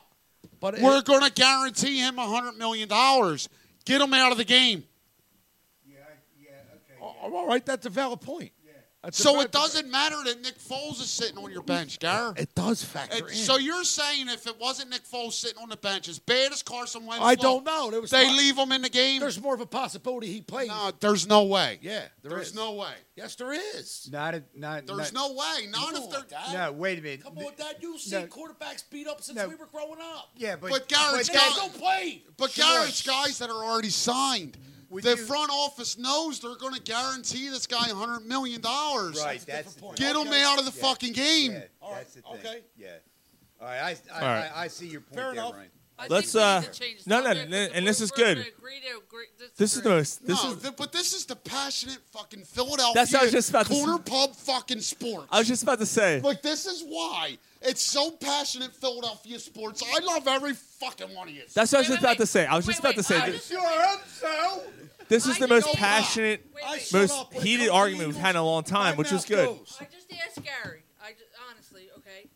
Speaker 10: But
Speaker 8: we're going to guarantee him $100 million. Get him out of the game.
Speaker 10: Oh, all right, that's a valid point. That's a
Speaker 8: so
Speaker 10: valid
Speaker 8: it doesn't matter that Nick Foles is sitting on your bench, Garrett.
Speaker 10: It does factor
Speaker 8: And
Speaker 10: in.
Speaker 8: so you're saying if it wasn't Nick Foles sitting on the bench, as bad as Carson Wentz,
Speaker 10: I
Speaker 8: looked,
Speaker 10: don't know. There was
Speaker 8: they
Speaker 10: not-
Speaker 8: leave him in the game.
Speaker 10: There's more of a possibility he plays.
Speaker 8: No, there's no way.
Speaker 10: Yeah, there
Speaker 8: there's
Speaker 10: is.
Speaker 8: no way.
Speaker 10: Yes, there is.
Speaker 11: Not if not.
Speaker 8: There's
Speaker 11: not,
Speaker 8: no way. Not if they're.
Speaker 11: No, wait a minute.
Speaker 10: Come on, Dad. You've
Speaker 11: No.
Speaker 10: seen quarterbacks beat up since
Speaker 11: No.
Speaker 10: we were growing up.
Speaker 11: Yeah, but
Speaker 8: But Garrett's
Speaker 11: but-
Speaker 10: They
Speaker 8: got-
Speaker 10: still play.
Speaker 8: But Garrett's guys that are already signed.
Speaker 11: Would
Speaker 8: the
Speaker 11: you-
Speaker 8: front office knows they're going to guarantee this guy 100 million dollars.
Speaker 11: Right, That's a that's different the point.
Speaker 8: get him
Speaker 11: Okay.
Speaker 8: out of the
Speaker 11: Yeah.
Speaker 8: fucking game.
Speaker 11: Yeah, that's the thing.
Speaker 10: Okay.
Speaker 11: Yeah. All right. I, I,
Speaker 4: All right.
Speaker 11: I, I see your point
Speaker 10: Fair
Speaker 11: there,
Speaker 10: enough.
Speaker 11: Ryan.
Speaker 13: I
Speaker 4: Let's
Speaker 13: think we
Speaker 4: uh,
Speaker 13: need to change
Speaker 4: no, no,
Speaker 13: subject.
Speaker 4: no, and this is
Speaker 13: We're gonna
Speaker 4: good.
Speaker 13: agree to agree-
Speaker 4: This is the most. This
Speaker 8: no,
Speaker 4: is.
Speaker 8: th- but this is the passionate fucking Philadelphia
Speaker 4: That's what I was just about to
Speaker 8: corner
Speaker 4: say.
Speaker 8: pub fucking sports.
Speaker 4: I was just about to say.
Speaker 8: Like this is why it's so passionate Philadelphia sports. I love every fucking one of you.
Speaker 4: That's what I was just about to say. I was just about to say. this-
Speaker 8: You're up, so.
Speaker 4: This is the
Speaker 8: didn't
Speaker 4: most
Speaker 8: know that.
Speaker 4: passionate,
Speaker 13: I shut
Speaker 4: most
Speaker 13: up when it
Speaker 4: heated
Speaker 13: comes to
Speaker 4: argument we've
Speaker 13: Eagles.
Speaker 4: had in a long time, which was good.
Speaker 13: I just asked Gary. I ju- honestly, okay.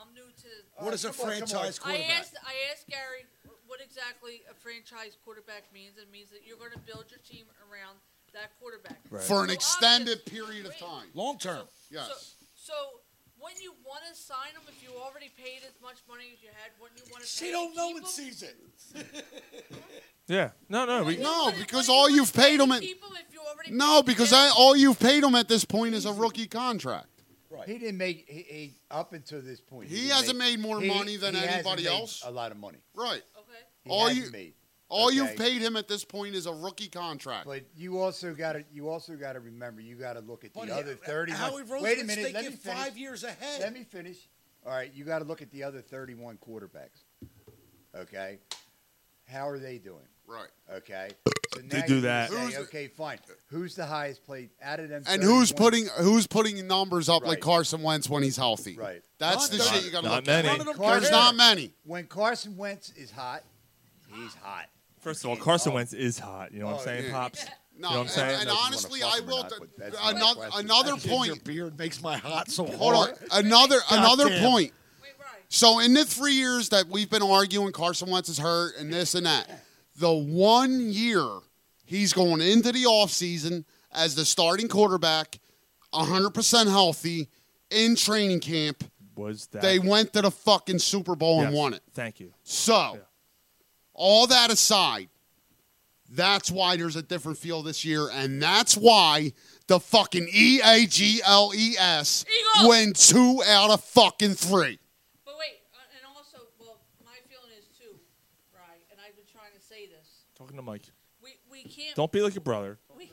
Speaker 13: I'm new to.
Speaker 10: What is a Come on, come on. franchise quarterback?
Speaker 13: I asked. I asked Gary what exactly a franchise quarterback means. It means that you're going to build your team around that quarterback
Speaker 8: Right. For an
Speaker 13: So
Speaker 8: extended
Speaker 13: obvious-
Speaker 8: period of
Speaker 13: wait,
Speaker 8: time.
Speaker 10: Long term.
Speaker 8: Yes.
Speaker 13: So, so when you want to sign him, if you already paid as much money as you had, wouldn't you want to?
Speaker 10: She don't know and sees it.
Speaker 4: Yeah. No, no. We,
Speaker 8: No, because all you've paid him at no, because I, all you've paid him at this point is a rookie contract.
Speaker 11: He didn't make he, he, up until this point.
Speaker 8: He
Speaker 11: didn't
Speaker 8: hasn't
Speaker 11: make-
Speaker 8: made more
Speaker 11: he-
Speaker 8: money than
Speaker 11: he hasn't
Speaker 8: anybody
Speaker 11: made
Speaker 8: else.
Speaker 11: A lot of money.
Speaker 8: Right.
Speaker 11: He
Speaker 8: all
Speaker 11: hasn't
Speaker 8: you
Speaker 11: made.
Speaker 8: all you've
Speaker 11: Okay.
Speaker 8: paid him at this point is a rookie contract.
Speaker 11: But you also got to you also got to remember you got to look at the
Speaker 10: But
Speaker 11: other
Speaker 10: how-
Speaker 11: thirty.
Speaker 10: uh, Howie Roseman's
Speaker 11: Wait a minute. Let me
Speaker 10: thinking
Speaker 11: finish.
Speaker 10: five years ahead.
Speaker 11: Let me finish. All right, you got to look at the other 31 quarterbacks. Okay, how are they doing?
Speaker 8: Right.
Speaker 11: Okay, so
Speaker 4: They
Speaker 11: now
Speaker 4: do
Speaker 11: you can
Speaker 4: that.
Speaker 11: say,
Speaker 8: Who's-
Speaker 11: okay, fine. Who's the highest played out of them?
Speaker 8: and who's
Speaker 11: 31?
Speaker 8: putting who's putting numbers up like
Speaker 11: Right.
Speaker 8: Carson Wentz when he's healthy?
Speaker 11: Right.
Speaker 8: That's
Speaker 11: Not-
Speaker 8: the
Speaker 11: not-
Speaker 8: shit you got to
Speaker 4: not
Speaker 8: look
Speaker 4: many.
Speaker 8: at. There's not many.
Speaker 11: When Carson Wentz is hot, he's hot.
Speaker 4: First of all, Carson Wentz is hot. You know what I'm
Speaker 11: Oh,
Speaker 4: saying,
Speaker 11: yeah.
Speaker 4: pops?
Speaker 8: Oh. No,
Speaker 4: you know what I'm
Speaker 8: and-
Speaker 4: saying?
Speaker 8: and
Speaker 4: Like,
Speaker 8: honestly, I will.
Speaker 11: that's not my
Speaker 8: Another
Speaker 11: question.
Speaker 8: another
Speaker 10: Ginger
Speaker 8: point.
Speaker 10: beard makes my hot so
Speaker 8: Hold on.
Speaker 10: hard.
Speaker 8: Another another
Speaker 10: Goddamn.
Speaker 8: point. So in the three years that we've been arguing, Carson Wentz is hurt and this and that. The one year he's going into the offseason as the starting quarterback, 100% healthy in training camp.
Speaker 4: Was that
Speaker 8: They went to the fucking Super Bowl and
Speaker 4: Yes.
Speaker 8: won it.
Speaker 4: Thank you.
Speaker 8: So, all that aside, that's why there's a different feel this year, and that's why the fucking E A G L E S win two out of fucking three.
Speaker 13: But wait, uh, and also, well, my feeling is too, right? And I've been trying to say this.
Speaker 4: Talking to Mike.
Speaker 13: We we can't.
Speaker 4: Don't be like your brother.
Speaker 13: We,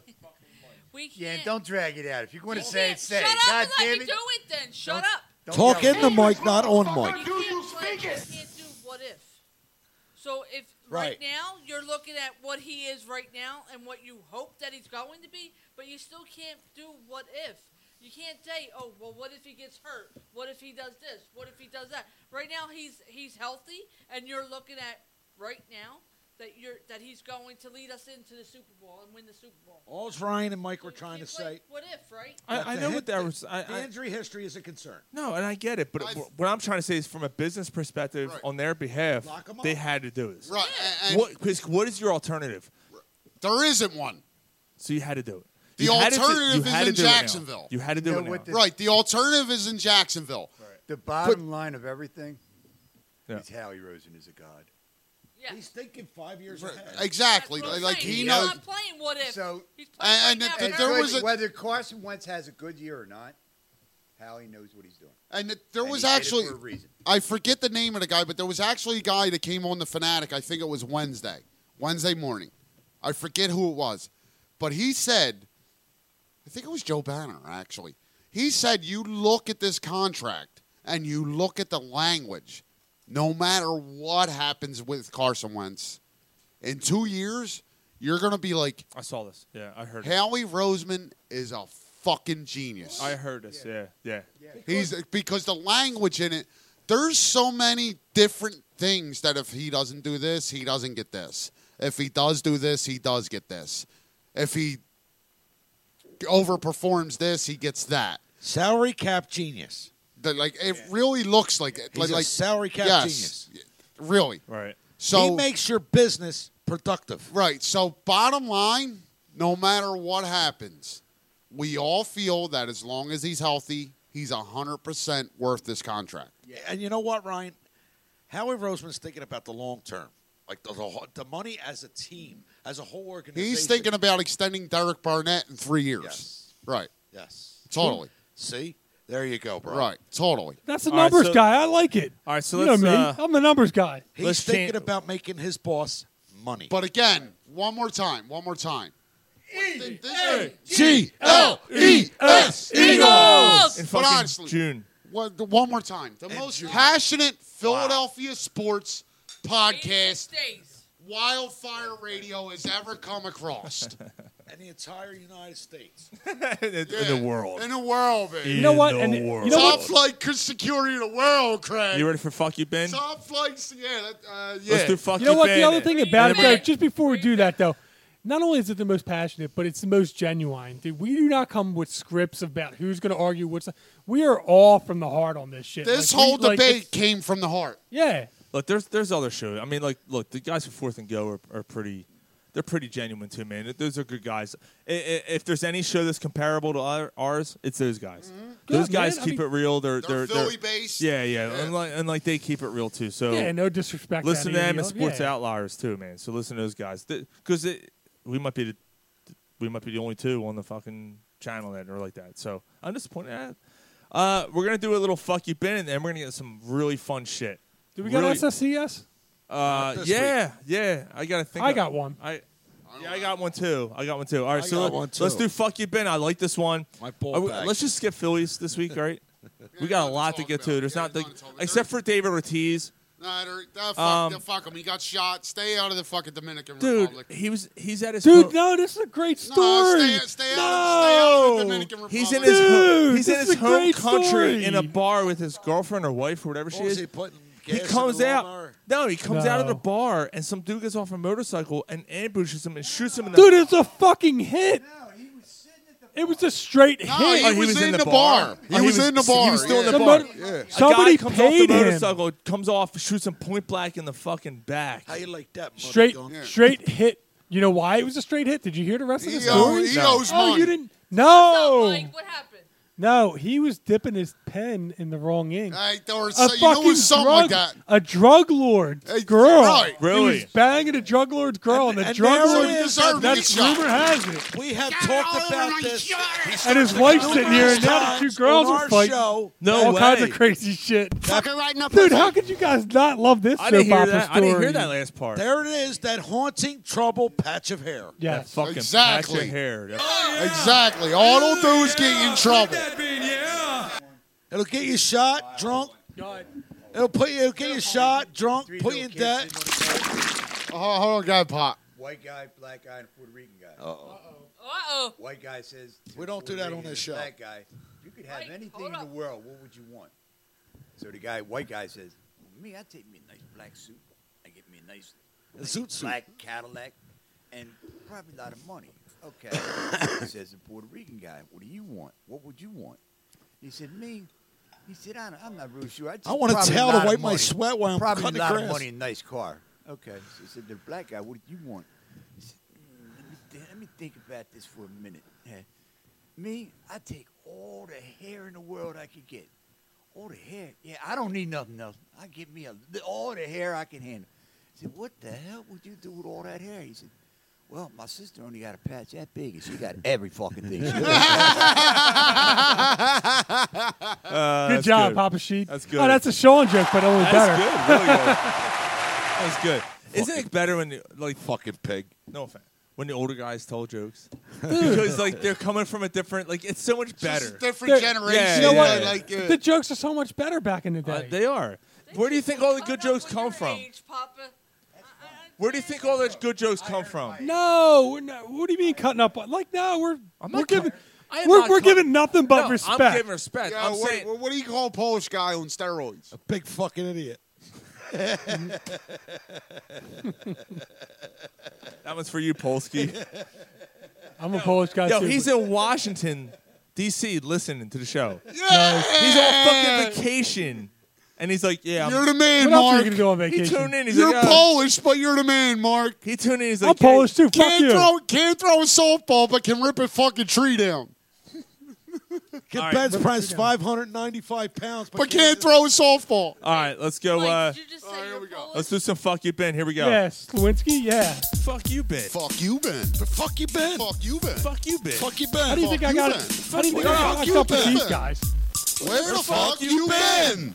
Speaker 13: we can't.
Speaker 17: Yeah, and don't drag it out. If you're going to
Speaker 13: we
Speaker 17: say
Speaker 13: can't.
Speaker 17: it, say
Speaker 13: Shut
Speaker 17: it.
Speaker 13: up,
Speaker 17: God
Speaker 13: 'cause I
Speaker 17: damn
Speaker 13: can
Speaker 17: it.
Speaker 13: do it. Then shut up.
Speaker 10: Talk in the mic, not on mic.
Speaker 13: do you speak it? You can't do what if. So if right.
Speaker 10: Right.
Speaker 13: now you're looking at what he is right now and what you hope that he's going to be, but you still can't do what if. You can't say, oh well, what if he gets hurt? What if he does this? What if he does that? Right now he's he's healthy, and you're looking at right now that you're that he's going to lead us into the Super Bowl and win the Super Bowl.
Speaker 10: All's Ryan and Mike were trying to say.
Speaker 13: What if, right?
Speaker 4: I, I know what that was. I,
Speaker 10: The
Speaker 4: I,
Speaker 10: injury history is a concern.
Speaker 4: no, and I get it, but what I'm trying to say is, from a business perspective, on their behalf,
Speaker 10: Lock 'em
Speaker 4: they
Speaker 10: up.
Speaker 4: had to do this.
Speaker 8: Right. and-
Speaker 4: What? Because what is your alternative?
Speaker 8: There isn't one.
Speaker 4: So you had to do it.
Speaker 8: The
Speaker 4: You had to do- you
Speaker 8: alternative is
Speaker 4: had to
Speaker 8: in
Speaker 4: do it now.
Speaker 8: Jacksonville.
Speaker 4: You had to do it. now.
Speaker 8: Right. The alternative is in Jacksonville.
Speaker 11: The bottom line of everything
Speaker 4: Yeah.
Speaker 11: is Howie Rosen is a god.
Speaker 13: Yeah.
Speaker 10: He's thinking five years ahead.
Speaker 8: Exactly.
Speaker 11: That's what I'm
Speaker 8: Like
Speaker 11: saying.
Speaker 8: he
Speaker 11: He's
Speaker 8: knows.
Speaker 13: not playing what if.
Speaker 11: So-
Speaker 13: he's playing
Speaker 8: And, and
Speaker 13: right
Speaker 8: th-
Speaker 13: now.
Speaker 8: there
Speaker 11: Whether-
Speaker 8: was a
Speaker 11: whether Carson Wentz has a good year or not, Howie knows what he's doing.
Speaker 8: And th- there
Speaker 11: And
Speaker 8: was
Speaker 11: he did it
Speaker 8: actually,
Speaker 11: for a reason.
Speaker 8: I forget the name of the guy, but there was actually a guy that came on the Fanatic. I think it was Wednesday, Wednesday morning. I forget who it was, but he said, I think it was Joe Banner actually. He said, "You look at this contract and you look at the language. No matter what happens with Carson Wentz, in two years, you're gonna be like,
Speaker 4: I saw this. Yeah, I heard. it.
Speaker 8: Howie Roseman is a fucking genius."
Speaker 4: I heard this. Yeah, yeah.
Speaker 8: He's because the language in it. There's so many different things that if he doesn't do this, he doesn't get this. If he does do this, he does get this. If he overperforms this, he gets that.
Speaker 10: Salary cap genius.
Speaker 8: That like it really looks like it.
Speaker 10: He's
Speaker 8: like,
Speaker 10: a
Speaker 8: like
Speaker 10: salary cap
Speaker 8: yes,
Speaker 10: genius.
Speaker 8: Really.
Speaker 4: Right.
Speaker 8: So
Speaker 10: he makes your business productive.
Speaker 8: Right. So, bottom line, no matter what happens, we all feel that as long as he's healthy, he's 100% worth this contract.
Speaker 10: And you know what, Ryan? Howie Roseman's thinking about the long term, like the, the, whole- the money as a team, as a whole organization.
Speaker 8: He's thinking about extending Derek Barnett in three years.
Speaker 10: Yes.
Speaker 8: Right.
Speaker 10: Yes.
Speaker 8: Totally.
Speaker 10: See, there you go, bro.
Speaker 8: Right. Totally.
Speaker 2: That's a
Speaker 4: All right,
Speaker 2: numbers
Speaker 4: so-
Speaker 2: guy. I like it.
Speaker 4: All right, so
Speaker 2: you
Speaker 4: let's,
Speaker 2: know me.
Speaker 4: uh,
Speaker 2: I'm a numbers guy.
Speaker 10: He's
Speaker 4: Let's
Speaker 10: thinking
Speaker 4: change-
Speaker 10: about making his boss money.
Speaker 8: But again, one more time. One more time.
Speaker 2: E
Speaker 10: G
Speaker 8: L E S
Speaker 4: Eagles! In
Speaker 8: E But
Speaker 4: fucking
Speaker 8: honestly,
Speaker 4: June.
Speaker 8: One, the- one more time. The most passionate Philadelphia sports podcast Wildfire Radio has ever come across.
Speaker 10: and the entire United States.
Speaker 4: in, in the world.
Speaker 8: In the world, baby.
Speaker 4: You know what?
Speaker 8: In
Speaker 4: And
Speaker 8: the
Speaker 4: you
Speaker 8: world.
Speaker 4: know what?
Speaker 8: Top flight could security in the world, Craig.
Speaker 4: You ready for fuck you, Ben?
Speaker 8: Top flights, yeah, that, uh, yeah.
Speaker 4: Let's do fuck
Speaker 2: you know
Speaker 4: you,
Speaker 2: what?
Speaker 4: Ben.
Speaker 2: The other thing about it,
Speaker 4: And then
Speaker 2: though,
Speaker 4: we're-
Speaker 2: just before we do that, though, not only is it the most passionate, but it's the most genuine. Dude, we do not come with scripts about who's going to argue what's. We are all from the heart on this shit.
Speaker 8: This
Speaker 2: Like, we-
Speaker 8: whole
Speaker 2: like,
Speaker 8: debate
Speaker 2: it's-
Speaker 8: came from the heart.
Speaker 2: yeah.
Speaker 4: Look, there's there's other shows. I mean, like, look, the guys from Fourth and Go are, are pretty, they're pretty genuine too, man. Those are good guys. I- I- If there's any show that's comparable to our- ours, it's those guys. Those
Speaker 2: Yeah, man,
Speaker 4: guys
Speaker 2: I
Speaker 4: keep
Speaker 2: mean-
Speaker 4: it real. They're
Speaker 8: Mm-hmm. They're
Speaker 4: they're,
Speaker 8: Philly-based.
Speaker 4: Yeah, yeah, And, like, and like they keep it real too. So
Speaker 2: Yeah, no disrespect to
Speaker 4: Listen to
Speaker 2: any
Speaker 4: them
Speaker 2: of
Speaker 4: and
Speaker 2: the other-
Speaker 4: Sports
Speaker 2: yeah.
Speaker 4: Outliers too, man. So listen to those guys because we might be the we might be the only two on the fucking channel that are like that. So I'm disappointed. At. Uh, we're gonna do a little fuck you Ben, and then we're gonna get some really fun shit.
Speaker 2: Did we got
Speaker 4: really,
Speaker 2: SSCS?
Speaker 4: uh,
Speaker 2: this
Speaker 4: yeah, yeah. I gotta think.
Speaker 2: I
Speaker 4: of-
Speaker 2: got one.
Speaker 4: I yeah, I got one too. I got one too. All right,
Speaker 10: I
Speaker 4: so
Speaker 10: got
Speaker 4: let,
Speaker 10: one,
Speaker 4: let's
Speaker 10: too.
Speaker 4: do fuck you Ben. I like this one. My
Speaker 10: ball bag.
Speaker 4: Let's just skip Phillies this week, all right? we got a lot to get to. There's not the, except for David Ortiz.
Speaker 8: Nah, they're- nah, fuck,
Speaker 4: Um,
Speaker 8: yeah, fuck him. He got shot. Stay out of the fucking Dominican
Speaker 4: Dude,
Speaker 8: Republic.
Speaker 4: he was he's at his
Speaker 2: Dude,
Speaker 4: ho-
Speaker 2: no, this is a great story.
Speaker 8: stay- stay out of the Dominican Republic.
Speaker 4: He's in his ho-
Speaker 2: Dude,
Speaker 4: he's in
Speaker 2: this is
Speaker 4: his
Speaker 2: a
Speaker 4: home
Speaker 2: great
Speaker 4: country
Speaker 2: story.
Speaker 4: in a bar with his girlfriend or wife or whatever she
Speaker 10: What was
Speaker 4: is.
Speaker 10: he putting
Speaker 4: He
Speaker 10: gas in
Speaker 4: comes
Speaker 10: the
Speaker 4: out.
Speaker 10: lawnmower?
Speaker 4: No, he comes out of the
Speaker 2: No.
Speaker 4: bar and some dude gets off a motorcycle and ambushes him and shoots him in the
Speaker 2: Dude, it's a fucking hit. It was a straight
Speaker 8: No,
Speaker 2: hit.
Speaker 8: he Oh, he was was in in the the bar. bar. He was in the
Speaker 4: Oh, He
Speaker 8: bar,
Speaker 4: was still in the
Speaker 2: yeah.
Speaker 4: bar.
Speaker 2: Somebody- Yeah.
Speaker 4: A guy
Speaker 2: somebody
Speaker 4: comes off
Speaker 2: paid
Speaker 4: the
Speaker 2: him.
Speaker 4: motorcycle, comes off, shoots him point blank in the fucking back.
Speaker 10: How you like that? mother
Speaker 2: Straight,
Speaker 10: gun?
Speaker 2: straight hit. You know why it was a straight hit? Did you hear the rest of the
Speaker 8: He
Speaker 2: story?
Speaker 8: owes- he No. owes
Speaker 2: oh,
Speaker 8: money.
Speaker 2: you didn't. No.
Speaker 13: What happened?
Speaker 2: No, he was dipping his pen in the wrong ink.
Speaker 8: I, or
Speaker 2: a
Speaker 8: so- you know, it was
Speaker 2: fucking
Speaker 8: something
Speaker 2: drug,
Speaker 8: like that.
Speaker 2: A drug lord girl.
Speaker 8: right.
Speaker 2: He
Speaker 8: Really?
Speaker 2: was banging a drug lord's girl, and, the
Speaker 4: And
Speaker 2: drug
Speaker 4: there
Speaker 2: lord.
Speaker 4: it is. Deserving
Speaker 2: That's
Speaker 4: a shot.
Speaker 2: rumor has it.
Speaker 4: We have talked about this.
Speaker 2: And his wife's sitting here, and now the two girls are fighting. all kinds of crazy shit. Dude, how could you guys not love this soap opera story?
Speaker 4: part. There it is, that haunting trouble patch of hair. Oh,
Speaker 2: Yes.
Speaker 4: That
Speaker 2: fucking
Speaker 8: Exactly.
Speaker 4: patch of hair.
Speaker 8: Exactly. All it'll do is get you in trouble.
Speaker 4: It'll get you shot, drunk. It'll put you. It'll get you shot, drunk, put you in debt.
Speaker 8: Oh, hold on, guy pop.
Speaker 18: White guy, black guy, and Puerto Rican guy.
Speaker 4: Uh-oh.
Speaker 13: Uh-oh.
Speaker 18: White guy says. to
Speaker 8: We don't do
Speaker 18: Puerto
Speaker 8: that
Speaker 18: Rican
Speaker 8: on this
Speaker 18: and
Speaker 8: show.
Speaker 18: Black guy, you could have anything in the world. What would you want? So the guy, white guy, says, "Me, I take me a nice black suit. I get me a nice,
Speaker 4: A zoot suit.
Speaker 18: black Cadillac, and probably a lot of money." Okay. he says the Puerto Rican guy, "What do you want? What would you want?" He said, "Me." He said, "I don't- "I'm not real sure. I, just
Speaker 4: I want a
Speaker 18: probably
Speaker 4: towel to
Speaker 18: lot of
Speaker 4: wipe my
Speaker 18: money.
Speaker 4: sweat while I'm
Speaker 18: probably
Speaker 4: cutting
Speaker 18: a lot of
Speaker 4: grass."
Speaker 18: money, and a nice car." Okay. So he said, "The black guy, what do you want?" He said, "Mm, let, me th- let me think about this for a minute. Yeah. Me, I take all the hair in the world I could get. All Oh, the hair. Yeah, I don't need nothing else. I get me a, li- all the hair I can handle. He said, What the hell would you do with all that hair? He said, Well, my sister only got a patch that big, and she got every fucking thing. She
Speaker 4: Uh,
Speaker 2: good
Speaker 4: Uh, that's
Speaker 2: job,
Speaker 4: good.
Speaker 2: Papa Sheet.
Speaker 4: That's
Speaker 2: Oh,
Speaker 4: good.
Speaker 2: that's a Sean joke, but only
Speaker 4: That's
Speaker 2: better.
Speaker 4: good. Really good. That's good. Isn't it better when you like fucking pig? No offense. When the older guys tell jokes, because like they're coming from a different like it's so much better.
Speaker 2: They're-
Speaker 4: Yeah,
Speaker 2: You know
Speaker 4: yeah,
Speaker 2: what?
Speaker 4: yeah.
Speaker 2: the jokes are so much better back in the day.
Speaker 4: Uh, they are. Where do you think all the good jokes come from? Where do you think all the good jokes come from?
Speaker 2: No, we're not, what do you mean cutting up? on- Like, no, we're we're giving
Speaker 4: I am
Speaker 2: we're,
Speaker 4: not
Speaker 2: we're
Speaker 4: cut-
Speaker 2: giving nothing but
Speaker 4: No, I'm
Speaker 2: respect.
Speaker 4: giving respect.
Speaker 8: Yeah,
Speaker 4: I'm
Speaker 8: what,
Speaker 4: saying-
Speaker 8: what, what do you call a Polish guy on steroids? A
Speaker 4: big fucking idiot. That one's for you, Polsky.
Speaker 2: I'm a Polish guy
Speaker 4: Yo,
Speaker 2: too.
Speaker 4: he's
Speaker 2: but-
Speaker 4: in Washington, D.C., listening to the show.
Speaker 2: Nice.
Speaker 4: He's on fucking vacation, and he's like, "Yeah, I'm-
Speaker 8: You're the man,
Speaker 2: What else are you
Speaker 8: Mark.
Speaker 2: gonna do on vacation?
Speaker 4: He tuned in. He's
Speaker 8: You're
Speaker 4: like, "Oh."
Speaker 8: Polish, but you're the man, Mark.
Speaker 4: He tuned in. He's
Speaker 2: like, I'm Polish too.
Speaker 8: Can't
Speaker 2: Fuck you.
Speaker 8: throw, can't throw a softball, but can rip a fucking tree down.
Speaker 4: All right.
Speaker 8: Ben's
Speaker 4: pressed
Speaker 8: 595 pounds, but, can't throw a softball.
Speaker 4: uh, All right, let's go. uh, Let's do some fuck you, Ben. Here we go.
Speaker 2: Yeah, Slewinski, yeah.
Speaker 4: Fuck you, Ben.
Speaker 8: Fuck you, Ben. Fuck you, Ben. Fuck you, Ben.
Speaker 4: Fuck you, Ben.
Speaker 8: Fuck you, Ben.
Speaker 2: How do you think I got it? How do you think I got locked up with these guys?
Speaker 8: Where the fuck you been?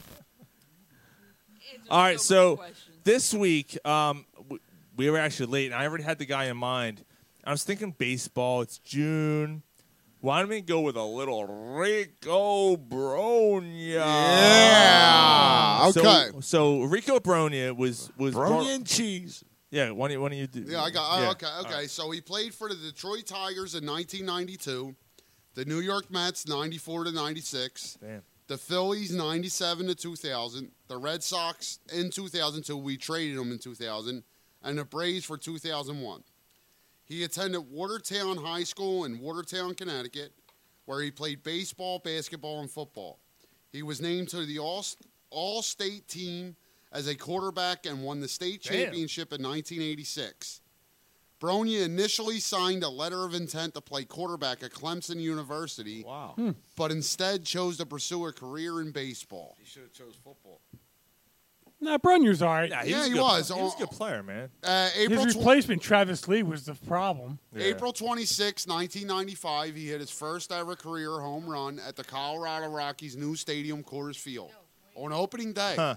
Speaker 4: All right, so this week um, w- we were actually late, and I already had the guy in mind. I was thinking baseball. It's June. Why don't we go with a little
Speaker 8: Oh,
Speaker 4: Rico Bronya?
Speaker 8: Yeah,
Speaker 4: So,
Speaker 8: okay.
Speaker 4: so Rico Bronya was was brought-
Speaker 8: Bronya and cheese.
Speaker 4: Yeah, why don't you, why don't you do?
Speaker 8: Yeah, I got.
Speaker 4: yeah.
Speaker 8: Oh, okay, okay. So he played for the Detroit Tigers in 1992, the New York Mets 94 to 96,
Speaker 4: Damn.
Speaker 8: the Phillies 97 to 2000, the Red Sox in 2002. We traded him in 2000, and the Braves for 2001. He attended Watertown High School in Watertown, Connecticut, where he played baseball, basketball, and football. He was named to the All All State team as a quarterback and won the state
Speaker 4: Damn.
Speaker 8: championship in 1986. Bronya initially signed a letter of intent to play quarterback at Clemson University,
Speaker 4: wow.
Speaker 2: Hmm.
Speaker 8: but instead chose to pursue a career in baseball.
Speaker 4: He should have chose football.
Speaker 2: Nah, Brunyer's all right.
Speaker 4: Yeah,
Speaker 8: Yeah,
Speaker 4: was
Speaker 8: he
Speaker 4: good.
Speaker 8: was.
Speaker 4: He was a good player, man.
Speaker 8: Uh, April
Speaker 2: His
Speaker 8: tw-
Speaker 2: replacement, Travis Lee, was the problem.
Speaker 8: April 26, 1995, he hit his first ever career home run at the Colorado Rockies' new stadium, Coors Field, on opening day.
Speaker 4: Huh.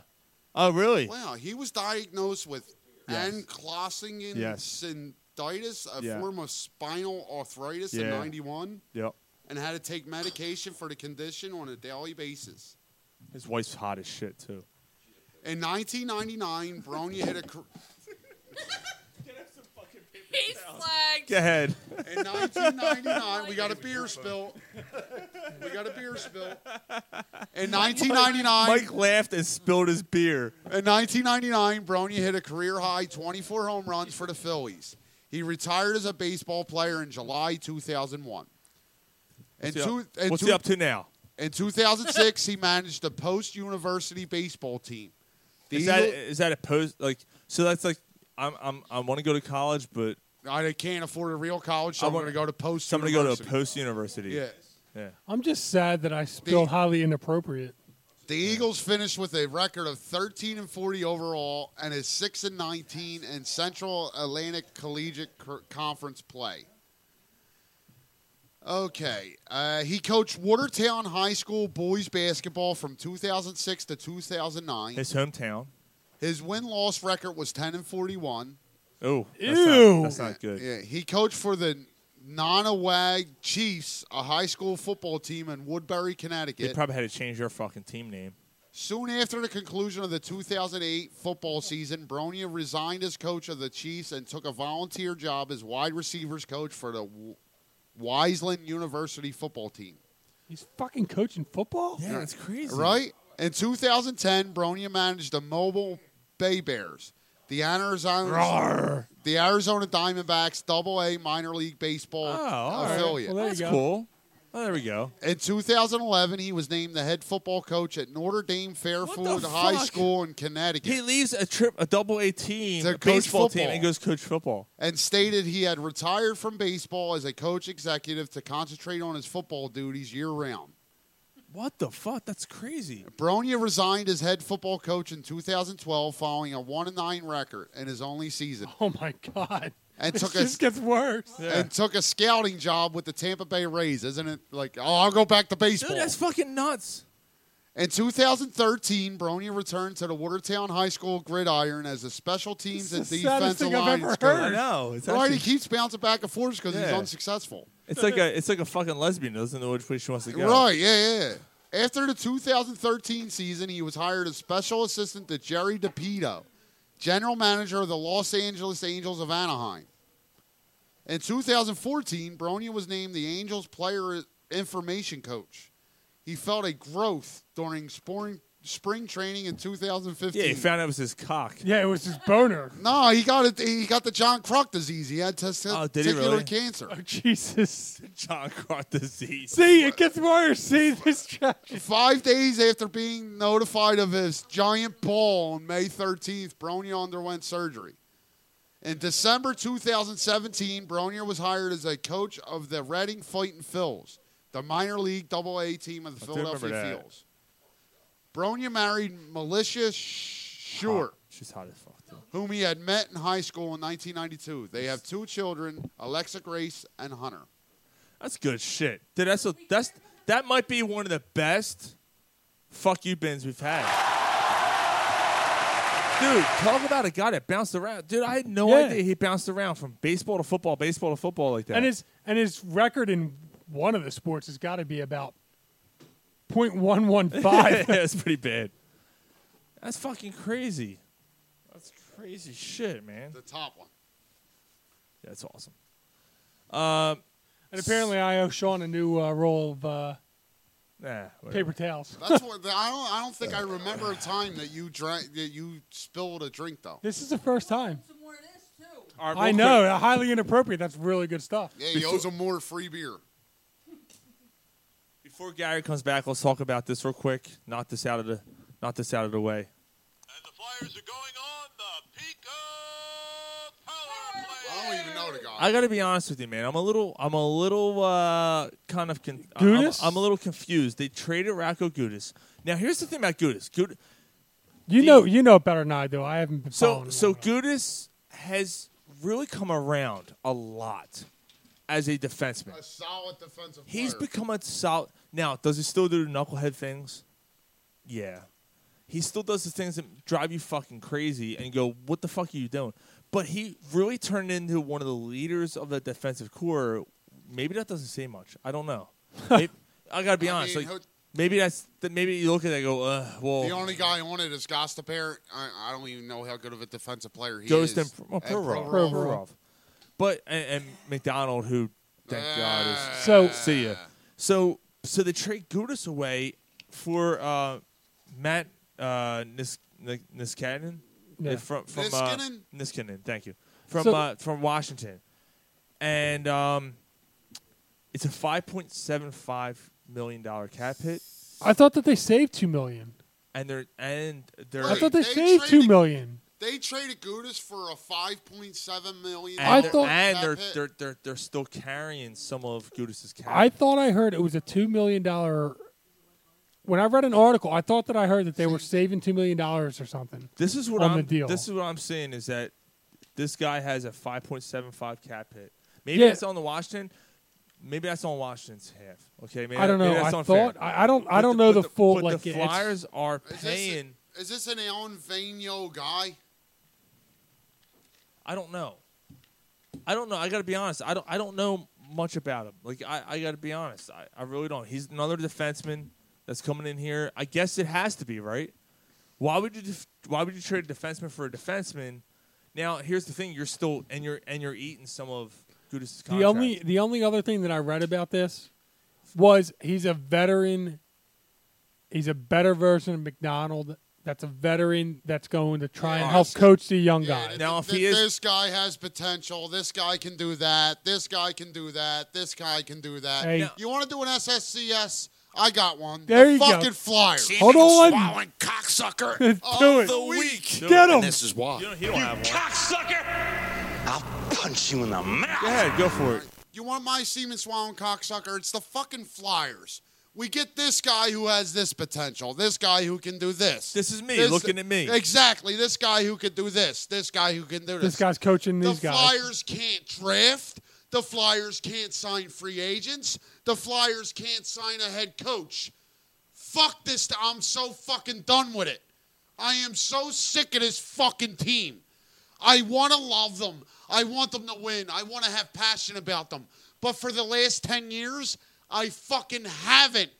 Speaker 4: Oh, really?
Speaker 8: Wow, he was diagnosed with ankylosing
Speaker 4: Yes.
Speaker 8: syncytitis, a
Speaker 4: Yeah.
Speaker 8: form of spinal arthritis in
Speaker 4: Yeah.
Speaker 8: 91,
Speaker 4: Yep.
Speaker 8: and had to take medication for the condition on a daily basis.
Speaker 4: His wife's hot as shit too.
Speaker 8: In 1999, Bronya hit a. Cr-
Speaker 13: He's flagged.
Speaker 4: Go ahead.
Speaker 8: In 1999, we got a beer spill. We got a beer spill. In 1999,
Speaker 4: Mike laughed and spilled his beer.
Speaker 8: In 1999, Bronya hit a career high 24 home runs for the Phillies. He retired as a baseball player in July 2001. In
Speaker 4: What's he
Speaker 8: two-
Speaker 4: up-
Speaker 8: in
Speaker 4: what's
Speaker 8: two-
Speaker 4: he up to now?
Speaker 8: In 2006, he managed the Post University baseball team. The
Speaker 4: Is that
Speaker 8: Eagle-
Speaker 4: is that a post like so that's like I'm I'm I want to go to college but
Speaker 8: I can't afford a real college, so
Speaker 4: I
Speaker 8: I'm
Speaker 4: want-
Speaker 8: going to go to Post.
Speaker 4: so I'm gonna go to
Speaker 8: University.
Speaker 4: a post university.
Speaker 8: Yeah.
Speaker 4: Yeah.
Speaker 2: I'm just sad that I spilled highly inappropriate.
Speaker 8: The Eagles finished with a record of 13 and 40 overall and is 6 and 19 in Central Atlantic Collegiate Co- Conference play. Okay, uh, he coached Watertown High School boys basketball from 2006 to 2009.
Speaker 4: His hometown.
Speaker 8: His win-loss record was 10 and 41.
Speaker 4: Oh,
Speaker 8: Ew.
Speaker 4: that's not good.
Speaker 8: Yeah, he coached for the Nonawag Chiefs, a high school football team in Woodbury, Connecticut.
Speaker 4: They probably had to change their fucking team name.
Speaker 8: Soon after the conclusion of the 2008 football season, Bronya resigned as coach of the Chiefs and took a volunteer job as wide receivers coach for the W- Wiseland University football team.
Speaker 2: He's fucking coaching football?
Speaker 4: Yeah, that's crazy.
Speaker 8: Right? In 2010, Bronya managed the Mobile Bay Bears, the Arizona,
Speaker 4: Roar.
Speaker 8: the Arizona Diamondbacks Double A minor league baseball
Speaker 4: Oh,
Speaker 8: affiliate.
Speaker 4: that's cool. Oh, there we go.
Speaker 8: In 2011, he was named the head football coach at Notre Dame Fairfield High
Speaker 4: fuck?
Speaker 8: School in Connecticut.
Speaker 4: He leaves a trip, a double A team,
Speaker 8: To
Speaker 4: a
Speaker 8: coach
Speaker 4: baseball team,
Speaker 8: football.
Speaker 4: and goes coach football.
Speaker 8: and stated he had retired from baseball as a coach executive to concentrate on his football duties year round.
Speaker 4: What the fuck? That's crazy.
Speaker 8: Bronya resigned as head football coach in 2012 following a 1 9 record in his only season.
Speaker 2: Oh my god.
Speaker 8: And
Speaker 2: This
Speaker 8: took
Speaker 2: just
Speaker 8: a,
Speaker 2: gets worse.
Speaker 8: and took a scouting job with the Tampa Bay Rays, isn't it? Like, oh, I'll go back to baseball.
Speaker 4: Dude, that's fucking nuts.
Speaker 8: In 2013, Bronya returned to the Watertown High School gridiron as a special teams and
Speaker 4: It's the saddest
Speaker 8: defensive
Speaker 4: thing I've
Speaker 8: line
Speaker 4: ever
Speaker 8: coach.
Speaker 4: heard. I know, it's
Speaker 8: right, he
Speaker 4: actually-
Speaker 8: keeps bouncing back and forth because he's
Speaker 4: Yeah.
Speaker 8: unsuccessful.
Speaker 4: It's like a, it's like a fucking lesbian who doesn't know which way she wants to go.
Speaker 8: Right, yeah, yeah. After the 2013 season, he was hired as special assistant to Jerry DePito, general manager of the Los Angeles Angels of Anaheim. In 2014, Bronya was named the Angels player information coach. He felt a growth during spring, spring training in 2015.
Speaker 4: Yeah, he found out it was his cock.
Speaker 2: Yeah, it was his boner.
Speaker 8: no, he got it. He got the John Kruk disease. He had
Speaker 4: Oh,
Speaker 8: testicular
Speaker 4: did he really?
Speaker 8: cancer.
Speaker 2: Oh, Jesus.
Speaker 4: John Croc disease.
Speaker 2: See, it gets worse. See this trash.
Speaker 8: Five days after being notified of his giant ball on May 13th, Bronya underwent surgery. In December 2017, Bronya was hired as a coach of the Reading Fighting Phils, the minor league Double A team of the
Speaker 4: I do remember
Speaker 8: Philadelphia
Speaker 4: that.
Speaker 8: Fields. Bronya married Militia Short,
Speaker 4: She's hot as fuck.
Speaker 8: whom he had met in high school in 1992. They have two children, Alexa Grace and Hunter.
Speaker 4: That's good shit, dude. That's a, that's that might be one of the best fuck you bins we've had. Dude, talk about a guy that bounced around. Dude, I had no
Speaker 2: Yeah.
Speaker 4: idea he bounced around from baseball to football, baseball to football like that.
Speaker 2: And his and his record in one of the sports has got to be about point one one
Speaker 4: yeah,
Speaker 2: five.
Speaker 4: that's pretty bad. That's fucking crazy. That's crazy shit, man.
Speaker 8: The top one.
Speaker 4: That's awesome.
Speaker 8: Uh,
Speaker 4: Um,
Speaker 2: And apparently, I owe Sean a new uh, roll of uh,
Speaker 4: nah, whatever.
Speaker 2: paper towels.
Speaker 8: That's what I don't. I don't think I remember a time that you drank that you spilled a drink though.
Speaker 2: This is the first time.
Speaker 4: All right,
Speaker 2: I
Speaker 4: real
Speaker 2: know,
Speaker 4: quick.
Speaker 2: highly inappropriate. That's really good stuff.
Speaker 8: Yeah, he owes him more free beer.
Speaker 4: Before Gary comes back, let's talk about this real quick. Knock this out of the, knock this out of the way.
Speaker 8: I don't even know the guy.
Speaker 4: I got to be honest with you, man. I'm a little, I'm a little uh, kind of, con- I'm-
Speaker 2: Gudas?
Speaker 4: I'm, a little confused. They traded Racco Gudis. Now, here's the thing about Gudis. Gud-
Speaker 2: You know, you know it better than I do. I haven't been
Speaker 4: so,
Speaker 2: following
Speaker 4: so Gudis has really come around a lot as a defenseman.
Speaker 8: A solid defensive
Speaker 4: He's
Speaker 8: player.
Speaker 4: become a solid. Now, does he still do the knucklehead things? Yeah. He still does the things that drive you fucking crazy and you go, what the fuck are you doing? But he really turned into one of the leaders of the defensive core. Maybe that doesn't say much. I don't know. Maybe, I gotta be
Speaker 8: I
Speaker 4: honest.
Speaker 8: mean,
Speaker 4: like,
Speaker 8: who-
Speaker 4: maybe that's th- maybe you look at that and go, uh,
Speaker 8: the
Speaker 4: well,
Speaker 8: only guy on it is Gostapair. I, I don't even know how good of a defensive player he
Speaker 4: Ghost and
Speaker 8: is.
Speaker 4: well,
Speaker 8: And
Speaker 4: Provorov.
Speaker 8: Provorov.
Speaker 4: Provorov. But and, and McDonald, who thank God
Speaker 8: Ah.
Speaker 4: is
Speaker 2: So-
Speaker 4: see ya. So so they trade Gudis away for uh, Matt uh, Nis, Nis, Niskanen
Speaker 2: Yeah.
Speaker 4: Uh, from from uh,
Speaker 8: Niskanen?
Speaker 4: Niskanen. Thank you from
Speaker 2: So-
Speaker 4: uh, from Washington, and um, it's a five point seven five million dollar cap hit,
Speaker 2: I thought that they saved two million.
Speaker 4: and they're and they're
Speaker 2: I thought they, saved two million.
Speaker 8: They traded Gudis for a five point seven million.
Speaker 4: And, they're, and they're, they're they're they're still carrying some of Gudis's cap.
Speaker 2: I thought I heard it was a two million dollar. When I read an article, I thought that I heard that they were saving two million dollars or something.
Speaker 4: This is what
Speaker 2: on
Speaker 4: I'm.
Speaker 2: the deal.
Speaker 4: This is what I'm saying is that this guy has a 5.75 cap hit. Maybe
Speaker 2: Yeah.
Speaker 4: that's on the Washington. Maybe that's on Washington's half. Okay, maybe
Speaker 2: I don't
Speaker 4: maybe
Speaker 2: know.
Speaker 4: that's
Speaker 2: I
Speaker 4: unfair.
Speaker 2: thought- I- I don't- I
Speaker 4: But
Speaker 2: don't know
Speaker 4: but
Speaker 2: the full,
Speaker 4: But
Speaker 2: like,
Speaker 4: the
Speaker 2: it's-
Speaker 4: Flyers are
Speaker 8: Is this a-
Speaker 4: paying.
Speaker 8: Is this an Alan Vano guy?
Speaker 4: I don't know. I don't know. I got to be honest. I don't. I don't know much about him. Like I, I got to be honest. I, I really don't. He's another defenseman that's coming in here. I guess it has to be right. Why would you? Def- why would you trade a defenseman for a defenseman? Now here's the thing. You're still and you're and you're eating some of Gudis' contract.
Speaker 2: The only the only other thing that I read about this was he's a veteran. He's a better version of McDonald. That's a veteran that's going to try and help coach the young guy.
Speaker 4: now if
Speaker 8: Th-
Speaker 4: he is
Speaker 8: this guy has potential. This guy can do that. This guy can do that. This guy can do that.
Speaker 2: Hey. No.
Speaker 8: You want to do an SSCS? I got one.
Speaker 2: There
Speaker 8: the
Speaker 2: you go.
Speaker 8: fucking Flyers.
Speaker 2: Hold on.
Speaker 8: Swallowing cocksucker
Speaker 2: Let's do it. Get him.
Speaker 19: And this is why.
Speaker 4: You cocksucker!
Speaker 19: I'll punch you in the mouth.
Speaker 4: Go ahead, go for it.
Speaker 8: You want my Seaman Swallowing cocksucker? It's the fucking Flyers. We get this guy who has this potential. This guy who can do this.
Speaker 4: This is me looking at me.
Speaker 8: Exactly. This guy who can do this. This guy who can do this.
Speaker 2: This guy's coaching
Speaker 8: The
Speaker 2: these guys.
Speaker 8: Flyers can't draft. The Flyers can't sign free agents. The Flyers can't sign a head coach. Fuck this. t- I'm so fucking done with it. I am so sick of this fucking team. I want to love them. I want them to win. I want to have passion about them. But for the last 10 years, I fucking haven't.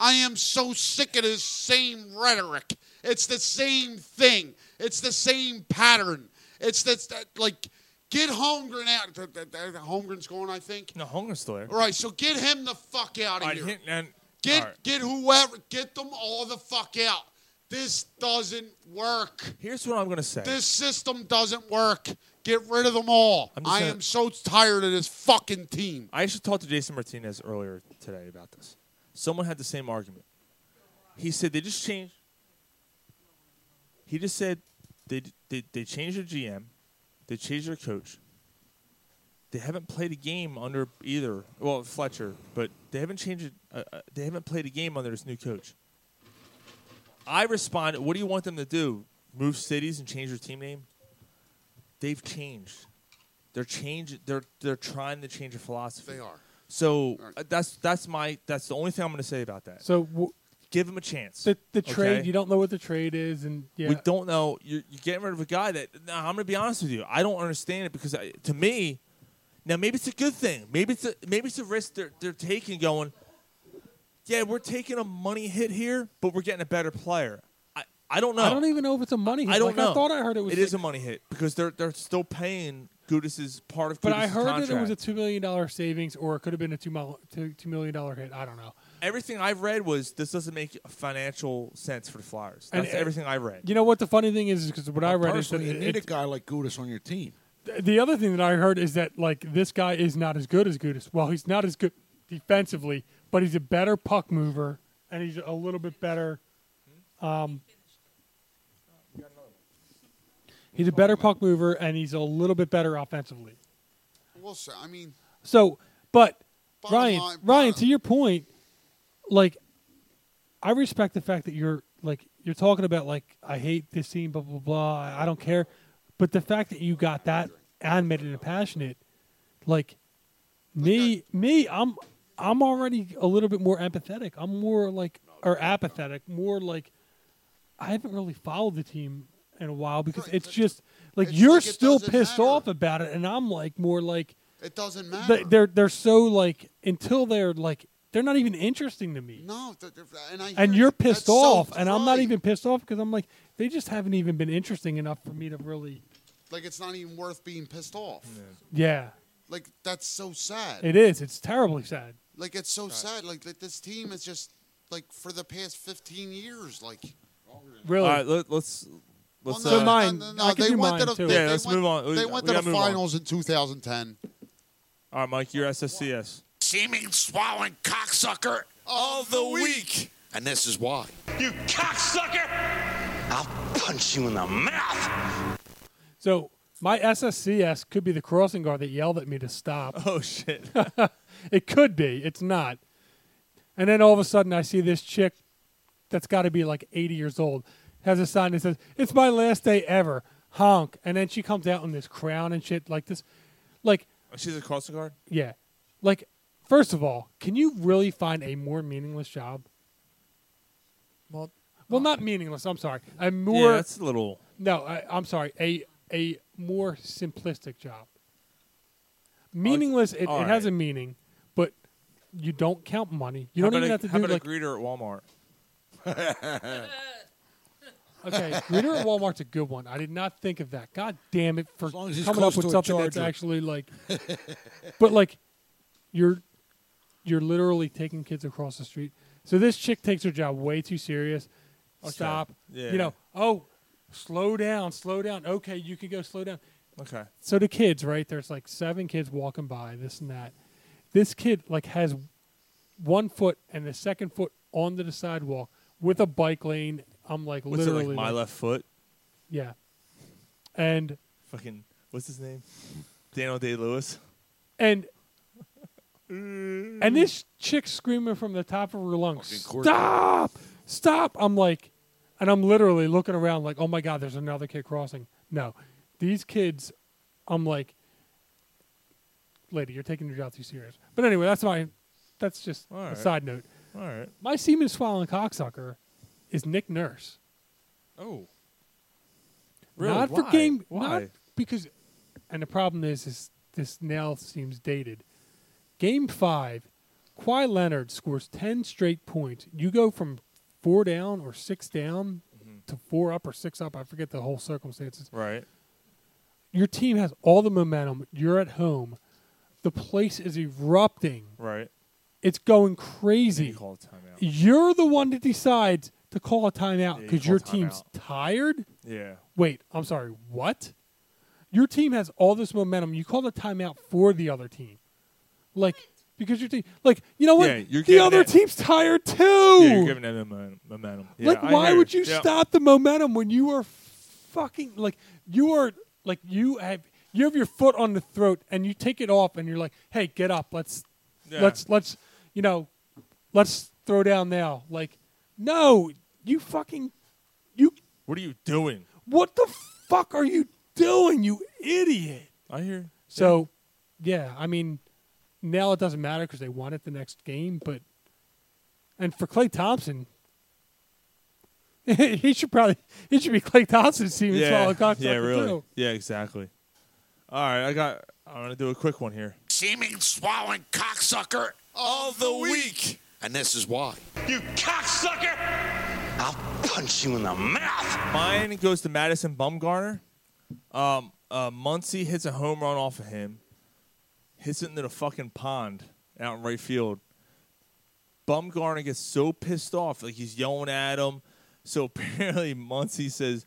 Speaker 8: I am so sick of this same rhetoric. It's the same thing. It's the same pattern. It's that's that like get Holmgren out. Th- th- th- Holmgren's going, I think.
Speaker 4: No, Holmgren's still there.
Speaker 8: All right, so get him the fuck out of
Speaker 4: All right,
Speaker 8: here.
Speaker 4: hit- and-
Speaker 8: get
Speaker 4: all right.
Speaker 8: get whoever, get them all the fuck out. This doesn't work.
Speaker 4: Here's what I'm gonna say.
Speaker 8: This system doesn't work. Get rid of them all.
Speaker 4: I'm just
Speaker 8: I
Speaker 4: gonna-
Speaker 8: am so tired of this fucking team.
Speaker 4: I actually talked to Jason Martinez earlier today about this. Someone had the same argument. He said they just changed. He just said they they they changed their GM, they changed their coach. They haven't played a game under either. Well, Fletcher, but they haven't changed. it, Uh, uh, they haven't played a game under this new coach. I responded, "What do you want them to do? Move cities and change their team name?" They've changed. They're change. They're they're trying to change their philosophy.
Speaker 8: They are.
Speaker 4: So uh, that's that's my that's the only thing I'm going to say about that.
Speaker 2: So w-
Speaker 4: give him a chance.
Speaker 2: the the trade,
Speaker 4: okay?
Speaker 2: you don't know what the trade is, and yeah,
Speaker 4: We don't know. You're, you're getting rid of a guy that. Now, I'm going to be honest with you. I don't understand it because I, to me, now maybe it's a good thing. Maybe it's a maybe it's a risk they're they're taking. Going, yeah, we're taking a money hit here, but we're getting a better player. I I don't know.
Speaker 2: I don't even know if it's a money. Hit.
Speaker 4: I don't
Speaker 2: Like,
Speaker 4: know.
Speaker 2: I thought I heard it was.
Speaker 4: It
Speaker 2: like-
Speaker 4: is a money hit because they're they're still paying Gudis's part of.
Speaker 2: But I
Speaker 4: Gudis's
Speaker 2: heard that it was
Speaker 4: contract.
Speaker 2: a two million dollar savings, or it could have been a two mil- two two million dollar hit. I don't know.
Speaker 4: Everything I've read was this doesn't make financial sense for the Flyers.
Speaker 2: And-
Speaker 4: That's everything I read.
Speaker 2: You know what the funny thing is, because what I read is that
Speaker 10: Personally, you need a
Speaker 2: it,
Speaker 10: guy like Gudis on your team.
Speaker 2: the other thing that I heard is that like this guy is not as good as Gudis. Well, he's not as good defensively, but he's a better puck mover, and he's a little bit better. Um, he's a better puck mover, and he's a little bit better offensively.
Speaker 8: We'll see. I mean,
Speaker 2: So, but
Speaker 8: Bottom
Speaker 2: Ryan,
Speaker 8: line-
Speaker 2: Ryan, to your point, like I respect the fact that you're like you're talking about like I hate this scene, blah blah blah. I, I don't care, but the fact that you got that animated and passionate, like me, me, I'm I'm already a little bit more empathetic. I'm more like or apathetic, more like I haven't really followed the team in a while because it's just like
Speaker 8: it's
Speaker 2: you're
Speaker 8: like it
Speaker 2: still
Speaker 8: doesn't
Speaker 2: pissed
Speaker 8: matter.
Speaker 2: off about it, and I'm like more like
Speaker 8: it doesn't
Speaker 2: they,
Speaker 8: matter.
Speaker 2: they're they're so like until they're like they're not even interesting to me.
Speaker 8: no, th- th- and I
Speaker 2: And
Speaker 8: hear
Speaker 2: you're
Speaker 8: it. That's
Speaker 2: pissed off,
Speaker 8: self-
Speaker 2: and I'm not even pissed off because I'm like they just haven't even been interesting enough for me to really.
Speaker 8: like it's not even worth being pissed off.
Speaker 2: Yeah,
Speaker 8: Like that's so sad.
Speaker 2: it is. It's terribly sad.
Speaker 8: Like it's so sad. Like that this team is just like for the past 15 years. Like
Speaker 2: Really.
Speaker 4: All right, let, let's let's.
Speaker 2: Well, no,
Speaker 4: uh,
Speaker 2: no, Mine. I could
Speaker 8: they
Speaker 2: do
Speaker 8: went
Speaker 2: mine,
Speaker 8: to the
Speaker 2: too.
Speaker 8: they-
Speaker 4: Yeah,
Speaker 8: they
Speaker 4: let's
Speaker 8: went-
Speaker 4: move on. We-
Speaker 8: They went
Speaker 4: we
Speaker 8: to the
Speaker 4: gotta move on.
Speaker 8: finals in 2010.
Speaker 4: all right, Mike, you're SSCS.
Speaker 19: Seeming swallowing cocksucker of the week. And this is why. You cocksucker! I'll punch you in the mouth.
Speaker 2: So my SSCS could be the crossing guard that yelled at me to stop.
Speaker 4: Oh shit!
Speaker 2: it could be. It's not. And then all of a sudden, I see this chick that's got to be like 80 years old has a sign that says, "It's my last day ever." Honk! And then she comes out in this crown and shit like this, like
Speaker 4: Oh, She's a crossing guard.
Speaker 2: yeah, like first of all, can you really find a more meaningless job?
Speaker 4: Well, uh,
Speaker 2: well, not meaningless. I'm sorry. A more
Speaker 4: that's a little-
Speaker 2: No, I, I'm sorry. A a more simplistic job. Meaningless. It,
Speaker 4: all
Speaker 2: it has a meaning, but you don't count money. You
Speaker 4: How
Speaker 2: don't
Speaker 4: about
Speaker 2: even
Speaker 4: a-
Speaker 2: have to
Speaker 4: how
Speaker 2: do
Speaker 4: about
Speaker 2: like
Speaker 4: a greeter at Walmart.
Speaker 2: okay. Greeter at Walmart's a good one. I did not think of that. God damn it for
Speaker 20: as he's
Speaker 2: coming up
Speaker 20: close
Speaker 2: with
Speaker 20: to a
Speaker 2: something that's
Speaker 20: charger.
Speaker 2: actually like. but like, you're you're literally taking kids across the street. So this chick takes her job way too serious.
Speaker 4: Okay.
Speaker 2: Stop.
Speaker 4: Yeah.
Speaker 2: You know. Oh, slow down. Slow down. Okay, you can go slow down.
Speaker 4: Okay.
Speaker 2: So the kids, right? There's like seven kids walking by, this and that. This kid like has one foot and the second foot onto the sidewalk with a bike lane. I'm like
Speaker 4: What's
Speaker 2: literally
Speaker 4: it like? My left foot.
Speaker 2: Yeah. And
Speaker 4: Fucking what's his name? Daniel Day Lewis.
Speaker 2: and and this chick screaming from the top of her lungs,
Speaker 4: Mm. Fucking Courtney.
Speaker 2: "Stop! Stop!" I'm like, and I'm literally looking around like, "Oh my god, there's another kid crossing." No, these kids, I'm like, "Lady, you're taking your job too serious." But anyway, that's my, that's just
Speaker 4: All
Speaker 2: a
Speaker 4: right.
Speaker 2: side note.
Speaker 4: All right.
Speaker 2: My semen swallowing cocksucker is Nick Nurse.
Speaker 4: Oh. Really?
Speaker 2: Not for
Speaker 4: Why?
Speaker 2: game.
Speaker 4: Why?
Speaker 2: Not because, and the problem is, is this now seems dated. Game five, Kawhi Leonard scores ten straight points. You go from four down or six down to four up or six up. I forget the whole circumstances.
Speaker 4: Mm-hmm. Right.
Speaker 2: Your team has all the momentum. You're at home. The place is erupting.
Speaker 4: Right.
Speaker 2: It's going crazy.
Speaker 4: call a timeout.
Speaker 2: You're the one that decides to call a timeout
Speaker 4: Yeah, you
Speaker 2: because
Speaker 4: call
Speaker 2: your
Speaker 4: a
Speaker 2: team's tired.
Speaker 4: Yeah.
Speaker 2: Wait, I'm sorry. What? Your team has all this momentum. You call the timeout for the other team, like because your team, like you know what?
Speaker 4: Yeah, you're
Speaker 2: the
Speaker 4: giving
Speaker 2: other
Speaker 4: it-
Speaker 2: team's tired too.
Speaker 4: Yeah, you're giving them momentum. momentum. Yeah,
Speaker 2: like,
Speaker 4: I
Speaker 2: why
Speaker 4: hear
Speaker 2: would you
Speaker 4: Yeah.
Speaker 2: stop the momentum when you are fucking like you are like you have you have your foot on the throat and you take it off and you're like, hey, get up. Let's
Speaker 4: Yeah.
Speaker 2: let's let's you know let's throw down now. Like, no, you fucking you
Speaker 4: What are you doing?
Speaker 2: what the fuck are you doing, you idiot?
Speaker 4: I hear.
Speaker 2: So, yeah, I mean, now it doesn't matter because they won it the next game. But and for Clay Thompson, he should probably he should be Clay Thompson's team.
Speaker 4: yeah.
Speaker 2: swallow cocksucker,
Speaker 4: yeah. Really.
Speaker 2: too.
Speaker 4: Yeah. Exactly. All right. I got. I'm gonna do a quick one here.
Speaker 19: Seeming swallowing cocksucker all the week. And this is why. You cocksucker! I'll punch you in the mouth.
Speaker 4: Mine goes to Madison Bumgarner. Um, uh, Muncie hits a home run off of him, hits it into the fucking pond out in right field. Bumgarner gets so pissed off, like he's yelling at him. So apparently Muncie says,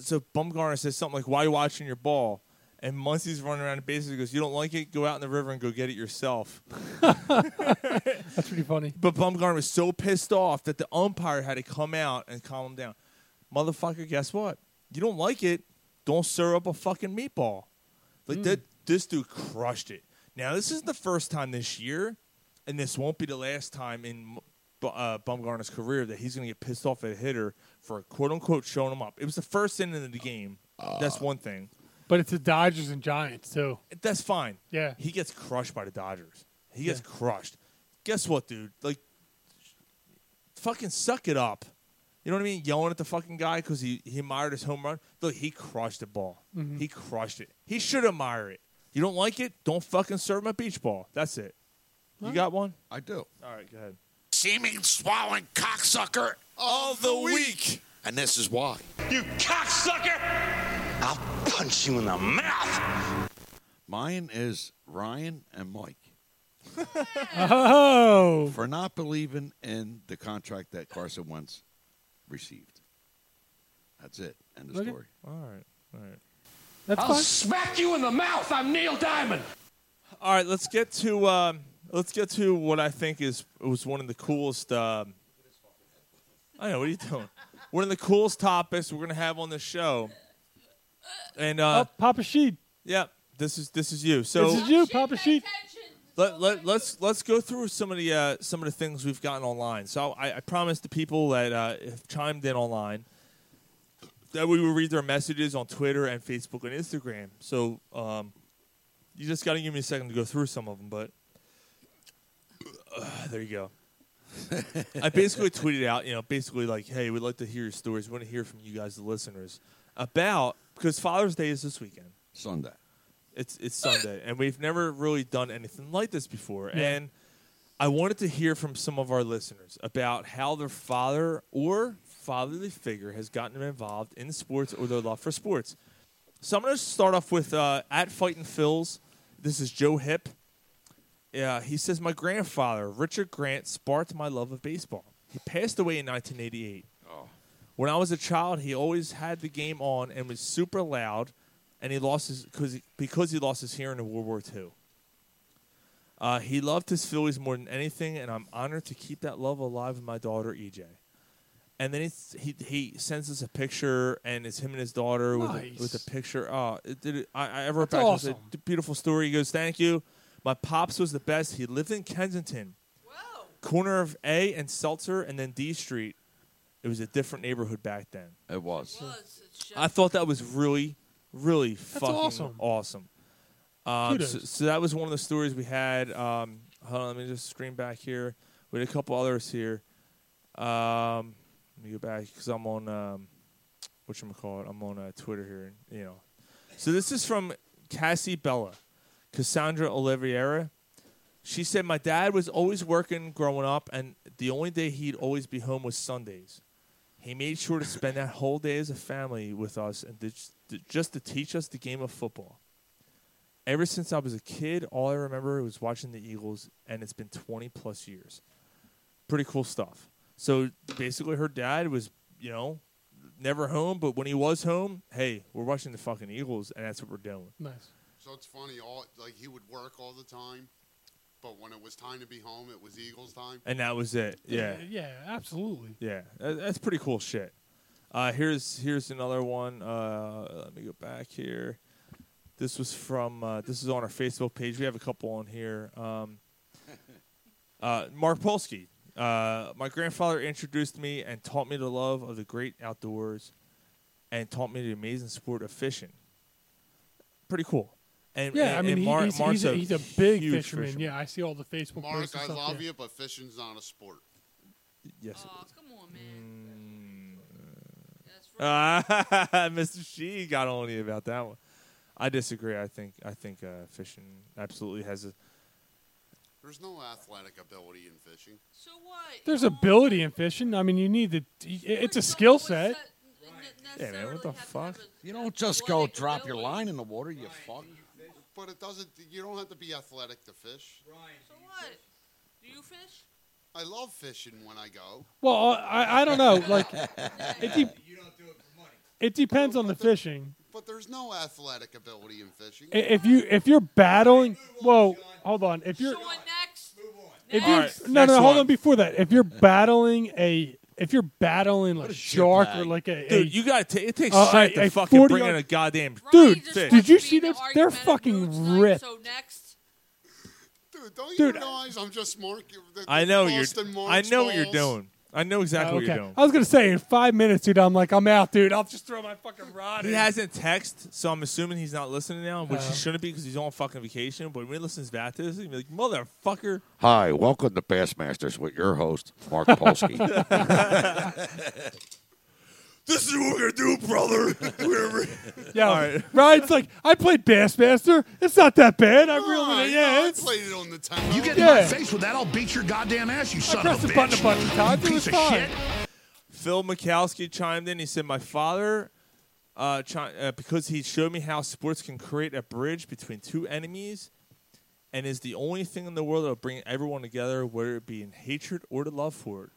Speaker 4: so Bumgarner says something like, "Why you watching your ball?" And Muncie's running around the bases. He goes, "You don't like it? Go out in the river and go get it yourself."
Speaker 2: That's pretty funny.
Speaker 4: But Bumgarner was so pissed off that the umpire had to come out and calm him down. Motherfucker, guess what? You don't like it, don't serve up a fucking meatball. Like that
Speaker 2: Mm.
Speaker 4: this dude crushed it. Now this is the first time this year, and this won't be the last time in Bu- uh, Bumgarner's career that he's going to get pissed off at a hitter for quote unquote showing him up. It was the first inning of the game. That's one thing.
Speaker 2: But it's the Dodgers and Giants too.
Speaker 4: That's fine.
Speaker 2: Yeah.
Speaker 4: He gets crushed by the Dodgers. He gets
Speaker 2: Yeah.
Speaker 4: crushed. Guess what, dude? Like, fucking suck it up. You know what I mean? Yelling at the fucking guy because he, he admired his home run. Look, he crushed the ball.
Speaker 2: Mhm.
Speaker 4: He crushed it. He should admire it. You don't like it? Don't fucking serve him a beach ball. That's it. You got one?
Speaker 10: I do.
Speaker 4: All right, go ahead.
Speaker 19: Seeming swallowing cocksucker all the week. And this is why. You cocksucker! I'll punch you in the mouth.
Speaker 10: Mine is Ryan and Mike.
Speaker 2: Oh.
Speaker 10: For not believing in the contract that Carson Wentz received. That's it. End of
Speaker 4: Okay.
Speaker 10: story.
Speaker 4: All right. All right.
Speaker 2: That's
Speaker 4: I'll fine.
Speaker 19: smack you in the mouth. I'm Neil Diamond.
Speaker 4: All right, let's get to um, let's get to what I think is was one of the coolest. Um, I know what are you doing? one of the coolest topics we're gonna have on the show. And uh,
Speaker 2: Oh, Papa Sheed.
Speaker 4: Yeah, this is this is you. So
Speaker 2: this is you, Papa Sheet.
Speaker 4: Let, let, let's let's go through some of the uh, some of the things we've gotten online. So I, I promised the people that uh, have chimed in online that we will read their messages on Twitter and Facebook and Instagram. So um, you just got to give me a second to go through some of them, but uh, there you go. I basically tweeted out, you know, basically like, hey, we'd like to hear your stories. We want to hear from you guys, the listeners, about because Father's Day is this weekend.
Speaker 10: Sunday.
Speaker 4: It's it's Sunday, and we've never really done anything like this before.
Speaker 10: Yeah.
Speaker 4: And I wanted to hear from some of our listeners about how their father or fatherly figure has gotten them involved in sports or their love for sports. So I'm going to start off with uh, at Fighting Phils. This is Joe Hip. Yeah, he says my grandfather Richard Grant sparked my love of baseball. He passed away in 1988.
Speaker 10: Oh.
Speaker 4: When I was a child, he always had the game on and was super loud, and he lost his cause he, because he lost his hearing in World War II. Uh, he loved his Phillies more than anything, and I'm honored to keep that love alive with my daughter EJ. And then it's, he he sends us a picture, and it's him and his daughter
Speaker 10: Nice.
Speaker 4: with a, with a picture. Oh, it, did it, I, I ever
Speaker 10: That's
Speaker 4: back and said,
Speaker 10: awesome.
Speaker 4: "D- beautiful story. He goes, thank you. My pops was the best. He lived in Kensington, corner of A and Seltzer, and then D Street. It was a different neighborhood back then.
Speaker 10: It was.
Speaker 4: I thought that was really, really fucking
Speaker 10: awesome.
Speaker 4: awesome. Um,
Speaker 10: Kudos.
Speaker 4: so, so that was one of the stories we had. Um, hold on, let me just screen back here. We had a couple others here. Um, let me go back because I'm on um, what you call it. I'm on uh, Twitter here. You know, so this is from Cassie Bella, Cassandra Oliveira. She said, "My dad was always working growing up, and the only day he'd always be home was Sundays. He made sure to spend that whole day as a family with us, and to, to- just to teach us the game of football. Ever since I was a kid, all I remember was watching the Eagles, and it's been 20 plus years. Pretty cool stuff. So basically, her dad was, you know, never home, but when he was home, hey, we're watching the fucking Eagles, and that's what we're doing.
Speaker 2: Nice.
Speaker 8: So it's funny. All like he would work all the time, but when it was time to be home, it was Eagles time.
Speaker 4: And that was it. Yeah.
Speaker 2: Yeah, absolutely.
Speaker 4: Yeah, tha- that's pretty cool shit. Uh, here's here's another one. Uh, let me go back here. This was from uh, this is on our Facebook page. We have a couple on here. Um, uh, Mark Polsky. Uh, my grandfather introduced me and taught me the love of the great outdoors, and taught me the amazing sport of fishing. Pretty cool. And
Speaker 2: yeah,
Speaker 4: and-
Speaker 2: I mean,
Speaker 4: and
Speaker 2: he-
Speaker 4: Mar-
Speaker 2: he's, he's
Speaker 4: Mark's
Speaker 2: a, he's a big
Speaker 4: huge
Speaker 2: fisherman. Yeah, I see all the Facebook
Speaker 8: Mark,
Speaker 2: posts. and
Speaker 8: I
Speaker 2: stuff,
Speaker 8: love
Speaker 2: yeah.
Speaker 8: you, but fishing's not a sport.
Speaker 4: Yes. Oh,
Speaker 13: come on,
Speaker 2: Mm.
Speaker 13: man.
Speaker 4: Ah, Mr. She got on you about that one. I disagree. I think I think uh, fishing absolutely has a.
Speaker 8: There's no athletic ability in fishing.
Speaker 13: So what?
Speaker 2: There's ability in fishing. I mean, you need the. it- It's a skill set.
Speaker 10: Yeah, man, what the fuck? You don't just go drop your line in the water, you fuck.
Speaker 8: But it doesn't. You don't have to be athletic to fish.
Speaker 13: So what? Do you fish?
Speaker 8: I love fishing when I go.
Speaker 2: Well, uh, I, I don't know. Like, it, de- it depends on the fishing.
Speaker 8: But there's no athletic ability in fishing.
Speaker 2: I- If you if you're battling, whoa, hold on. If you're If
Speaker 13: Next.
Speaker 2: you're,
Speaker 13: Alright,
Speaker 2: no, no,
Speaker 13: next
Speaker 2: hold
Speaker 13: one.
Speaker 2: on. Before that, if you're battling a, if you're battling like a shark or like a,
Speaker 4: Dude,
Speaker 2: a-
Speaker 4: you got to. It takes
Speaker 2: uh,
Speaker 4: strength
Speaker 2: a-
Speaker 4: to
Speaker 2: a
Speaker 4: fucking
Speaker 2: 40
Speaker 4: bring in
Speaker 2: yard-
Speaker 4: a goddamn
Speaker 2: dude.
Speaker 4: fish.
Speaker 2: Did you see those? They're fucking ripped.
Speaker 13: Oh,
Speaker 8: Dude, don't
Speaker 2: Dude,
Speaker 8: you realize I'm just Mark? the-
Speaker 4: I know you're.
Speaker 8: Boston
Speaker 4: I
Speaker 8: March
Speaker 4: know what you're
Speaker 8: balls?
Speaker 4: doing. I know
Speaker 2: Oh,
Speaker 4: exactly what you're doing.
Speaker 2: I was gonna say in five minutes, dude. I'm like, I'm out, dude. I'll just throw my fucking rod.
Speaker 4: He
Speaker 2: in.
Speaker 4: hasn't texted, so I'm assuming he's not listening now, which
Speaker 2: Oh.
Speaker 4: he shouldn't be because he's on fucking vacation. But when he listens back to this, he'll be like, "Motherfucker!"
Speaker 10: Hi, welcome to Bassmasters with your host, Mark Polsky.
Speaker 4: this is what we're gonna do, brother. Whatever.
Speaker 2: Yeah,
Speaker 4: All right.
Speaker 2: Ryan's like, I played Bassmaster. It's not that bad. I reeled it in. Yeah, it's
Speaker 8: played it on the time.
Speaker 19: You get
Speaker 2: Yeah.
Speaker 19: in my face with that, I'll beat your goddamn ass, you son of
Speaker 2: pressed
Speaker 19: a
Speaker 2: the
Speaker 19: bitch.
Speaker 2: button a bunch of times. It
Speaker 19: You
Speaker 2: was
Speaker 19: piece of shit.
Speaker 2: fine.
Speaker 4: Phil Mikowski chimed in. He said, "My father, uh, chi- uh, because he showed me how sports can create a bridge between two enemies, and is the only thing in the world that'll bring everyone together, whether it be in hatred or the love for it."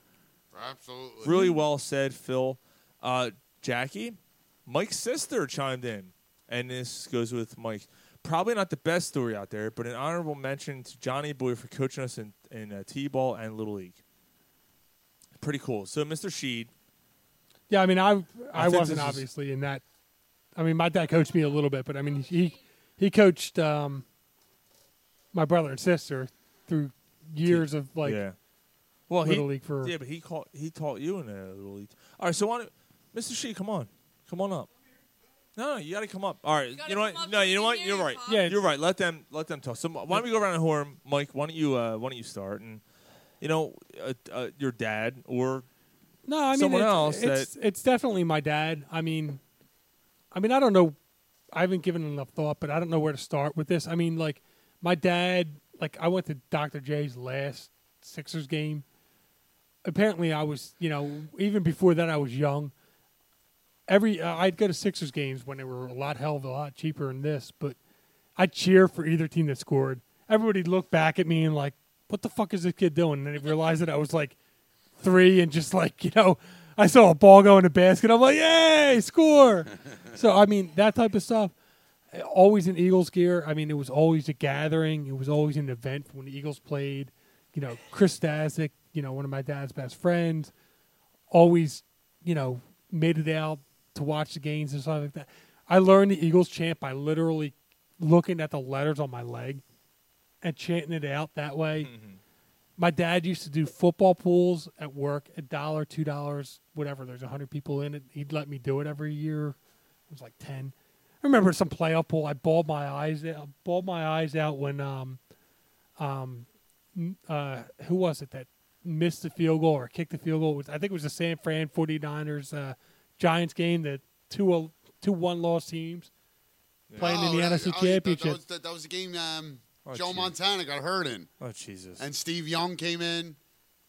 Speaker 8: Absolutely.
Speaker 4: Really well said, Phil. Uh, Jackie, Mike's sister chimed in, and this goes with Mike. Probably not the best story out there, but an honorable mention to Johnny Boy for coaching us in, in uh, T-ball and Little League. Pretty cool. So, Mr. Sheed,
Speaker 2: Yeah, I mean, I
Speaker 6: I
Speaker 2: I,
Speaker 6: think
Speaker 2: wasn't
Speaker 6: this is-
Speaker 2: obviously in that. I mean, my dad coached me a little bit, but I mean, he he coached um, my brother and sister through years of like
Speaker 4: Yeah. Well,
Speaker 2: little
Speaker 4: he,
Speaker 2: league for
Speaker 4: yeah, but he caught he taught you in a little league. All right, so why don't, Mr. Shee, come on, come on up. No, no, you got to come up. All right, you, know what? No, you know what? You're right. Yeah, you're right. Let them let them talk. So why don't we go around the horn, Mike? Why don't you uh, why don't you start and you know uh, uh, your dad or
Speaker 2: No, I mean
Speaker 4: someone
Speaker 2: it's,
Speaker 4: else
Speaker 2: It's,
Speaker 4: that
Speaker 2: it's definitely my dad. I mean, I mean, I don't know. I haven't given it enough thought, but I don't know where to start with this. I mean, like my dad. Like I went to Dr. J's last Sixers game. Apparently, I was you know even before that I was young. Every uh, I'd go to Sixers games when they were a lot hell of a lot cheaper than this, but I cheer for either team that scored. Everybody looked back at me and like, what the fuck is this kid doing? And they realized that I was like three and just like you know i saw a ball go in the basket i'm like yay score so i mean that type of stuff always in eagles gear i mean it was always a gathering it was always an event when the eagles played you know chris Stasic, you know one of my dad's best friends always you know made it out to watch the games and stuff like that i learned the eagles chant by literally looking at the letters on my leg and chanting it out that way
Speaker 8: Mm-hmm.
Speaker 2: my dad used to do football pools at work a dollar two dollars whatever there's a hundred people in it he'd let me do it every year it was like ten i remember some playoff pool i bawled my eyes out bawled my eyes out when um um n- uh who was it that missed the field goal or kicked the field goal It was- i think it was the san fran 49ers uh giants game the two two one loss teams playing in the
Speaker 8: Oh,
Speaker 2: nfc
Speaker 8: that- oh, yeah, that-
Speaker 2: championship
Speaker 8: That, was, that, that was the game um,
Speaker 4: Oh,
Speaker 8: Joe
Speaker 4: geez.
Speaker 8: Montana got hurt in.
Speaker 4: oh Jesus
Speaker 8: And Steve Young came in.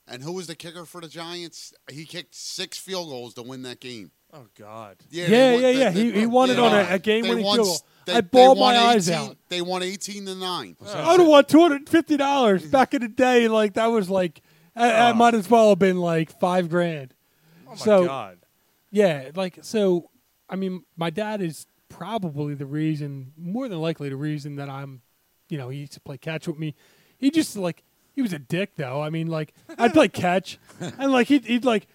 Speaker 8: And who was the kicker for the Giants? He kicked six field goals to win that game.
Speaker 4: oh God
Speaker 8: Yeah,
Speaker 2: Yeah,
Speaker 8: they
Speaker 2: yeah,
Speaker 8: won- they-
Speaker 2: yeah.
Speaker 8: they-
Speaker 2: He- he won it on a- a game-winning
Speaker 8: they won
Speaker 2: field
Speaker 8: s-
Speaker 2: goal.
Speaker 8: they-
Speaker 2: I
Speaker 8: they
Speaker 2: bawled my
Speaker 8: won
Speaker 2: eyes
Speaker 8: 18
Speaker 2: out.
Speaker 8: They won eighteen to nine.
Speaker 4: Oh,
Speaker 2: I would have won two hundred and fifty dollars back in the day. Like that was like I, I might as well have been like five grand. Oh
Speaker 4: Oh. my
Speaker 2: so,
Speaker 4: God.
Speaker 2: Yeah, like so. I mean, my dad is probably the reason, more than likely, the reason that I'm. You know, he used to play catch with me. He just like he was a dick though. I mean, like I'd play catch, and like he'd, he'd like.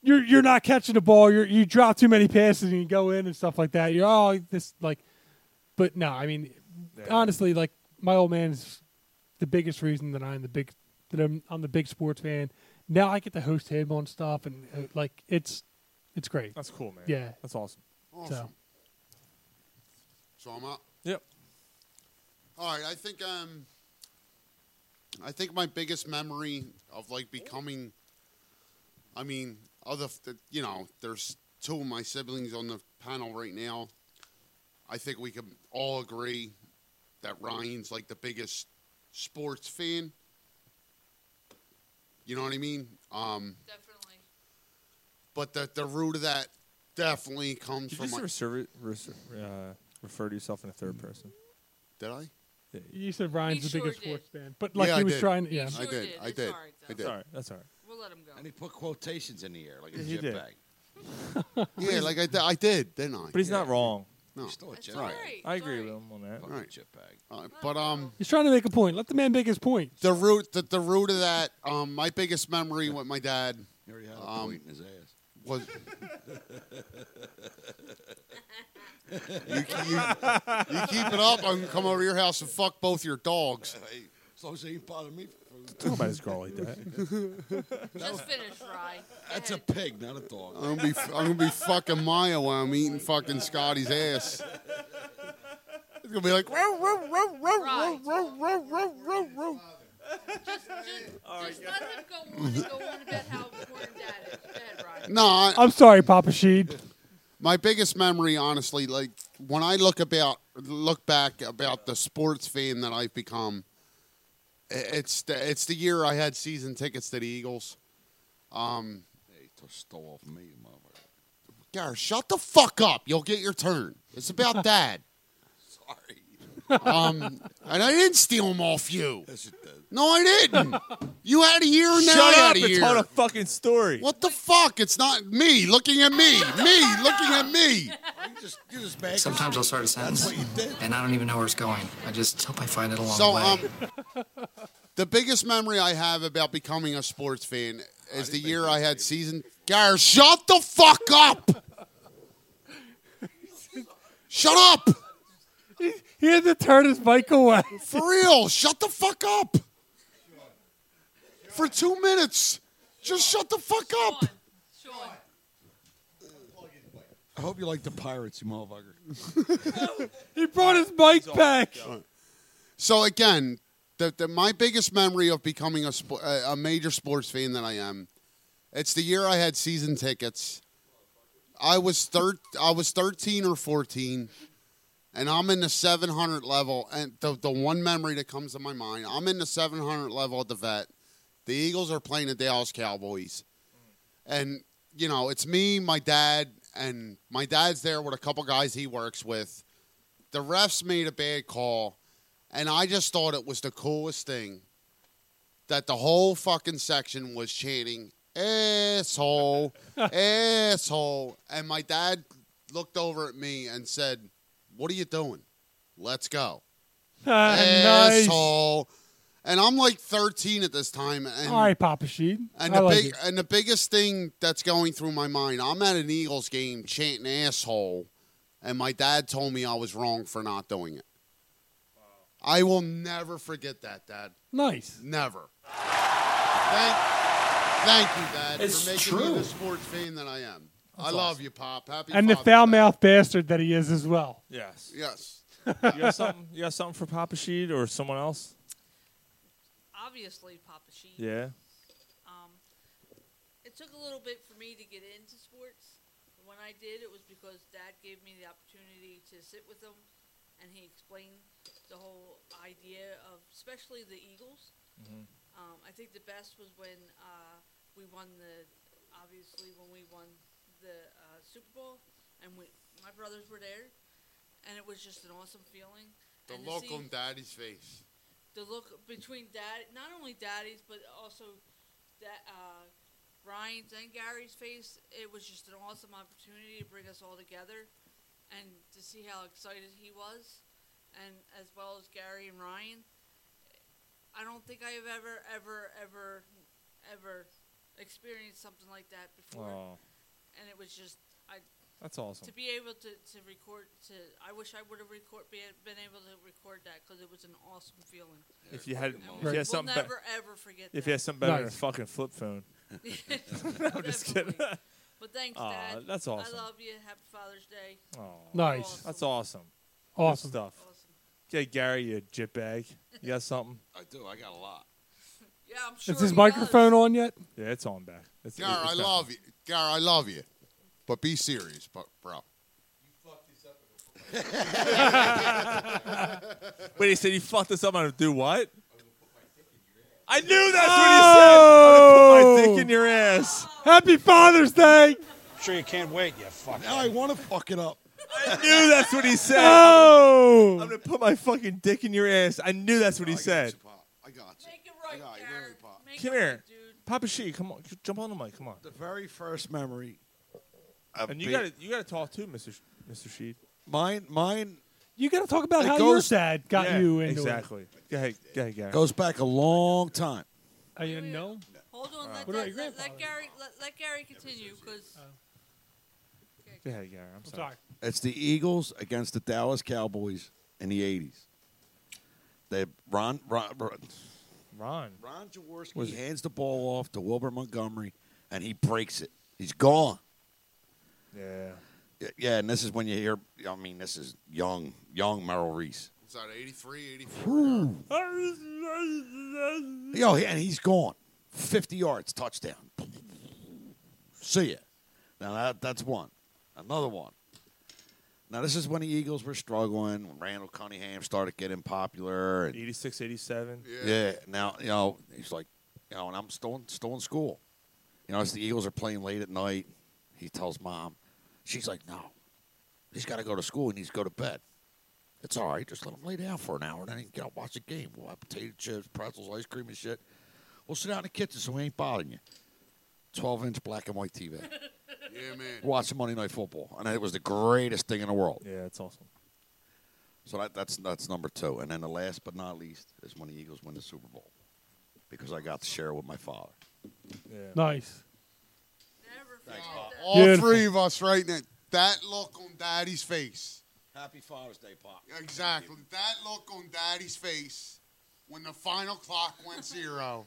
Speaker 2: You're, you're not catching the ball. You're, you drop too many passes and you go in and stuff like that. You're all this like, but no, I mean, honestly, like my old man's the biggest reason that I'm the big that I'm, I'm the big sports fan. Now I get to host him on stuff, and uh, like it's it's great.
Speaker 4: that's cool, man.
Speaker 2: Yeah,
Speaker 4: that's awesome.
Speaker 2: So
Speaker 8: Awesome. So I'm up.
Speaker 4: Yep.
Speaker 8: All right, I think um, I think my biggest memory of like becoming, I mean, other f- you know, there's two of my siblings on the panel right now. I think we can all agree that Ryan's like the biggest sports fan. You know what I mean? Um, definitely. But the the root of that definitely comes
Speaker 4: Did you
Speaker 8: from
Speaker 4: just
Speaker 8: my, Mm.
Speaker 4: reserve, reser uh, refer to yourself in the third person?
Speaker 8: did I?
Speaker 2: you said Ryan's the biggest sports fan, but like
Speaker 8: Yeah,
Speaker 2: he
Speaker 8: I
Speaker 2: was
Speaker 8: did.
Speaker 2: trying.
Speaker 8: He
Speaker 2: Yeah,
Speaker 8: sure I did, did. I It's did, all right, I though. did.
Speaker 4: All right, that's all right.
Speaker 13: We'll let him go.
Speaker 10: And he put quotations in the air like a
Speaker 4: Yeah, he did.
Speaker 10: jetpack.
Speaker 8: yeah, like I, di- I did, didn't I?
Speaker 4: But he's not wrong.
Speaker 8: No,
Speaker 10: Still a jetpack.
Speaker 8: right.
Speaker 4: I agree with him on that.
Speaker 10: Fucking jetpack.
Speaker 8: Uh, but um,
Speaker 2: he's trying to make a point. Let the man make his point.
Speaker 8: the root, the, the root of that, um, my biggest memory with my dad
Speaker 10: He already had a
Speaker 8: Um,
Speaker 10: point in his ass.
Speaker 8: was
Speaker 10: you,
Speaker 8: you keep it up, I'm gonna come over to your house and fuck both your dogs.
Speaker 10: As long as he ain't bothering me. for food.
Speaker 4: Talk about his girl like that.
Speaker 13: Just finish, Rye.
Speaker 10: That's a pig, not a dog.
Speaker 8: I'm gonna be, I'm gonna be fucking Maya while I'm eating fucking Scotty's ass. It's gonna be like, "Row, row, row, row, row, row, row, row, row, row."
Speaker 13: Just, just, just let him go on and go on about how important that is. Go ahead, Rye.
Speaker 8: no, I,
Speaker 2: I'm sorry, Papa Sheed.
Speaker 8: my biggest memory honestly like when i look about look back about the sports fan that i've become i- it's the, it's the year i had season tickets to the eagles um
Speaker 10: Hey, he t- stole off me, motherfucker.
Speaker 8: Gar, shut the fuck up you'll get your turn it's about dad sorry um and i didn't steal them off you no i didn't you had a year and
Speaker 4: Shut
Speaker 8: now I
Speaker 4: up
Speaker 8: had a
Speaker 4: and
Speaker 8: year.
Speaker 4: tell the fucking story.
Speaker 8: what the fuck it's not me looking at me me looking at me
Speaker 10: You just, you just bag
Speaker 21: Sometimes I'll start a sentence, and I don't even know where it's going. I just hope I find it along
Speaker 8: So,
Speaker 21: the way.
Speaker 8: um, the biggest memory I have about becoming a sports fan is the year I had season Gar, shut the fuck up. shut up.
Speaker 2: He had to turn his mic away.
Speaker 8: For real, shut the fuck up. For two minutes. Just shut the fuck up.
Speaker 20: I hope you like the Pirates, you motherfucker.
Speaker 2: he brought his mic back.
Speaker 8: So again, the, the, my biggest memory of becoming a, spo- a a major sports fan that I am, it's the year I had season tickets. I was thir- I was thirteen or fourteen, and I'm in the seven hundred level. And the the one memory that comes to my mind, I'm in the seven hundred level at the vet. The Eagles are playing the Dallas Cowboys, and you know it's me, my dad, and my dad's there with a couple guys he works with. The refs made a bad call. And I just thought it was the coolest thing that the whole fucking section was chanting, asshole, asshole. And my dad looked over at me and said, What are you doing? Let's go.
Speaker 2: Ah, nice.
Speaker 8: asshole. And I'm like 13 at this time. And
Speaker 2: All right, Papa Sheed.
Speaker 8: and
Speaker 2: I
Speaker 8: the
Speaker 2: like
Speaker 8: big
Speaker 2: it.
Speaker 8: and the biggest thing that's going through my mind, I'm at an Eagles game chanting asshole, and my dad told me I was wrong for not doing it. I will never forget that, Dad.
Speaker 2: Nice.
Speaker 8: Never. Thank, thank you, Dad,
Speaker 20: It's
Speaker 8: for making
Speaker 20: true.
Speaker 8: me the sports fan that I am. I
Speaker 20: That's
Speaker 8: love
Speaker 20: awesome.
Speaker 8: you, Pop. Happy
Speaker 2: And the
Speaker 8: Father's
Speaker 2: foul mouthed bastard that he is as well.
Speaker 4: Yes.
Speaker 8: Yes.
Speaker 4: you got something? You got something for Papa Sheed or someone else?
Speaker 13: Obviously, Papa Sheet.
Speaker 4: Yeah.
Speaker 13: Um, it took a little bit for me to get into sports. When I did, it was because Dad gave me the opportunity to sit with him, and he explained the whole idea of, especially the Eagles.
Speaker 22: Mhm.
Speaker 13: Um, I think the best was when uh, we won the, obviously when we won the uh, Super Bowl, and we, my brothers were there, and it was just an awesome feeling.
Speaker 8: The
Speaker 13: and to
Speaker 8: look
Speaker 13: see-
Speaker 8: on Daddy's face.
Speaker 13: the look between dad, not only daddy's, but also that uh, Ryan's and Gary's face. It was just an awesome opportunity to bring us all together, and to see how excited he was, and as well as Gary and Ryan. I don't think I have ever, ever, ever, ever experienced something like that before,
Speaker 4: Aw.
Speaker 13: and it was just I.
Speaker 4: That's awesome.
Speaker 13: To be able to, to record to, I wish I would have record be, been able to record that because it was an awesome feeling.
Speaker 4: If you had,
Speaker 13: And
Speaker 4: if you
Speaker 13: we'll
Speaker 4: had something, be-
Speaker 13: never ever forget.
Speaker 4: If
Speaker 13: that.
Speaker 4: you had something better than a
Speaker 2: Nice.
Speaker 4: fucking flip phone. I'm just
Speaker 13: Definitely.
Speaker 4: kidding.
Speaker 13: But thanks,
Speaker 4: Aw,
Speaker 13: Dad.
Speaker 4: That's awesome.
Speaker 13: I love you. Happy Father's Day.
Speaker 4: Aw.
Speaker 2: Nice. Awesome.
Speaker 4: That's awesome.
Speaker 2: Awesome.
Speaker 4: Good stuff. Okay, Gary, you jitbag. You got something?
Speaker 10: I do. I got a lot.
Speaker 13: Yeah, I'm sure.
Speaker 2: is his microphone on yet?
Speaker 4: Yeah, it's on back. It's,
Speaker 8: Gar, I love you. Gar, I love you. But be serious, bu- bro.
Speaker 4: Wait, he said you fucked this up. I'm gonna do what? I knew that's
Speaker 2: Oh!
Speaker 4: what he said. I'm gonna put my dick in your ass.
Speaker 2: Happy Father's Day.
Speaker 20: I'm sure you can't wait, you fuck. Now I want to fuck it up.
Speaker 4: I knew that's what he said.
Speaker 2: No!
Speaker 4: I'm gonna put my fucking dick in your ass. I knew that's what he said.
Speaker 8: I got you.
Speaker 13: Make it right, Gary. Make
Speaker 4: Come
Speaker 13: it
Speaker 4: here,
Speaker 13: right, dude.
Speaker 4: Papa She. Come on, jump on the mic. Come on.
Speaker 20: The very first memory.
Speaker 4: And you gotta, you gotta talk too, Mister, Mister Sheed.
Speaker 20: Mine, mine.
Speaker 2: You got to talk about
Speaker 20: It
Speaker 2: how
Speaker 20: goes-
Speaker 2: your dad got
Speaker 4: Yeah,
Speaker 2: you into
Speaker 4: exactly. Go ahead, go ahead, Gary.
Speaker 20: It goes back a long time.
Speaker 2: it. I didn't know.
Speaker 13: Hold on. Let,
Speaker 2: What about
Speaker 13: let,
Speaker 2: your
Speaker 13: let, let Gary. Let, let Gary continue because
Speaker 4: Go ahead, Gary. I'm sorry.
Speaker 10: It's the Eagles against the Dallas Cowboys in the '80s. They Ron Ron, Ron
Speaker 4: Ron.
Speaker 20: Ron Jaworski
Speaker 10: he hands the ball off to Wilbur Montgomery, and he breaks it. He's gone.
Speaker 4: Yeah.
Speaker 10: Y- Yeah, and this is when you hear. I mean, this is young, young Merrill Reese.
Speaker 8: Was that 83, 84?
Speaker 10: Whew. Yo, and he's gone. 50 yards, touchdown. See ya. Now, that, that's one. Another one. Now, this is when the Eagles were struggling, when Randall Cunningham started getting popular. And,
Speaker 4: 86, 87.
Speaker 10: yeah. now, you know, he's like, you know, and I'm still in, still in school. You know, it's the Eagles are playing late at night. He tells mom. She's like, no. He's got to go to school. He needs to go to bed. It's all right. Just let him lay down for an hour, and then he can get up, watch the game. We'll have potato chips, pretzels, ice cream, and shit. We'll sit out in the kitchen so we ain't bothering you. 12 inch black and white TV.
Speaker 8: Yeah, man.
Speaker 10: Watching Monday Night Football. And it was the greatest thing in the world.
Speaker 4: Yeah, it's awesome.
Speaker 10: So that, that's, that's number two. And then the last but not least is when the Eagles win the Super Bowl because I got to share it with my father.
Speaker 4: Yeah.
Speaker 2: Nice.
Speaker 13: never
Speaker 8: All
Speaker 2: Beautiful.
Speaker 8: three of us right now. That look on Daddy's face.
Speaker 10: Happy Father's Day, Pop.
Speaker 8: Exactly. That look on Daddy's face when the final clock went zero.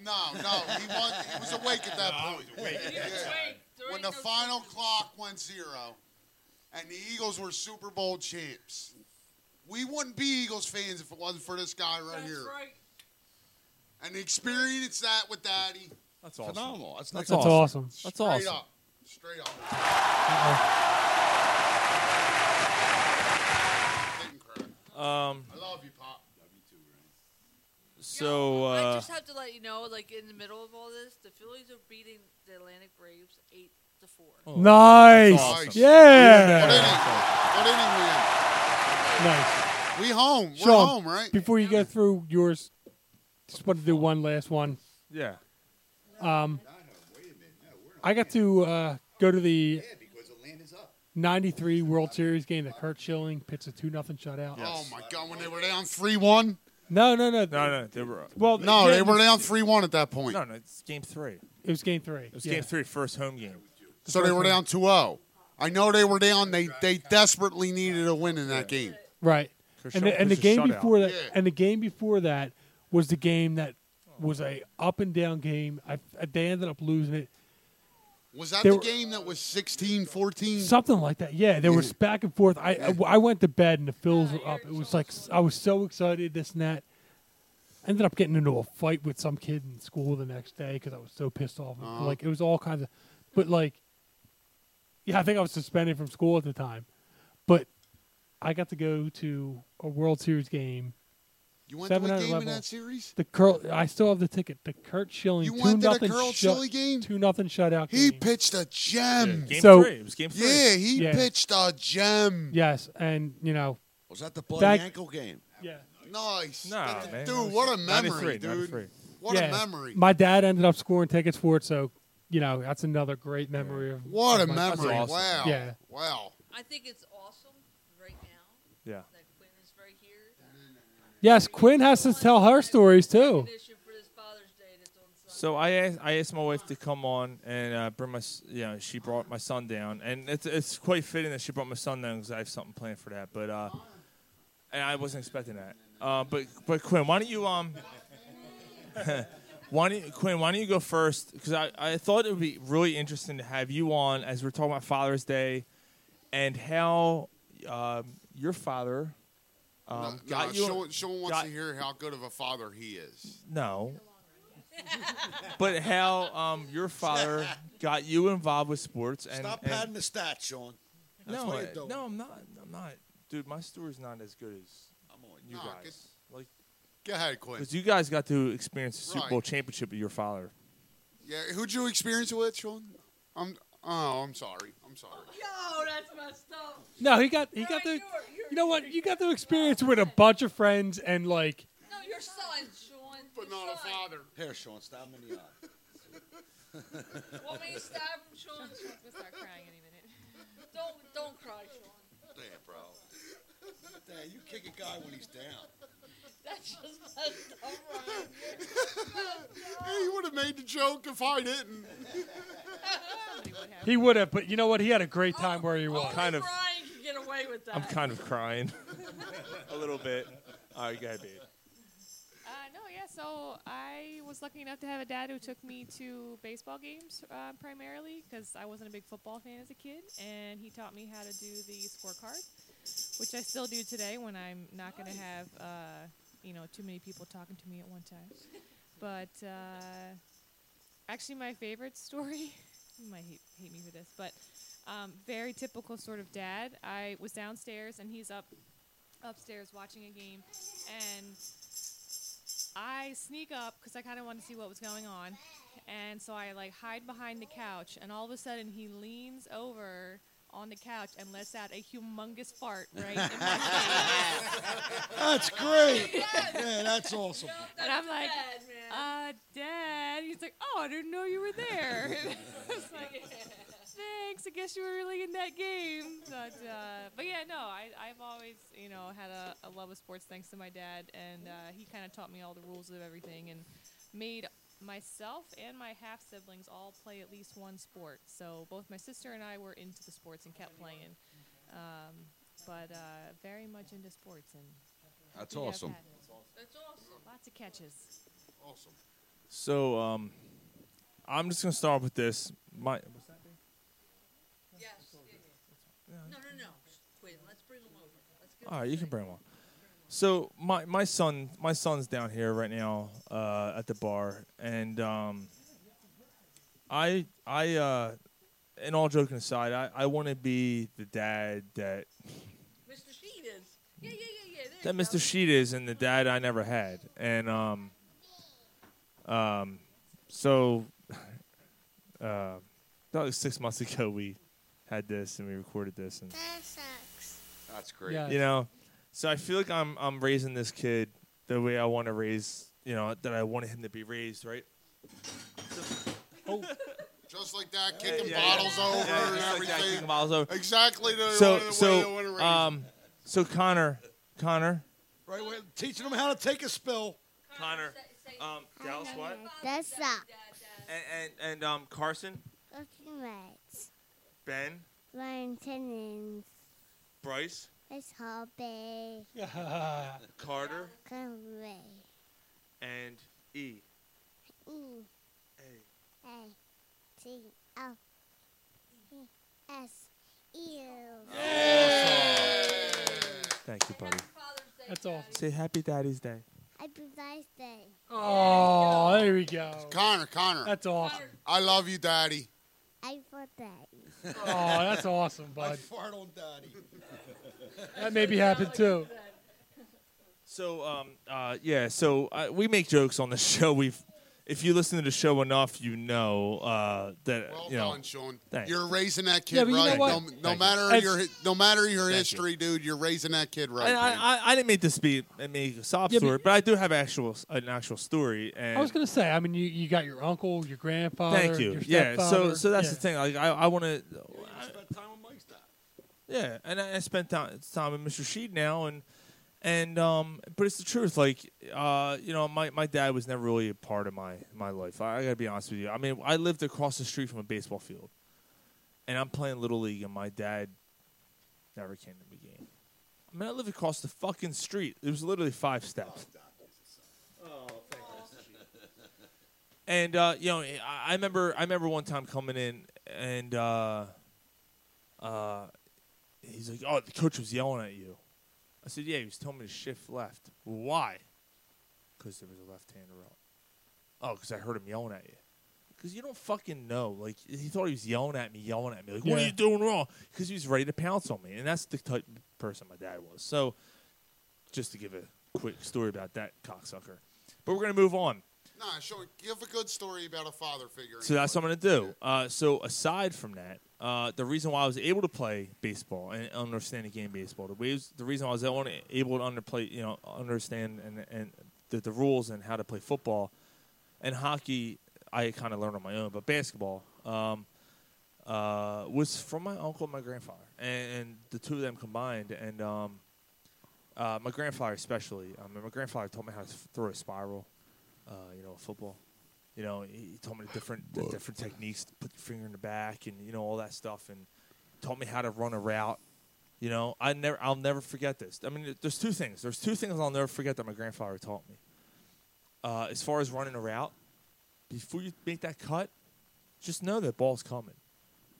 Speaker 8: No, no, he was, he was awake at that
Speaker 22: No, I was
Speaker 8: point.
Speaker 22: awake at that time.
Speaker 8: Yeah. When the final clock went zero, and the Eagles were Super Bowl champs, we wouldn't be Eagles fans if it wasn't for this guy right here.
Speaker 13: right.
Speaker 8: And experience that with Daddy.
Speaker 10: That's awesome. Phenomenal. That's,
Speaker 2: That's awesome. awesome.
Speaker 8: Straight
Speaker 2: That's awesome.
Speaker 8: Up. Straight up.
Speaker 4: Um,
Speaker 2: Oh.
Speaker 8: I love you, Pop.
Speaker 4: so
Speaker 13: I
Speaker 4: uh,
Speaker 13: just have to let you know, like in the middle of all this, the Phillies are beating the Atlantic Braves eight to four.
Speaker 2: Oh, Nice. Yeah.
Speaker 8: What inning? What inning
Speaker 2: Nice.
Speaker 8: we in? We home. We're
Speaker 2: Sean,
Speaker 8: home, right?
Speaker 2: Before you go through yours, just want to do one last one.
Speaker 4: Yeah.
Speaker 2: Um, I got to uh, go to the '93 World Series game that Kurt Schilling pits a two nothing shutout.
Speaker 8: Oh my God! When they were down three one.
Speaker 2: No, no, no.
Speaker 4: No, no, they were.
Speaker 2: Well,
Speaker 8: no,
Speaker 2: yeah,
Speaker 8: they were
Speaker 2: it's-
Speaker 8: down three one at that point.
Speaker 4: no, no, it's game three.
Speaker 2: It was game three.
Speaker 4: It was
Speaker 2: yeah.
Speaker 4: game three, first home game.
Speaker 8: So they were down 2-0. I know they were down. They they desperately needed a win in that game.
Speaker 2: Right.
Speaker 8: For
Speaker 2: And
Speaker 8: sure.
Speaker 2: the, and the
Speaker 8: It's a
Speaker 2: game
Speaker 8: shutout.
Speaker 2: before that,
Speaker 8: Yeah.
Speaker 2: and the game before that was the game that was a up and down game. I, I- they ended up losing it,
Speaker 8: Was that
Speaker 2: They
Speaker 8: the
Speaker 2: were-
Speaker 8: game that was 16-14?
Speaker 2: something like that. Yeah, there was
Speaker 8: Yeah.
Speaker 2: back and forth. I I, I went to bed and the Phils were up. It was like s- I was so excited, this and that. Ended up getting into a fight with some kid in school the next day because I was so pissed off.
Speaker 8: Uh-huh.
Speaker 2: Like it was all kinds of, but like, yeah, I think I was suspended from school at the time, but I got to go to a World Series game.
Speaker 8: You went to
Speaker 2: seven
Speaker 8: a
Speaker 2: out of
Speaker 8: game in
Speaker 2: 11.
Speaker 8: that series?
Speaker 2: The curl. I still have the ticket. The Kurt Schilling.
Speaker 8: You
Speaker 2: two
Speaker 8: went to the
Speaker 2: nothing
Speaker 8: Kurt
Speaker 2: shut-
Speaker 8: Schilling game?
Speaker 2: Two nothing shutout.
Speaker 8: He
Speaker 2: game.
Speaker 8: pitched a gem.
Speaker 2: Yeah, game So- three.
Speaker 4: It was game
Speaker 2: three.
Speaker 8: Yeah, he
Speaker 2: Yeah.
Speaker 8: pitched a gem.
Speaker 2: Yes, and you know.
Speaker 10: Was that
Speaker 2: back-
Speaker 10: game?
Speaker 2: Yeah.
Speaker 8: Nice.
Speaker 4: Nah,
Speaker 8: That-
Speaker 4: man,
Speaker 8: dude, what a
Speaker 4: 93,
Speaker 8: memory, dude.
Speaker 4: 93.
Speaker 8: What
Speaker 2: yeah,
Speaker 8: a memory.
Speaker 2: My dad ended up scoring tickets for it, so you know that's another great memory of.
Speaker 8: What a
Speaker 2: of my-
Speaker 8: memory. Wow.
Speaker 2: Yeah.
Speaker 8: Wow.
Speaker 13: I think it's awesome right now.
Speaker 4: Yeah.
Speaker 13: That Quinn is right here.
Speaker 2: Yes, Quinn has to tell her stories too.
Speaker 4: So I asked, I asked my wife to come on and uh, bring my, s- you know, she brought my son down, and it's it's quite fitting that she brought my son down because I have something planned for that. But uh, and I wasn't expecting that. Uh, but but Quinn, why don't you um, why don't you, Quinn, why don't you go first? Because I, I thought it would be really interesting to have you on as we're talking about Father's Day, and how um, your father um,
Speaker 8: No,
Speaker 4: got you.
Speaker 8: Sean, Sean wants
Speaker 4: got-
Speaker 8: to hear how good of a father he is.
Speaker 4: No, but how um, your father got you involved with sports and
Speaker 10: Stop
Speaker 4: and-
Speaker 10: padding the stats, Sean. That's
Speaker 4: no,
Speaker 10: what
Speaker 4: I-
Speaker 10: you're doing.
Speaker 4: no, I'm not. I'm not, dude. My story's not as good as you
Speaker 8: Nah,
Speaker 4: guys.
Speaker 8: get-
Speaker 4: like,
Speaker 8: go ahead, Quinn.
Speaker 4: Because you guys got to experience the Super
Speaker 8: Right.
Speaker 4: Bowl championship with your father.
Speaker 8: Yeah, who'd you experience it with, Sean? I'm. Oh, I'm sorry. I'm sorry.
Speaker 13: Yo, that's messed up.
Speaker 2: No, he got he got the. You know what? You got the experience with a bunch of friends and like.
Speaker 13: No, your son, Sean. But
Speaker 8: not a father.
Speaker 10: Here, Sean, stab him in the eye.
Speaker 13: Want me to stab him, Sean? start crying any minute. Don't don't cry, Sean.
Speaker 10: Damn, bro. Damn, you kick a guy when he's down.
Speaker 13: That's just messed up, Ryan.
Speaker 8: Hey, you would have made the joke if I didn't.
Speaker 2: He would have, but you know what? He had a great time where he was.
Speaker 4: Oh, kind of.
Speaker 13: Ryan can get away with that.
Speaker 4: I'm kind of crying a little bit. All right, go ahead, babe.
Speaker 23: Uh, no, yeah. So I was lucky enough to have a dad who took me to baseball games uh, primarily because I wasn't a big football fan as a kid, and he taught me how to do the scorecard, which I still do today when I'm not going to have uh, you know too many people talking to me at one time. But uh, actually, my favorite story. you might hate, hate me for this, but um, very typical sort of dad. I was downstairs and he's up upstairs watching a game, and I sneak up because I kind of wanted to see what was going on, and so I like hide behind the couch, and all of a sudden he leans over on the couch and lets out a humongous fart right in my face.
Speaker 10: That's great. Yeah, that's awesome.
Speaker 23: And I'm like, uh, Dad. He's like, oh, I didn't know you were there. I was like, thanks. I guess you were really in that game. But, uh, but yeah, no, I, I've always, you know, had a, a love of sports thanks to my dad. And uh, he kind of taught me all the rules of everything and made Myself and my half siblings all play at least one sport, so both my sister and I were into the sports and kept playing, um, but uh, very much into sports and.
Speaker 10: That's
Speaker 23: we have
Speaker 10: awesome.
Speaker 23: had
Speaker 13: That's awesome.
Speaker 23: Lots of catches.
Speaker 10: Awesome.
Speaker 4: So um, I'm just gonna start with this. My
Speaker 13: Yes. yeah, yeah. No, no, no. Quinn, let's bring him over. Let's get
Speaker 4: all right, you can bring them on. So my my son my son's down here right now uh, at the bar, and um, I I uh, and all joking aside, I, I want to be the dad that
Speaker 13: Mr. Sheet is. Yeah, yeah, yeah, yeah. There
Speaker 4: that
Speaker 13: you go.
Speaker 4: Mr. Sheet is and the dad I never had. And um um so uh about like six months ago we had this and we recorded this and
Speaker 10: That's great.
Speaker 4: you know, so I feel like I'm I'm raising this kid the way I want to raise, you know, that I wanted him to be raised, right?
Speaker 8: Just like that, kicking
Speaker 4: yeah, yeah.
Speaker 8: bottles
Speaker 4: Yeah,
Speaker 8: over
Speaker 4: yeah,
Speaker 8: and
Speaker 4: just like that,
Speaker 8: everything.
Speaker 4: kicking bottles over.
Speaker 8: Exactly the way
Speaker 4: So
Speaker 8: they
Speaker 4: so
Speaker 8: wanna raise
Speaker 4: um so Connor Connor
Speaker 20: Right, we're teaching them how to take a spill.
Speaker 4: Connor um Dallas what?
Speaker 3: That sucks.
Speaker 4: And and, and um Carson,
Speaker 3: Looking right.
Speaker 4: Ben,
Speaker 3: Ryan Tennant.
Speaker 4: Bryce,
Speaker 3: It's hobby.
Speaker 4: Carter,
Speaker 3: Come away.
Speaker 4: and E.
Speaker 3: E. A. T. O. E. S. E.
Speaker 4: Thank you, buddy.
Speaker 2: That's awesome.
Speaker 4: Say happy Daddy's Day.
Speaker 3: Happy birthday.
Speaker 2: Oh, there we go.
Speaker 8: Connor, Connor.
Speaker 2: That's awesome.
Speaker 8: I love you, Daddy.
Speaker 3: I for daddy.
Speaker 2: Oh, that's awesome, bud.
Speaker 20: Fart on daddy.
Speaker 2: That maybe happened too.
Speaker 4: So, um, uh, yeah. So uh, we make jokes on the show. We've, if you listen to the show enough, you know uh, that.
Speaker 8: Well
Speaker 4: you know,
Speaker 8: done, Sean.
Speaker 4: Thanks.
Speaker 8: You're raising that
Speaker 4: Yeah,
Speaker 8: kid
Speaker 4: but you know
Speaker 8: right.
Speaker 4: what?
Speaker 8: No,
Speaker 4: Thank
Speaker 8: no
Speaker 4: you.
Speaker 8: matter
Speaker 4: That's-
Speaker 8: your hi- no matter your
Speaker 4: Thank you.
Speaker 8: history, dude, you're raising that kid right.
Speaker 4: I, I, I, I didn't make this be make a sob
Speaker 2: Yeah, but-
Speaker 4: story, but I do have actual an actual story. And
Speaker 2: I was gonna say. I mean, you, you got your uncle, your grandfather.
Speaker 4: thank you.
Speaker 2: Your
Speaker 4: yeah.
Speaker 2: stepfather.
Speaker 4: So so that's the
Speaker 2: Yeah.
Speaker 4: thing. Like I, I want to.
Speaker 20: time on Mike's dad.
Speaker 4: Yeah, and I, I spent time, time with Mr. Sheed now, and and um, but it's the truth. Like, uh, you know, my, my dad was never really a part of my my life. I, I gotta be honest with you. I mean, I lived across the street from a baseball field, and I'm playing little league, and my dad never came to the game. I mean, I live across the fucking street. It was literally five steps. And uh, you know, I, I remember I remember one time coming in and uh, uh, he's like, "Oh, the coach was yelling at you." I said, "Yeah, he was telling me to shift left." Why? Because there was a left-hander out. Oh, because I heard him yelling at you. Because you don't fucking know. Like he thought he was yelling at me, yelling at me. Like, what are
Speaker 2: Yeah.
Speaker 4: you doing wrong? Because he was ready to pounce on me, and that's the type of person my dad was. So, just to give a quick story about that cocksucker. But we're gonna move on.
Speaker 8: Nah, Sean, give a good story about a father figure.
Speaker 4: So that's what I'm going to do. Uh, so aside from that, uh, the reason why I was able to play baseball and understand the game of baseball, the ways, the reason why I was able to- able to underplay, you know, understand and and the, the rules and how to play football and hockey, I kind of learned on my own. But basketball um, uh, was from my uncle and my grandfather, and, and the two of them combined. And um, uh, my grandfather especially. I mean, my grandfather taught me how to f- throw a spiral, uh, you know, football. You know, he he taught me the different the different techniques to put your finger in the back and you know all that stuff, and taught me how to run a route. You know, I never I'll never forget this. I mean, there- there's two things. There's two things I'll never forget that my grandfather taught me. Uh, as far as running a route, before you make that cut, just know that ball's coming.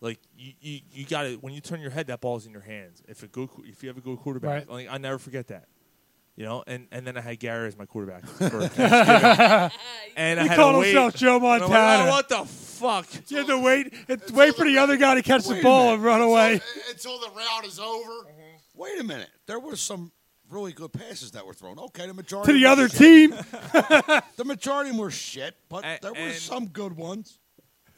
Speaker 4: Like you, you, you got to when you turn your head, that ball's in your hands. If a good, qu- if you have a good quarterback,
Speaker 2: Right.
Speaker 4: like I never forget that. You know, and, and then I had Gary as my quarterback for Thanksgiving. and I
Speaker 2: He
Speaker 4: had
Speaker 2: called
Speaker 4: to wait.
Speaker 2: himself Joe
Speaker 4: And I'm like,
Speaker 2: Montana.
Speaker 4: "Oh, what the fuck?
Speaker 2: You had to wait. It's wait for the other guy to catch the ball and run away.
Speaker 8: Uh, Until the route is over.
Speaker 10: Wait a minute. There were some really good passes that were thrown. Okay, the majority
Speaker 2: To the
Speaker 10: were
Speaker 2: other
Speaker 10: shit.
Speaker 2: team.
Speaker 10: the majority of them were shit, but
Speaker 4: A-
Speaker 10: there were
Speaker 4: and-
Speaker 10: some good ones.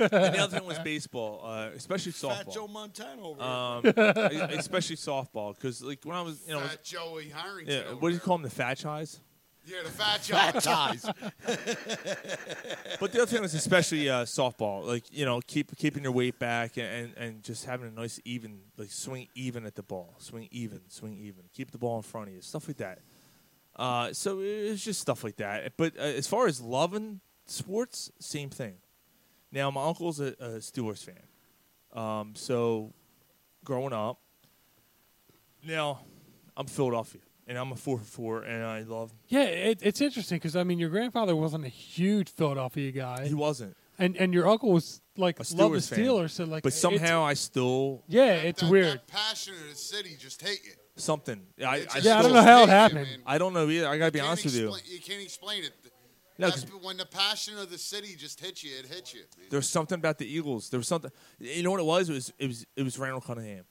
Speaker 4: and the other thing was baseball, uh, especially softball.
Speaker 10: Fat Joe Montana over
Speaker 4: um,
Speaker 10: here.
Speaker 4: e- especially softball, because like when I was, you know,
Speaker 8: Fat Joey Harrington
Speaker 4: yeah,
Speaker 8: over
Speaker 4: what do you call them, the fat eyes?
Speaker 8: Yeah, the fat Joe.
Speaker 10: Fat ties.
Speaker 4: but the other thing was especially uh, softball, like you know, keep keeping your weight back and, and, and just having a nice even, like swing even at the ball, swing even, swing even, keep the ball in front of you, stuff like that. Uh, so it was just stuff like that. But uh, as far as loving sports, same thing. Now, my uncle's a, a Steelers fan. Um, so, growing up, now I'm Philadelphia, and I'm a four for four, and I love
Speaker 2: Yeah, it, it's interesting because I mean, your grandfather wasn't a huge Philadelphia guy. He
Speaker 4: wasn't,
Speaker 2: and and your uncle was like
Speaker 4: a
Speaker 2: loved the
Speaker 4: Steelers fan.
Speaker 2: Steelers. So like,
Speaker 4: but
Speaker 2: it's-
Speaker 4: somehow I still
Speaker 2: yeah, it's weird.
Speaker 8: Passion of the city just hate you.
Speaker 4: something. I,
Speaker 8: It
Speaker 4: I
Speaker 8: just Yeah, I don't
Speaker 4: still-
Speaker 8: know how it happened.
Speaker 4: I don't know either. I gotta be honest with you.
Speaker 8: Explain- You can't explain it.
Speaker 4: No,
Speaker 8: That's
Speaker 4: 'cause-
Speaker 8: when the passion of the city just hits you. It hits you. man.
Speaker 4: There's something about the Eagles. There was something. You know what it was? It was it was it was Randall Cunningham.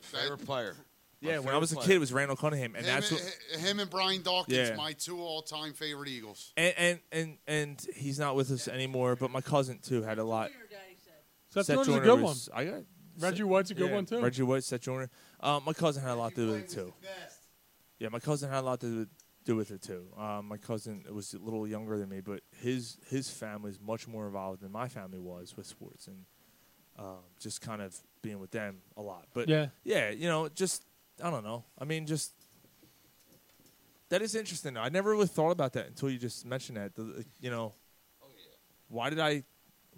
Speaker 10: Favorite player. My
Speaker 4: Yeah, when I
Speaker 10: favorite
Speaker 4: was a
Speaker 10: player.
Speaker 4: kid, it was Randall Cunningham, and
Speaker 8: him,
Speaker 4: that's what,
Speaker 8: and, him and Brian Dawkins,
Speaker 4: Yeah.
Speaker 8: my two all-time favorite Eagles.
Speaker 4: and, and and and he's not with us anymore. But my cousin too had a lot.
Speaker 2: Seth
Speaker 4: Seth
Speaker 2: Joyner's a
Speaker 4: Joyner
Speaker 2: good
Speaker 4: was-
Speaker 2: one.
Speaker 4: I got
Speaker 2: Reggie White's a good
Speaker 4: yeah,
Speaker 2: one, too.
Speaker 4: Reggie White, Seth Joyner. Um, my cousin had a lot to do with it too. Yeah, my cousin had a lot to do with it too. Um, my cousin was a little younger than me, but his his family is much more involved than my family was with sports and um, just kind of being with them a lot. But
Speaker 2: Yeah.
Speaker 4: yeah, you know, just I don't know. I mean, just that is interesting. I never really thought about that until you just mentioned that. The- the- you know, why did I,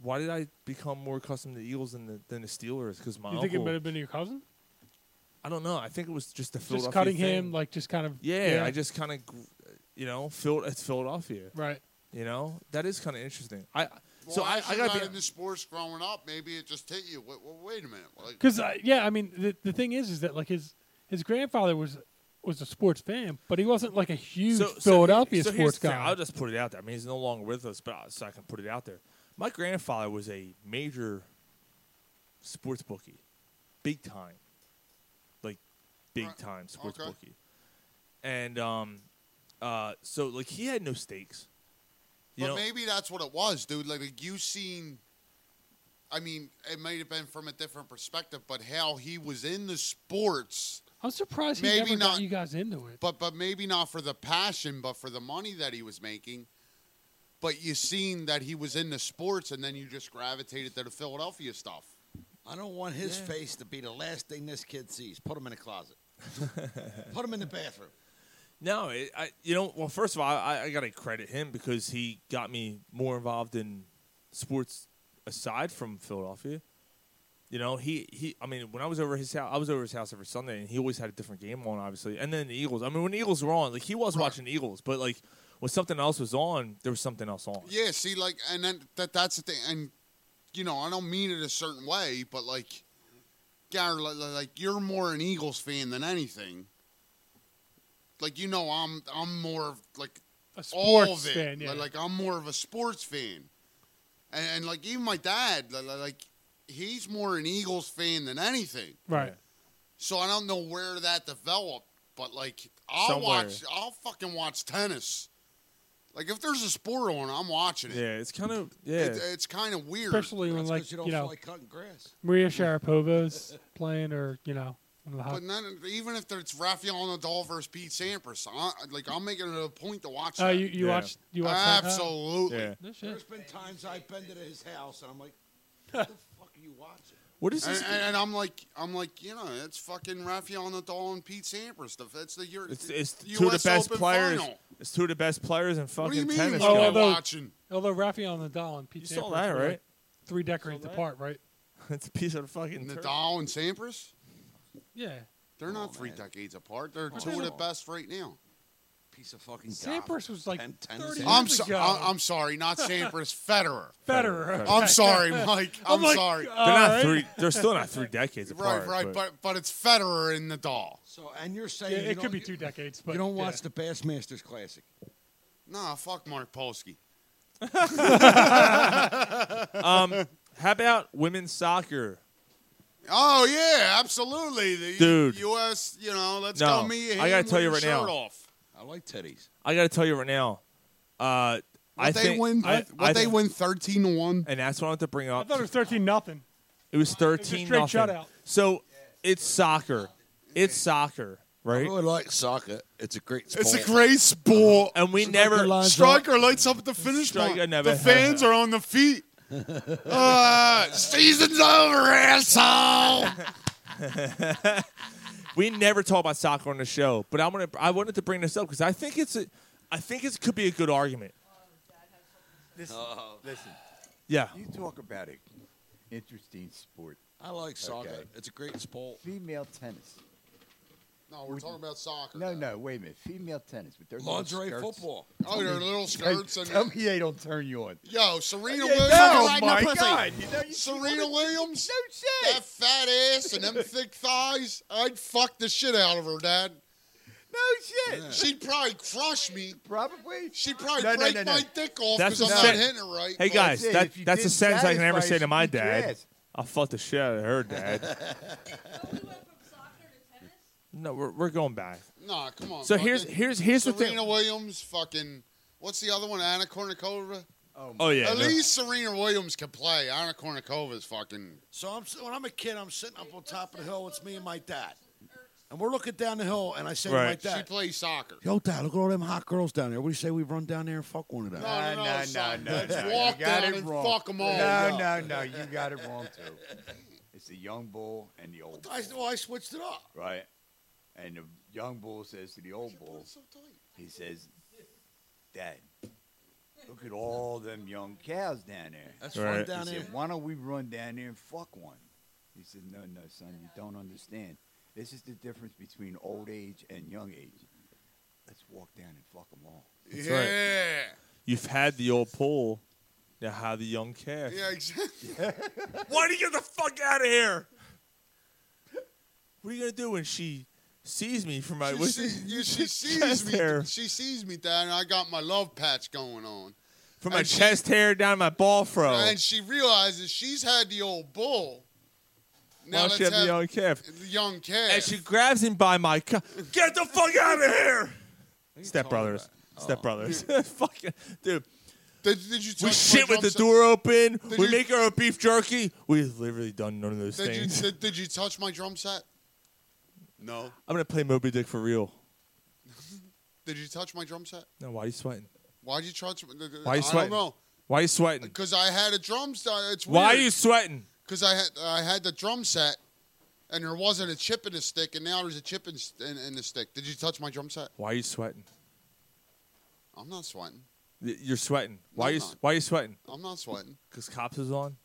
Speaker 4: why did I become more accustomed to the Eagles than the than the Steelers? Because my
Speaker 2: you
Speaker 4: uncle,
Speaker 2: think it might have been your cousin?
Speaker 4: I don't know. I think it was just the Philadelphia
Speaker 2: Just cutting him,
Speaker 4: thing.
Speaker 2: like just kind of
Speaker 4: Yeah, I just kind of, you know, Phil, it's Philadelphia,
Speaker 2: Right.
Speaker 4: You know, that is kind of interesting. I
Speaker 8: Well,
Speaker 4: so I,
Speaker 8: as
Speaker 4: I
Speaker 8: you
Speaker 4: gotta be.
Speaker 8: got into sports growing up, maybe it just hit you. Wait, well, wait a minute. Like,
Speaker 2: Because yeah, I mean the the thing is, is that like his his grandfather was was a sports fan, but he wasn't like a huge
Speaker 4: so, so
Speaker 2: Philadelphia
Speaker 4: here- so here's
Speaker 2: sports
Speaker 4: the
Speaker 2: guy.
Speaker 4: thing. I'll just put it out there. I mean, he's no longer with us, but I, so I can put it out there. My grandfather was a major sports bookie, big time, like big time sports
Speaker 8: okay.
Speaker 4: bookie, and um, uh, so like he had no stakes. You
Speaker 8: but
Speaker 4: know,
Speaker 8: maybe that's what it was, dude. Like, like you seen. I mean, it might have been from a different perspective, but how he was in the sports,
Speaker 2: I'm surprised he
Speaker 8: Maybe
Speaker 2: never got
Speaker 8: not-
Speaker 2: you guys into it.
Speaker 8: but but maybe not for the passion, but for the money that he was making. But you seen that he was in the sports, and then you just gravitated to the Philadelphia stuff.
Speaker 10: I don't want his
Speaker 8: Yeah.
Speaker 10: face to be the last thing this kid sees. Put him in a closet. Put him in the bathroom.
Speaker 4: No, it, I you know well first of all I, I gotta credit him because he got me more involved in sports aside from Philadelphia. You know he he I mean when I was over his house I was over his house every Sunday and he always had a different game on obviously and then the Eagles I mean when the Eagles were on like he was watching the Eagles but like when something else was on there was something else on.
Speaker 8: Yeah, see, like, and then that that's the thing, and you know, I don't mean it a certain way, but like, Gary, li- li- like, you're more an Eagles fan than anything. Like, you know, I'm I'm more of like
Speaker 2: a
Speaker 8: all
Speaker 2: sports
Speaker 8: of it.
Speaker 2: fan, yeah.
Speaker 8: Li- Like, I'm more of a sports fan, and, and like even my dad, li- li- like, he's more an Eagles fan than anything.
Speaker 2: Right.
Speaker 8: So I don't know where that developed, but like I'll
Speaker 4: Somewhere.
Speaker 8: watch, I'll fucking watch tennis. Like if there's a sport on, I'm watching it.
Speaker 4: Yeah, it's kind of yeah.
Speaker 8: It, it's kind of weird,
Speaker 2: Especially when like you, know Maria Sharapova's playing, or you know one of the hot.
Speaker 8: But none, even if it's Rafael Nadal versus Pete Sampras, I, like I'm making it a point to watch.
Speaker 2: Oh,
Speaker 8: that.
Speaker 2: you you watched you watched that, huh?
Speaker 8: absolutely.
Speaker 2: There's
Speaker 10: been times I've been to his house and I'm like, what the fuck are you watching?
Speaker 4: What is
Speaker 8: and,
Speaker 4: this?
Speaker 8: And, and I'm like, I'm like, you know, it's fucking Rafael Nadal and Pete Sampras. The- That's the Euro-
Speaker 4: It's, it's
Speaker 8: US
Speaker 4: two of the best
Speaker 8: Open
Speaker 4: players.
Speaker 8: Final.
Speaker 4: It's two of the best players in fucking
Speaker 8: do you mean
Speaker 4: tennis.
Speaker 8: what
Speaker 4: guys.
Speaker 8: I'm Although- watching?
Speaker 2: Although Rafael Nadal and Pete
Speaker 4: You saw
Speaker 2: Sampras were,
Speaker 4: that,
Speaker 2: like,
Speaker 4: right?
Speaker 2: three decades
Speaker 4: that?
Speaker 2: apart, right?
Speaker 4: It's a piece of fucking turd.
Speaker 8: Nadal and Sampras.
Speaker 2: Yeah.
Speaker 10: Oh,
Speaker 8: They're not three decades apart. They're
Speaker 2: Aren't
Speaker 8: two
Speaker 2: they
Speaker 8: of the
Speaker 2: all?
Speaker 8: best right now.
Speaker 10: Piece of fucking
Speaker 2: Sampras was like 30 years
Speaker 8: I'm, so,
Speaker 2: ago.
Speaker 8: I- I'm sorry, not Sampras, Federer.
Speaker 2: Federer, okay.
Speaker 8: I'm sorry, Mike. I'm,
Speaker 2: I'm like,
Speaker 8: sorry.
Speaker 4: They're not three. They're still not three decades
Speaker 8: Right,
Speaker 4: apart.
Speaker 8: right, but, but it's Federer and Nadal.
Speaker 10: So and you're
Speaker 2: Yeah,
Speaker 10: saying you
Speaker 2: it
Speaker 10: don't-
Speaker 2: could be two decades, but
Speaker 10: you don't
Speaker 2: yeah.
Speaker 10: watch the Bassmasters Classic.
Speaker 8: Nah, fuck Mark Polsky.
Speaker 4: um, how about women's soccer?
Speaker 8: Oh yeah, absolutely. The
Speaker 4: Dude.
Speaker 8: U.S. You know, let's
Speaker 4: No,
Speaker 8: go me.
Speaker 4: I
Speaker 8: him
Speaker 4: gotta
Speaker 8: with
Speaker 4: tell you
Speaker 8: your
Speaker 4: right
Speaker 8: shirt
Speaker 4: now.
Speaker 8: Off.
Speaker 10: I like titties.
Speaker 4: I got to tell you right now. Uh, I
Speaker 8: What they
Speaker 4: think
Speaker 8: win-
Speaker 4: I,
Speaker 8: what
Speaker 4: I
Speaker 8: they
Speaker 4: think-
Speaker 8: win thirteen to one.
Speaker 4: and that's what I want to bring
Speaker 2: I
Speaker 4: up.
Speaker 2: thought it was thirteen nothing.
Speaker 4: It was
Speaker 2: straight
Speaker 4: thirteen. nothing.
Speaker 2: shutout.
Speaker 4: So it's soccer. It's soccer, right? I
Speaker 10: really like soccer. It's a great.
Speaker 8: It's a great sport.
Speaker 4: And we never
Speaker 8: Striker lights up at the finish
Speaker 4: Striker
Speaker 8: line.
Speaker 4: never-
Speaker 8: The fans are on the feet. Uh, season's over, asshole.
Speaker 4: we never talk about soccer on the show, but I'm gonna. I wanted to bring this up because I think it's a. I think it could be a good argument.
Speaker 11: Listen, listen.
Speaker 4: Yeah.
Speaker 11: You talk about it. Interesting sport.
Speaker 8: I like soccer.
Speaker 11: It's a great sport. Female tennis.
Speaker 8: No, we're
Speaker 11: Would-
Speaker 8: talking about soccer.
Speaker 11: No, no, wait a minute. Female tennis with their little
Speaker 8: Lingerie
Speaker 11: skirts.
Speaker 8: football.
Speaker 11: Tell
Speaker 8: Oh,
Speaker 11: me-
Speaker 8: their
Speaker 11: tell-
Speaker 8: little skirts and-
Speaker 11: Tell me they don't turn you on.
Speaker 8: Yo,
Speaker 11: Yeah,
Speaker 8: Serena Williams.
Speaker 11: no,
Speaker 8: Right in
Speaker 11: my
Speaker 8: the pussy.
Speaker 11: God, you know, you-
Speaker 8: Serena Williams. No shit. That fat ass and them thick thighs. I'd fuck the shit out of her, Dad.
Speaker 11: No shit.
Speaker 8: She'd probably crush me.
Speaker 11: Probably.
Speaker 8: She'd probably
Speaker 11: No, no,
Speaker 8: break
Speaker 11: no, no.
Speaker 8: my dick off
Speaker 4: That's
Speaker 8: because
Speaker 4: a
Speaker 8: I'm not
Speaker 4: sen-
Speaker 8: hitting her right.
Speaker 4: Hey guys,
Speaker 11: it.
Speaker 4: that,
Speaker 11: If you
Speaker 4: that's a
Speaker 11: didn't
Speaker 4: sentence I can ever
Speaker 11: satisfy
Speaker 4: say to
Speaker 11: her,
Speaker 4: my
Speaker 11: she'd beat your
Speaker 4: dad.
Speaker 11: ass.
Speaker 4: I fucked the shit out of her dad. no, we're, we're going back.
Speaker 8: Nah, come on.
Speaker 4: So here's-
Speaker 8: fucking
Speaker 4: here's- here's the thing.
Speaker 8: Serena Williams, fucking. What's the other one? Anna Kournikova.
Speaker 4: my Oh, yeah,
Speaker 8: At
Speaker 4: no.
Speaker 8: least Serena Williams can play. Anna Kournikova's fucking.
Speaker 20: So I'm s- when I'm a kid, I'm sitting up on top of the hill. It's me and my dad, and we're looking down the hill, and I say
Speaker 8: Right.
Speaker 20: to my
Speaker 8: She
Speaker 20: dad,
Speaker 8: plays soccer.
Speaker 20: "Yo, dad, look at all them hot girls down there. What do you say we run down there and fuck one of them?"
Speaker 8: No, no, no,
Speaker 11: no,
Speaker 8: son.
Speaker 11: no,
Speaker 8: Let's
Speaker 11: no,
Speaker 8: walk
Speaker 11: you got
Speaker 8: down
Speaker 11: it
Speaker 8: and
Speaker 11: wrong.
Speaker 8: fuck 'em all.
Speaker 11: No, no,
Speaker 8: Yeah.
Speaker 11: no, you got it wrong too. It's the young bull and the old
Speaker 20: I,
Speaker 11: bull,
Speaker 20: well, I switched it up.
Speaker 11: right? And the young bull says to the old bull, he says, "Dad, look at all them young cows down there.
Speaker 20: That's Right. fun down
Speaker 11: he
Speaker 20: there.
Speaker 11: Said, Why don't we run down there and fuck one?" He said, "No, no, son, you don't understand. This is the difference between old age and young age. Let's walk down and fuck them all."
Speaker 4: That's right. You've had the old pull. Now have the young calf.
Speaker 8: Yeah, exactly.
Speaker 4: Why do you get the fuck out of here? What are you gonna do when she sees me from my?
Speaker 8: She,
Speaker 4: what's-
Speaker 8: see- you- she
Speaker 4: chest
Speaker 8: sees me.
Speaker 4: hair.
Speaker 8: She sees me, Dad, and I got my love patch going on.
Speaker 4: From my chest hair down my ball fro.
Speaker 8: And she realizes she's had the old bull. Now
Speaker 4: Why
Speaker 8: let's
Speaker 4: she have the
Speaker 8: have
Speaker 4: young calf?
Speaker 8: the young calf.
Speaker 4: And she grabs him by my co- Get the fuck out of here! Step brothers. Step brothers. Fucking dude.
Speaker 8: Oh, Did, did you
Speaker 4: we
Speaker 8: touch
Speaker 4: shit
Speaker 8: my
Speaker 4: with the
Speaker 8: drum
Speaker 4: door open.
Speaker 8: Did
Speaker 4: we
Speaker 8: you-
Speaker 4: make her a beef jerky. We've literally done none of those
Speaker 8: Did you,
Speaker 4: things.
Speaker 8: did, did you touch my drum set? No.
Speaker 4: I'm gonna play Moby Dick for real.
Speaker 8: Did you touch my drum set?
Speaker 4: No, why are you sweating?
Speaker 8: Why'd you touch?
Speaker 4: Why are you
Speaker 8: Uh, I don't
Speaker 4: sweating?
Speaker 8: know.
Speaker 4: Why are you sweating?
Speaker 8: Because I had a drum set. It's
Speaker 4: Why are you sweating?
Speaker 8: Because I had I had the drum set, and there wasn't a chip in the stick, and now there's a chip in, st- in, in the stick. Did you touch my drum set?
Speaker 4: Why are you sweating?
Speaker 8: I'm not sweating.
Speaker 4: Y- You're sweating. Why are you?
Speaker 8: I'm not.
Speaker 4: Why are you sweating?
Speaker 8: I'm not sweating.
Speaker 4: Because cops is on.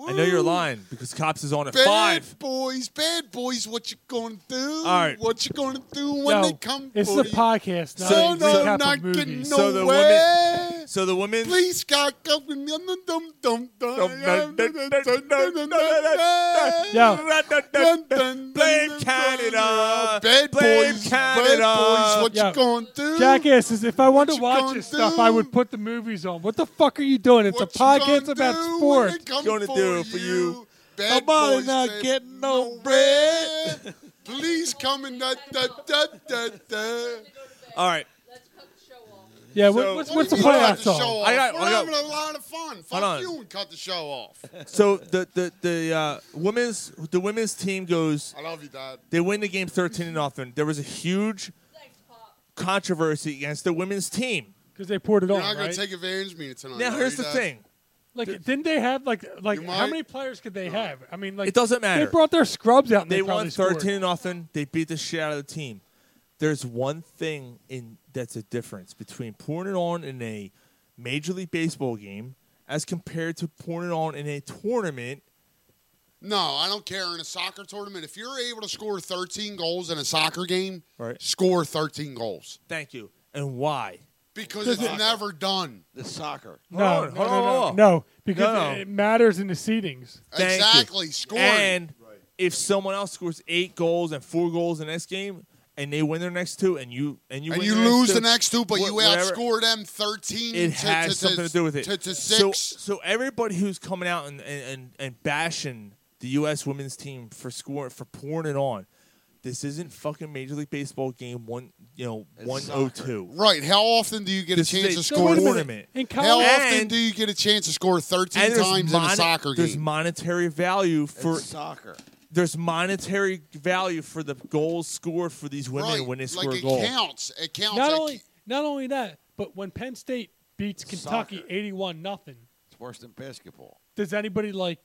Speaker 4: I know you're
Speaker 8: Woo!
Speaker 4: lying because cops is on at
Speaker 8: Bad
Speaker 4: five.
Speaker 8: boys, bad boys, what you gonna do? All
Speaker 4: right.
Speaker 8: What you gonna do when
Speaker 2: Yo,
Speaker 8: they come?
Speaker 2: it's
Speaker 8: for
Speaker 2: the
Speaker 8: you?
Speaker 2: podcast, not
Speaker 8: So
Speaker 2: a
Speaker 8: no,
Speaker 2: recap of
Speaker 8: not
Speaker 2: movies.
Speaker 8: getting
Speaker 4: So the
Speaker 8: nowhere.
Speaker 4: woman. So the woman.
Speaker 8: Please, God, come with me. Dum, dum, dum, dum, dum, dum, dum, dum, dum.
Speaker 4: Blame Canada.
Speaker 8: Bad
Speaker 4: Blame
Speaker 8: boys,
Speaker 4: Canada.
Speaker 8: bad boys, what
Speaker 2: Yo,
Speaker 8: you gonna do?
Speaker 2: Jackasses, if I wanted to
Speaker 8: What you
Speaker 2: watch this
Speaker 8: gonna
Speaker 2: stuff, I would put the movies on. What the fuck are you doing? It's a podcast about sports.
Speaker 4: Gonna do it for you.
Speaker 8: Bad
Speaker 2: Nobody
Speaker 8: boys,
Speaker 2: not
Speaker 8: bad
Speaker 2: getting
Speaker 8: no bread. Please come and da da da da da.
Speaker 4: All right.
Speaker 2: Yeah,
Speaker 4: So-
Speaker 2: what, what's, what's the
Speaker 8: What do you mean
Speaker 2: playoff
Speaker 8: cut the show
Speaker 2: song?
Speaker 8: off?
Speaker 4: I got-
Speaker 8: We're
Speaker 4: I got-
Speaker 8: having a lot of fun. Fuck
Speaker 4: on.
Speaker 8: you and cut the show off.
Speaker 4: So the the the uh, women's the women's team goes.
Speaker 8: I love you, Dad.
Speaker 4: They win the game thirteen to nothing. There was a huge controversy against the women's team.
Speaker 2: Because they poured it
Speaker 8: You're
Speaker 2: on,
Speaker 8: not gonna
Speaker 2: right?
Speaker 8: take advantage of me tonight.
Speaker 4: Now
Speaker 8: are
Speaker 4: here's
Speaker 8: you,
Speaker 4: the
Speaker 8: Dad?
Speaker 4: thing.
Speaker 2: Like, didn't they have like like
Speaker 8: You
Speaker 2: how
Speaker 8: might-
Speaker 2: many players could they have? I mean, like
Speaker 4: It doesn't matter.
Speaker 2: They brought their scrubs out. And they,
Speaker 4: They won
Speaker 2: probably scored.
Speaker 4: thirteen to nothing. They beat the shit out of the team. There's one thing in that's a difference between pouring it on in a major league baseball game as compared to pouring it on in a tournament.
Speaker 8: No, I don't care. In a soccer tournament, if you're able to score 13 goals in a soccer game,
Speaker 4: Right.
Speaker 8: score 13 goals
Speaker 4: Thank you. And why?
Speaker 8: because
Speaker 4: The
Speaker 8: it's
Speaker 4: soccer.
Speaker 8: never done.
Speaker 10: The soccer.
Speaker 2: No,
Speaker 4: Hold on,
Speaker 2: no,
Speaker 4: hold
Speaker 2: no,
Speaker 4: on,
Speaker 2: no,
Speaker 4: hold on.
Speaker 2: no, because
Speaker 4: No, no.
Speaker 2: it matters in the seedings.
Speaker 4: Thank you.
Speaker 8: Exactly, scoring.
Speaker 4: And if someone else scores eight goals and four goals in the next game, and they win their next two, and you and you
Speaker 8: and
Speaker 4: win
Speaker 8: you
Speaker 4: their next
Speaker 8: lose
Speaker 4: two,
Speaker 8: the next two, but
Speaker 4: wha-
Speaker 8: you
Speaker 4: whatever,
Speaker 8: outscore them 13
Speaker 4: It
Speaker 8: to,
Speaker 4: has
Speaker 8: to- to-
Speaker 4: something to do with it.
Speaker 8: To, to
Speaker 4: So,
Speaker 8: six.
Speaker 4: so everybody who's coming out and, and, and, and bashing the U.S. women's team for scoring for pouring it on, this isn't fucking Major League Baseball game one you know one oh two.
Speaker 8: right. How often do you get
Speaker 4: This
Speaker 8: a chance
Speaker 4: is a
Speaker 8: to
Speaker 4: so
Speaker 8: score?
Speaker 4: wait a minute. In college-
Speaker 8: How often
Speaker 4: And-
Speaker 8: do you get a chance to score 13
Speaker 4: And there's
Speaker 8: times in
Speaker 4: moni-
Speaker 8: a soccer
Speaker 4: There's
Speaker 8: game?
Speaker 4: monetary value for
Speaker 10: soccer.
Speaker 4: there's monetary value for the goals scored for these women
Speaker 8: Right.
Speaker 4: when they score
Speaker 8: like
Speaker 4: a
Speaker 8: it
Speaker 4: goal.
Speaker 8: counts. It counts.
Speaker 2: Not
Speaker 8: It-
Speaker 2: only not only that, but when Penn State beats Kentucky eighty-one nothing,
Speaker 10: It's worse than basketball.
Speaker 2: does anybody like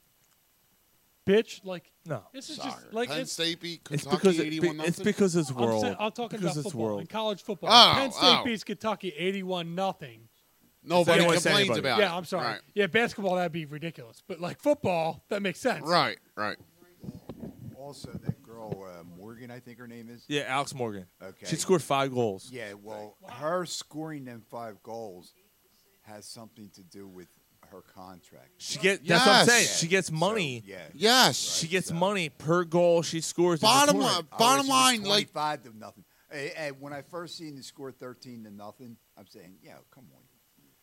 Speaker 2: bitch? Like
Speaker 4: No.
Speaker 2: this is
Speaker 10: Soccer.
Speaker 2: just like
Speaker 8: Penn
Speaker 2: it's,
Speaker 8: State beat
Speaker 4: It's
Speaker 8: Kentucky
Speaker 4: because it,
Speaker 8: 81
Speaker 4: be- it's because it's
Speaker 2: I'm,
Speaker 4: world.
Speaker 2: sa- I'm talking about
Speaker 4: because it's
Speaker 2: football
Speaker 4: world.
Speaker 2: in college football.
Speaker 8: Oh,
Speaker 2: Penn State
Speaker 8: oh.
Speaker 2: beats Kentucky eighty-one nothing.
Speaker 8: Nobody
Speaker 4: Anyone say
Speaker 8: complains
Speaker 4: anybody.
Speaker 8: about it.
Speaker 2: yeah, I'm sorry.
Speaker 8: Right.
Speaker 2: Yeah, basketball that'd be ridiculous, but like football, that makes sense.
Speaker 8: Right, right.
Speaker 11: Also, that girl uh, Morgan, I think her name is.
Speaker 4: Yeah, Alex Morgan.
Speaker 11: Okay.
Speaker 4: She scored five goals.
Speaker 11: Yeah, well, her scoring them five goals has something to do with her contract.
Speaker 4: She get that's what I'm saying. She gets money.
Speaker 11: yeah.
Speaker 8: Yes.
Speaker 4: She gets money per goal she scores. in the
Speaker 8: Bottom
Speaker 4: tournament.
Speaker 8: line- bottom line, like-
Speaker 11: five to nothing. And, and when I first seen the score thirteen to nothing, I'm saying, yeah, come on,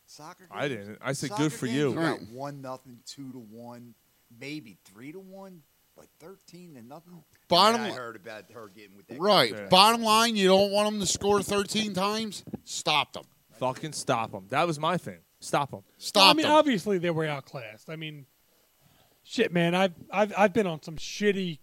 Speaker 11: soccer. Games,
Speaker 4: I didn't. I said,
Speaker 11: soccer
Speaker 4: good for
Speaker 11: games,
Speaker 4: you.
Speaker 11: got
Speaker 4: Right.
Speaker 11: one nothing, two to one, maybe three to one, but thirteen to nothing.
Speaker 8: Bottom
Speaker 11: And
Speaker 8: li-
Speaker 11: I heard about her getting with that.
Speaker 8: Right.
Speaker 11: contract.
Speaker 8: Bottom line, you don't want them to score 13 times. Stop them.
Speaker 4: Fucking stop them. That was my thing. Stop them.
Speaker 8: Stop
Speaker 2: I mean, obviously they were outclassed. I mean, shit, man. I've I've I've been on some shitty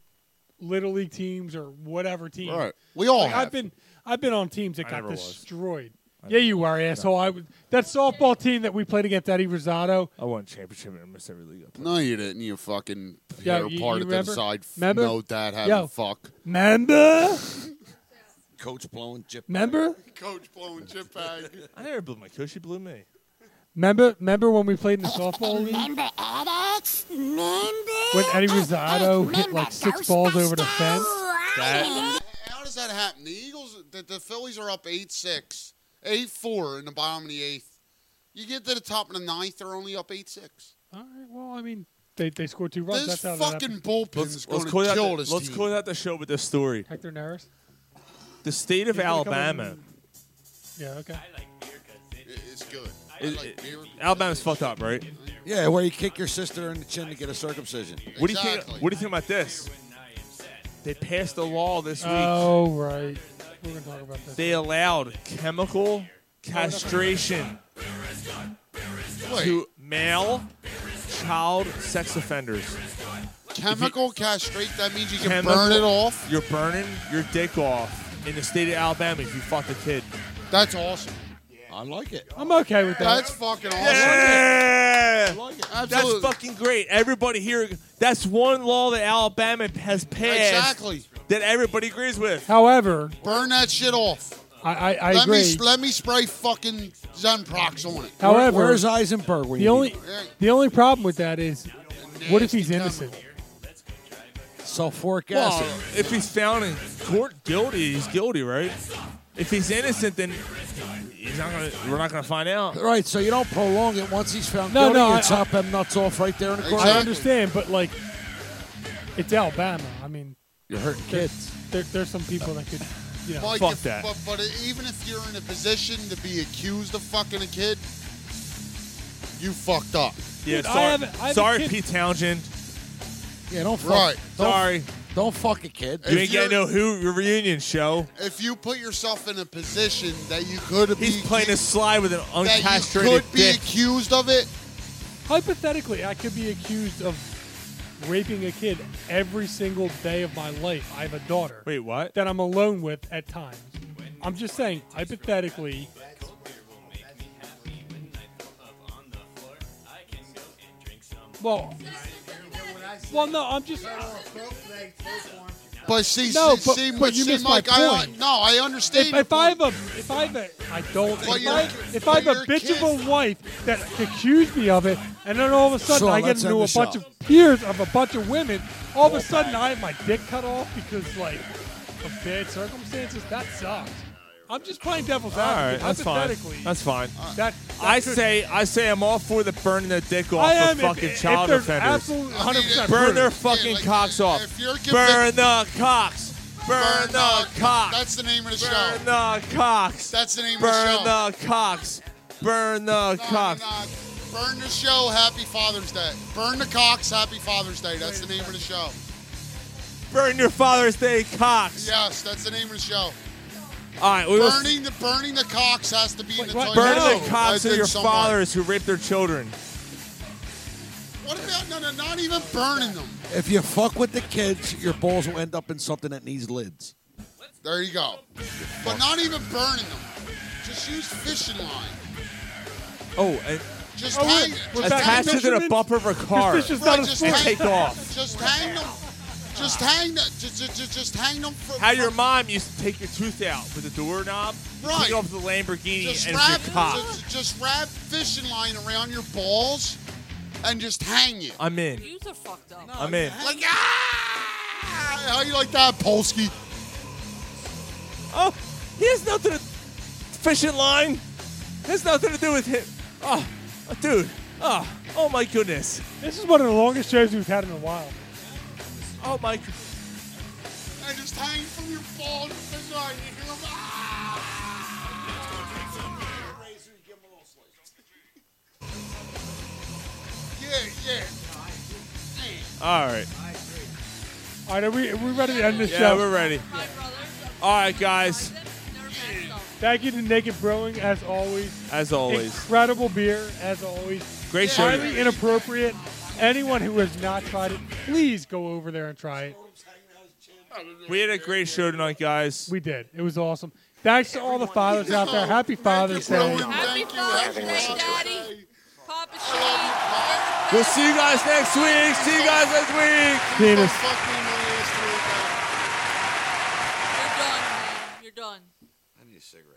Speaker 2: little league teams or whatever team.
Speaker 8: Right. We all
Speaker 2: Like,
Speaker 8: have.
Speaker 2: I've been I've been on teams that
Speaker 8: I
Speaker 2: got
Speaker 8: never was.
Speaker 2: destroyed. Yeah, you are asshole. I was that softball team that we played against Eddie Rosado.
Speaker 4: I won championship and missed every league.
Speaker 8: No, you didn't. You fucking
Speaker 2: Yeah,
Speaker 8: yeah,
Speaker 2: you-
Speaker 8: part
Speaker 2: you
Speaker 8: at
Speaker 2: remember?
Speaker 8: the side. f-
Speaker 2: Remember?
Speaker 8: No, dad had
Speaker 2: Yo.
Speaker 8: fuck.
Speaker 2: Remember?
Speaker 10: Coach blowing chip.
Speaker 2: Remember?
Speaker 8: Coach blowing chip bag.
Speaker 4: I never blew my coach. She blew me.
Speaker 2: Remember? Remember when we played in the softball league?
Speaker 3: Remember Alex? Remember?
Speaker 2: When Eddie Rosado hit like six balls over the fence.
Speaker 8: How does that happen? The Eagles, the, the Phillies are up 8 6, 8 4 in the bottom of the eighth. You get to the top of the ninth, they're only up 8 6.
Speaker 2: All right. Well, I mean, they they scored two runs. That's
Speaker 8: This
Speaker 2: how that
Speaker 8: fucking
Speaker 2: happened.
Speaker 8: bullpen's
Speaker 4: Let's
Speaker 8: going to
Speaker 4: close, out
Speaker 8: kill
Speaker 4: the,
Speaker 8: this
Speaker 4: let's
Speaker 8: team.
Speaker 4: close out the show with this story.
Speaker 2: Hector Neris.
Speaker 4: The state of
Speaker 2: He's gonna come in
Speaker 4: Alabama.
Speaker 2: Yeah. Okay.
Speaker 8: It's good.
Speaker 4: Is- Alabama's fucked up, right?
Speaker 24: Yeah, where you kick your sister in the chin to get a circumcision.
Speaker 4: What do you think? What do you think about this? They passed a law this week.
Speaker 2: Oh right. We're gonna talk about this.
Speaker 4: They allowed chemical castration to male child sex offenders.
Speaker 8: Chemical castrate, that means you can
Speaker 4: Chemical-
Speaker 8: burn it off.
Speaker 4: You're burning your dick off in the state of Alabama if you fuck a kid.
Speaker 8: That's awesome.
Speaker 24: I like it.
Speaker 2: I'm okay with that.
Speaker 8: That's fucking awesome.
Speaker 4: Yeah,
Speaker 8: Absolutely.
Speaker 4: that's fucking great. Everybody here, that's one law that Alabama has passed
Speaker 8: Exactly.
Speaker 4: that everybody agrees with.
Speaker 2: However,
Speaker 8: Burn that shit off.
Speaker 2: I I, I
Speaker 8: let
Speaker 2: agree.
Speaker 8: Me, let me spray fucking Zenprox on it.
Speaker 2: However,
Speaker 24: Where's Eisenberg when
Speaker 2: the
Speaker 24: you
Speaker 2: only
Speaker 24: need
Speaker 8: him?
Speaker 2: the only problem with that is, what if he's innocent?
Speaker 24: Sulfuric
Speaker 4: Well,
Speaker 24: acid.
Speaker 4: if he's found in court guilty, he's guilty, right? If he's innocent, then he's not gonna. We're not gonna find out.
Speaker 24: Right, so you don't prolong it once he's found
Speaker 2: No,
Speaker 24: guilty.
Speaker 2: no,
Speaker 24: you
Speaker 2: I-
Speaker 24: chop them nuts off right there in the corner.
Speaker 2: I understand, but like, it's Alabama. I mean,
Speaker 24: You're hurting kids.
Speaker 2: there, there's some people that could, you know,
Speaker 8: Mike, if- But, but even if you're in a position to be accused of fucking a kid, you fucked up.
Speaker 4: Yeah,
Speaker 2: Dude, I
Speaker 4: sorry,
Speaker 2: have a- I have a
Speaker 4: sorry,
Speaker 2: kid-
Speaker 4: Pete Townsend.
Speaker 24: Yeah, don't fuck.
Speaker 8: Right.
Speaker 24: Don't,
Speaker 4: Sorry.
Speaker 24: Don't fuck a kid.
Speaker 4: You ain't getting no Who reunion show.
Speaker 8: If you put yourself in a position that you could be,
Speaker 4: He's playing a slide with an
Speaker 8: that you
Speaker 4: uncastrated
Speaker 8: could be
Speaker 4: dick.
Speaker 8: accused of it,
Speaker 2: hypothetically, I could be accused of raping a kid every single day of my life. I have a daughter.
Speaker 4: Wait, what?
Speaker 2: That I'm alone with at times. I'm just saying, hypothetically, Well, well, no, I'm just.
Speaker 8: but see,
Speaker 2: No,
Speaker 8: see,
Speaker 2: but-
Speaker 8: see,
Speaker 2: but you
Speaker 8: see,
Speaker 2: missed my
Speaker 8: Mike, I,
Speaker 2: point.
Speaker 8: no, I understand.
Speaker 2: If,
Speaker 8: your
Speaker 2: if I
Speaker 8: point.
Speaker 2: have a, if I have a, I don't.
Speaker 8: But
Speaker 2: If
Speaker 8: you're-
Speaker 2: I, if I have
Speaker 8: but
Speaker 2: a
Speaker 8: you're a
Speaker 2: bitch of a wife that accused me of it, and then all of a sudden
Speaker 24: So
Speaker 2: I get
Speaker 24: let's end
Speaker 2: into a
Speaker 24: the
Speaker 2: bunch
Speaker 24: show.
Speaker 2: of years of a bunch of women, all of a sudden I have my dick cut off because like of bad circumstances. That sucks. I'm just playing devil's
Speaker 4: All right,
Speaker 2: advocate.
Speaker 4: that's fine.
Speaker 2: hypothetically,
Speaker 4: That's fine.
Speaker 2: that,
Speaker 4: I
Speaker 2: that could-
Speaker 4: say, I say, I'm all for the burning the dick off
Speaker 2: I am
Speaker 4: for
Speaker 2: if-
Speaker 4: fucking
Speaker 2: if
Speaker 4: child
Speaker 2: there's
Speaker 4: offenders.
Speaker 2: absolute 100%
Speaker 4: burn
Speaker 2: proof.
Speaker 4: their fucking cocks off. burn the cocks. Burn, the cocks.
Speaker 8: That's the name of the
Speaker 4: Burn
Speaker 8: show.
Speaker 4: the cocks.
Speaker 8: That's the name
Speaker 4: Burn
Speaker 8: of the show.
Speaker 4: the cocks. Burn the cocks.
Speaker 8: Burn the show. Happy Father's Day. Burn the cocks. Happy Father's Day. That's the name of the show.
Speaker 4: Burn your Father's Day cocks.
Speaker 8: Yes, that's the name of the show.
Speaker 4: All right, we will
Speaker 8: Burning the burning the cocks has to be in the title.
Speaker 4: burn
Speaker 8: No.
Speaker 4: the cocks
Speaker 8: I
Speaker 4: of
Speaker 8: think
Speaker 4: your
Speaker 8: somebody-
Speaker 4: fathers who rape their children.
Speaker 8: What about no, no, not even burning them.
Speaker 24: If you fuck with the kids, your balls will end up in something that needs lids.
Speaker 8: There you go. But not even burning them. Just use fishing line.
Speaker 4: Oh, and
Speaker 8: Just
Speaker 2: Oh, we're-
Speaker 8: hang.
Speaker 2: we're
Speaker 8: just
Speaker 2: back
Speaker 8: hang
Speaker 4: attach it to the
Speaker 2: fisherman's-
Speaker 4: bumper of a car
Speaker 2: This fish is not
Speaker 8: Right,
Speaker 2: a
Speaker 8: just
Speaker 2: sport.
Speaker 4: and take off.
Speaker 8: Just hang them. Just hang the, just, just, just hang them from.
Speaker 4: How your mom used to take your tooth out with a doorknob,
Speaker 8: Right.
Speaker 4: take off the Lamborghini,
Speaker 8: just
Speaker 4: and
Speaker 8: wrap,
Speaker 4: it's your cock.
Speaker 8: just, just wrap fishing line around your balls, and just hang it.
Speaker 4: I'm in.
Speaker 13: You are fucked up.
Speaker 4: I'm in.
Speaker 8: Like ah! How you like that, Polsky?
Speaker 4: Oh, he has nothing to fishing line. Has nothing to do with him. Oh, dude. Oh, oh my goodness.
Speaker 2: This is one of the longest shows we've had in a while.
Speaker 4: Oh my.
Speaker 8: And just hang from your balls. Fishing line. You hear 'em, ah! Yeah, yeah.
Speaker 4: All right.
Speaker 2: All right, are we, are we ready to end this
Speaker 4: Yeah,
Speaker 2: show?
Speaker 4: we're ready. All right, guys.
Speaker 2: Thank you to Naked Brewing, as always.
Speaker 4: As always.
Speaker 2: Incredible beer, as always.
Speaker 4: Great show.
Speaker 2: Highly inappropriate. Anyone who has not tried it, please go over there and try it.
Speaker 4: We had a great show tonight, guys.
Speaker 2: We did. It was awesome. Thanks to all the fathers out there. Happy Father's Day.
Speaker 13: Happy Father's Day, Daddy. Papa Steve.
Speaker 4: We'll see you guys next week. See you guys next week.
Speaker 2: Penis.
Speaker 13: You're done. You're done.
Speaker 10: I need a cigarette.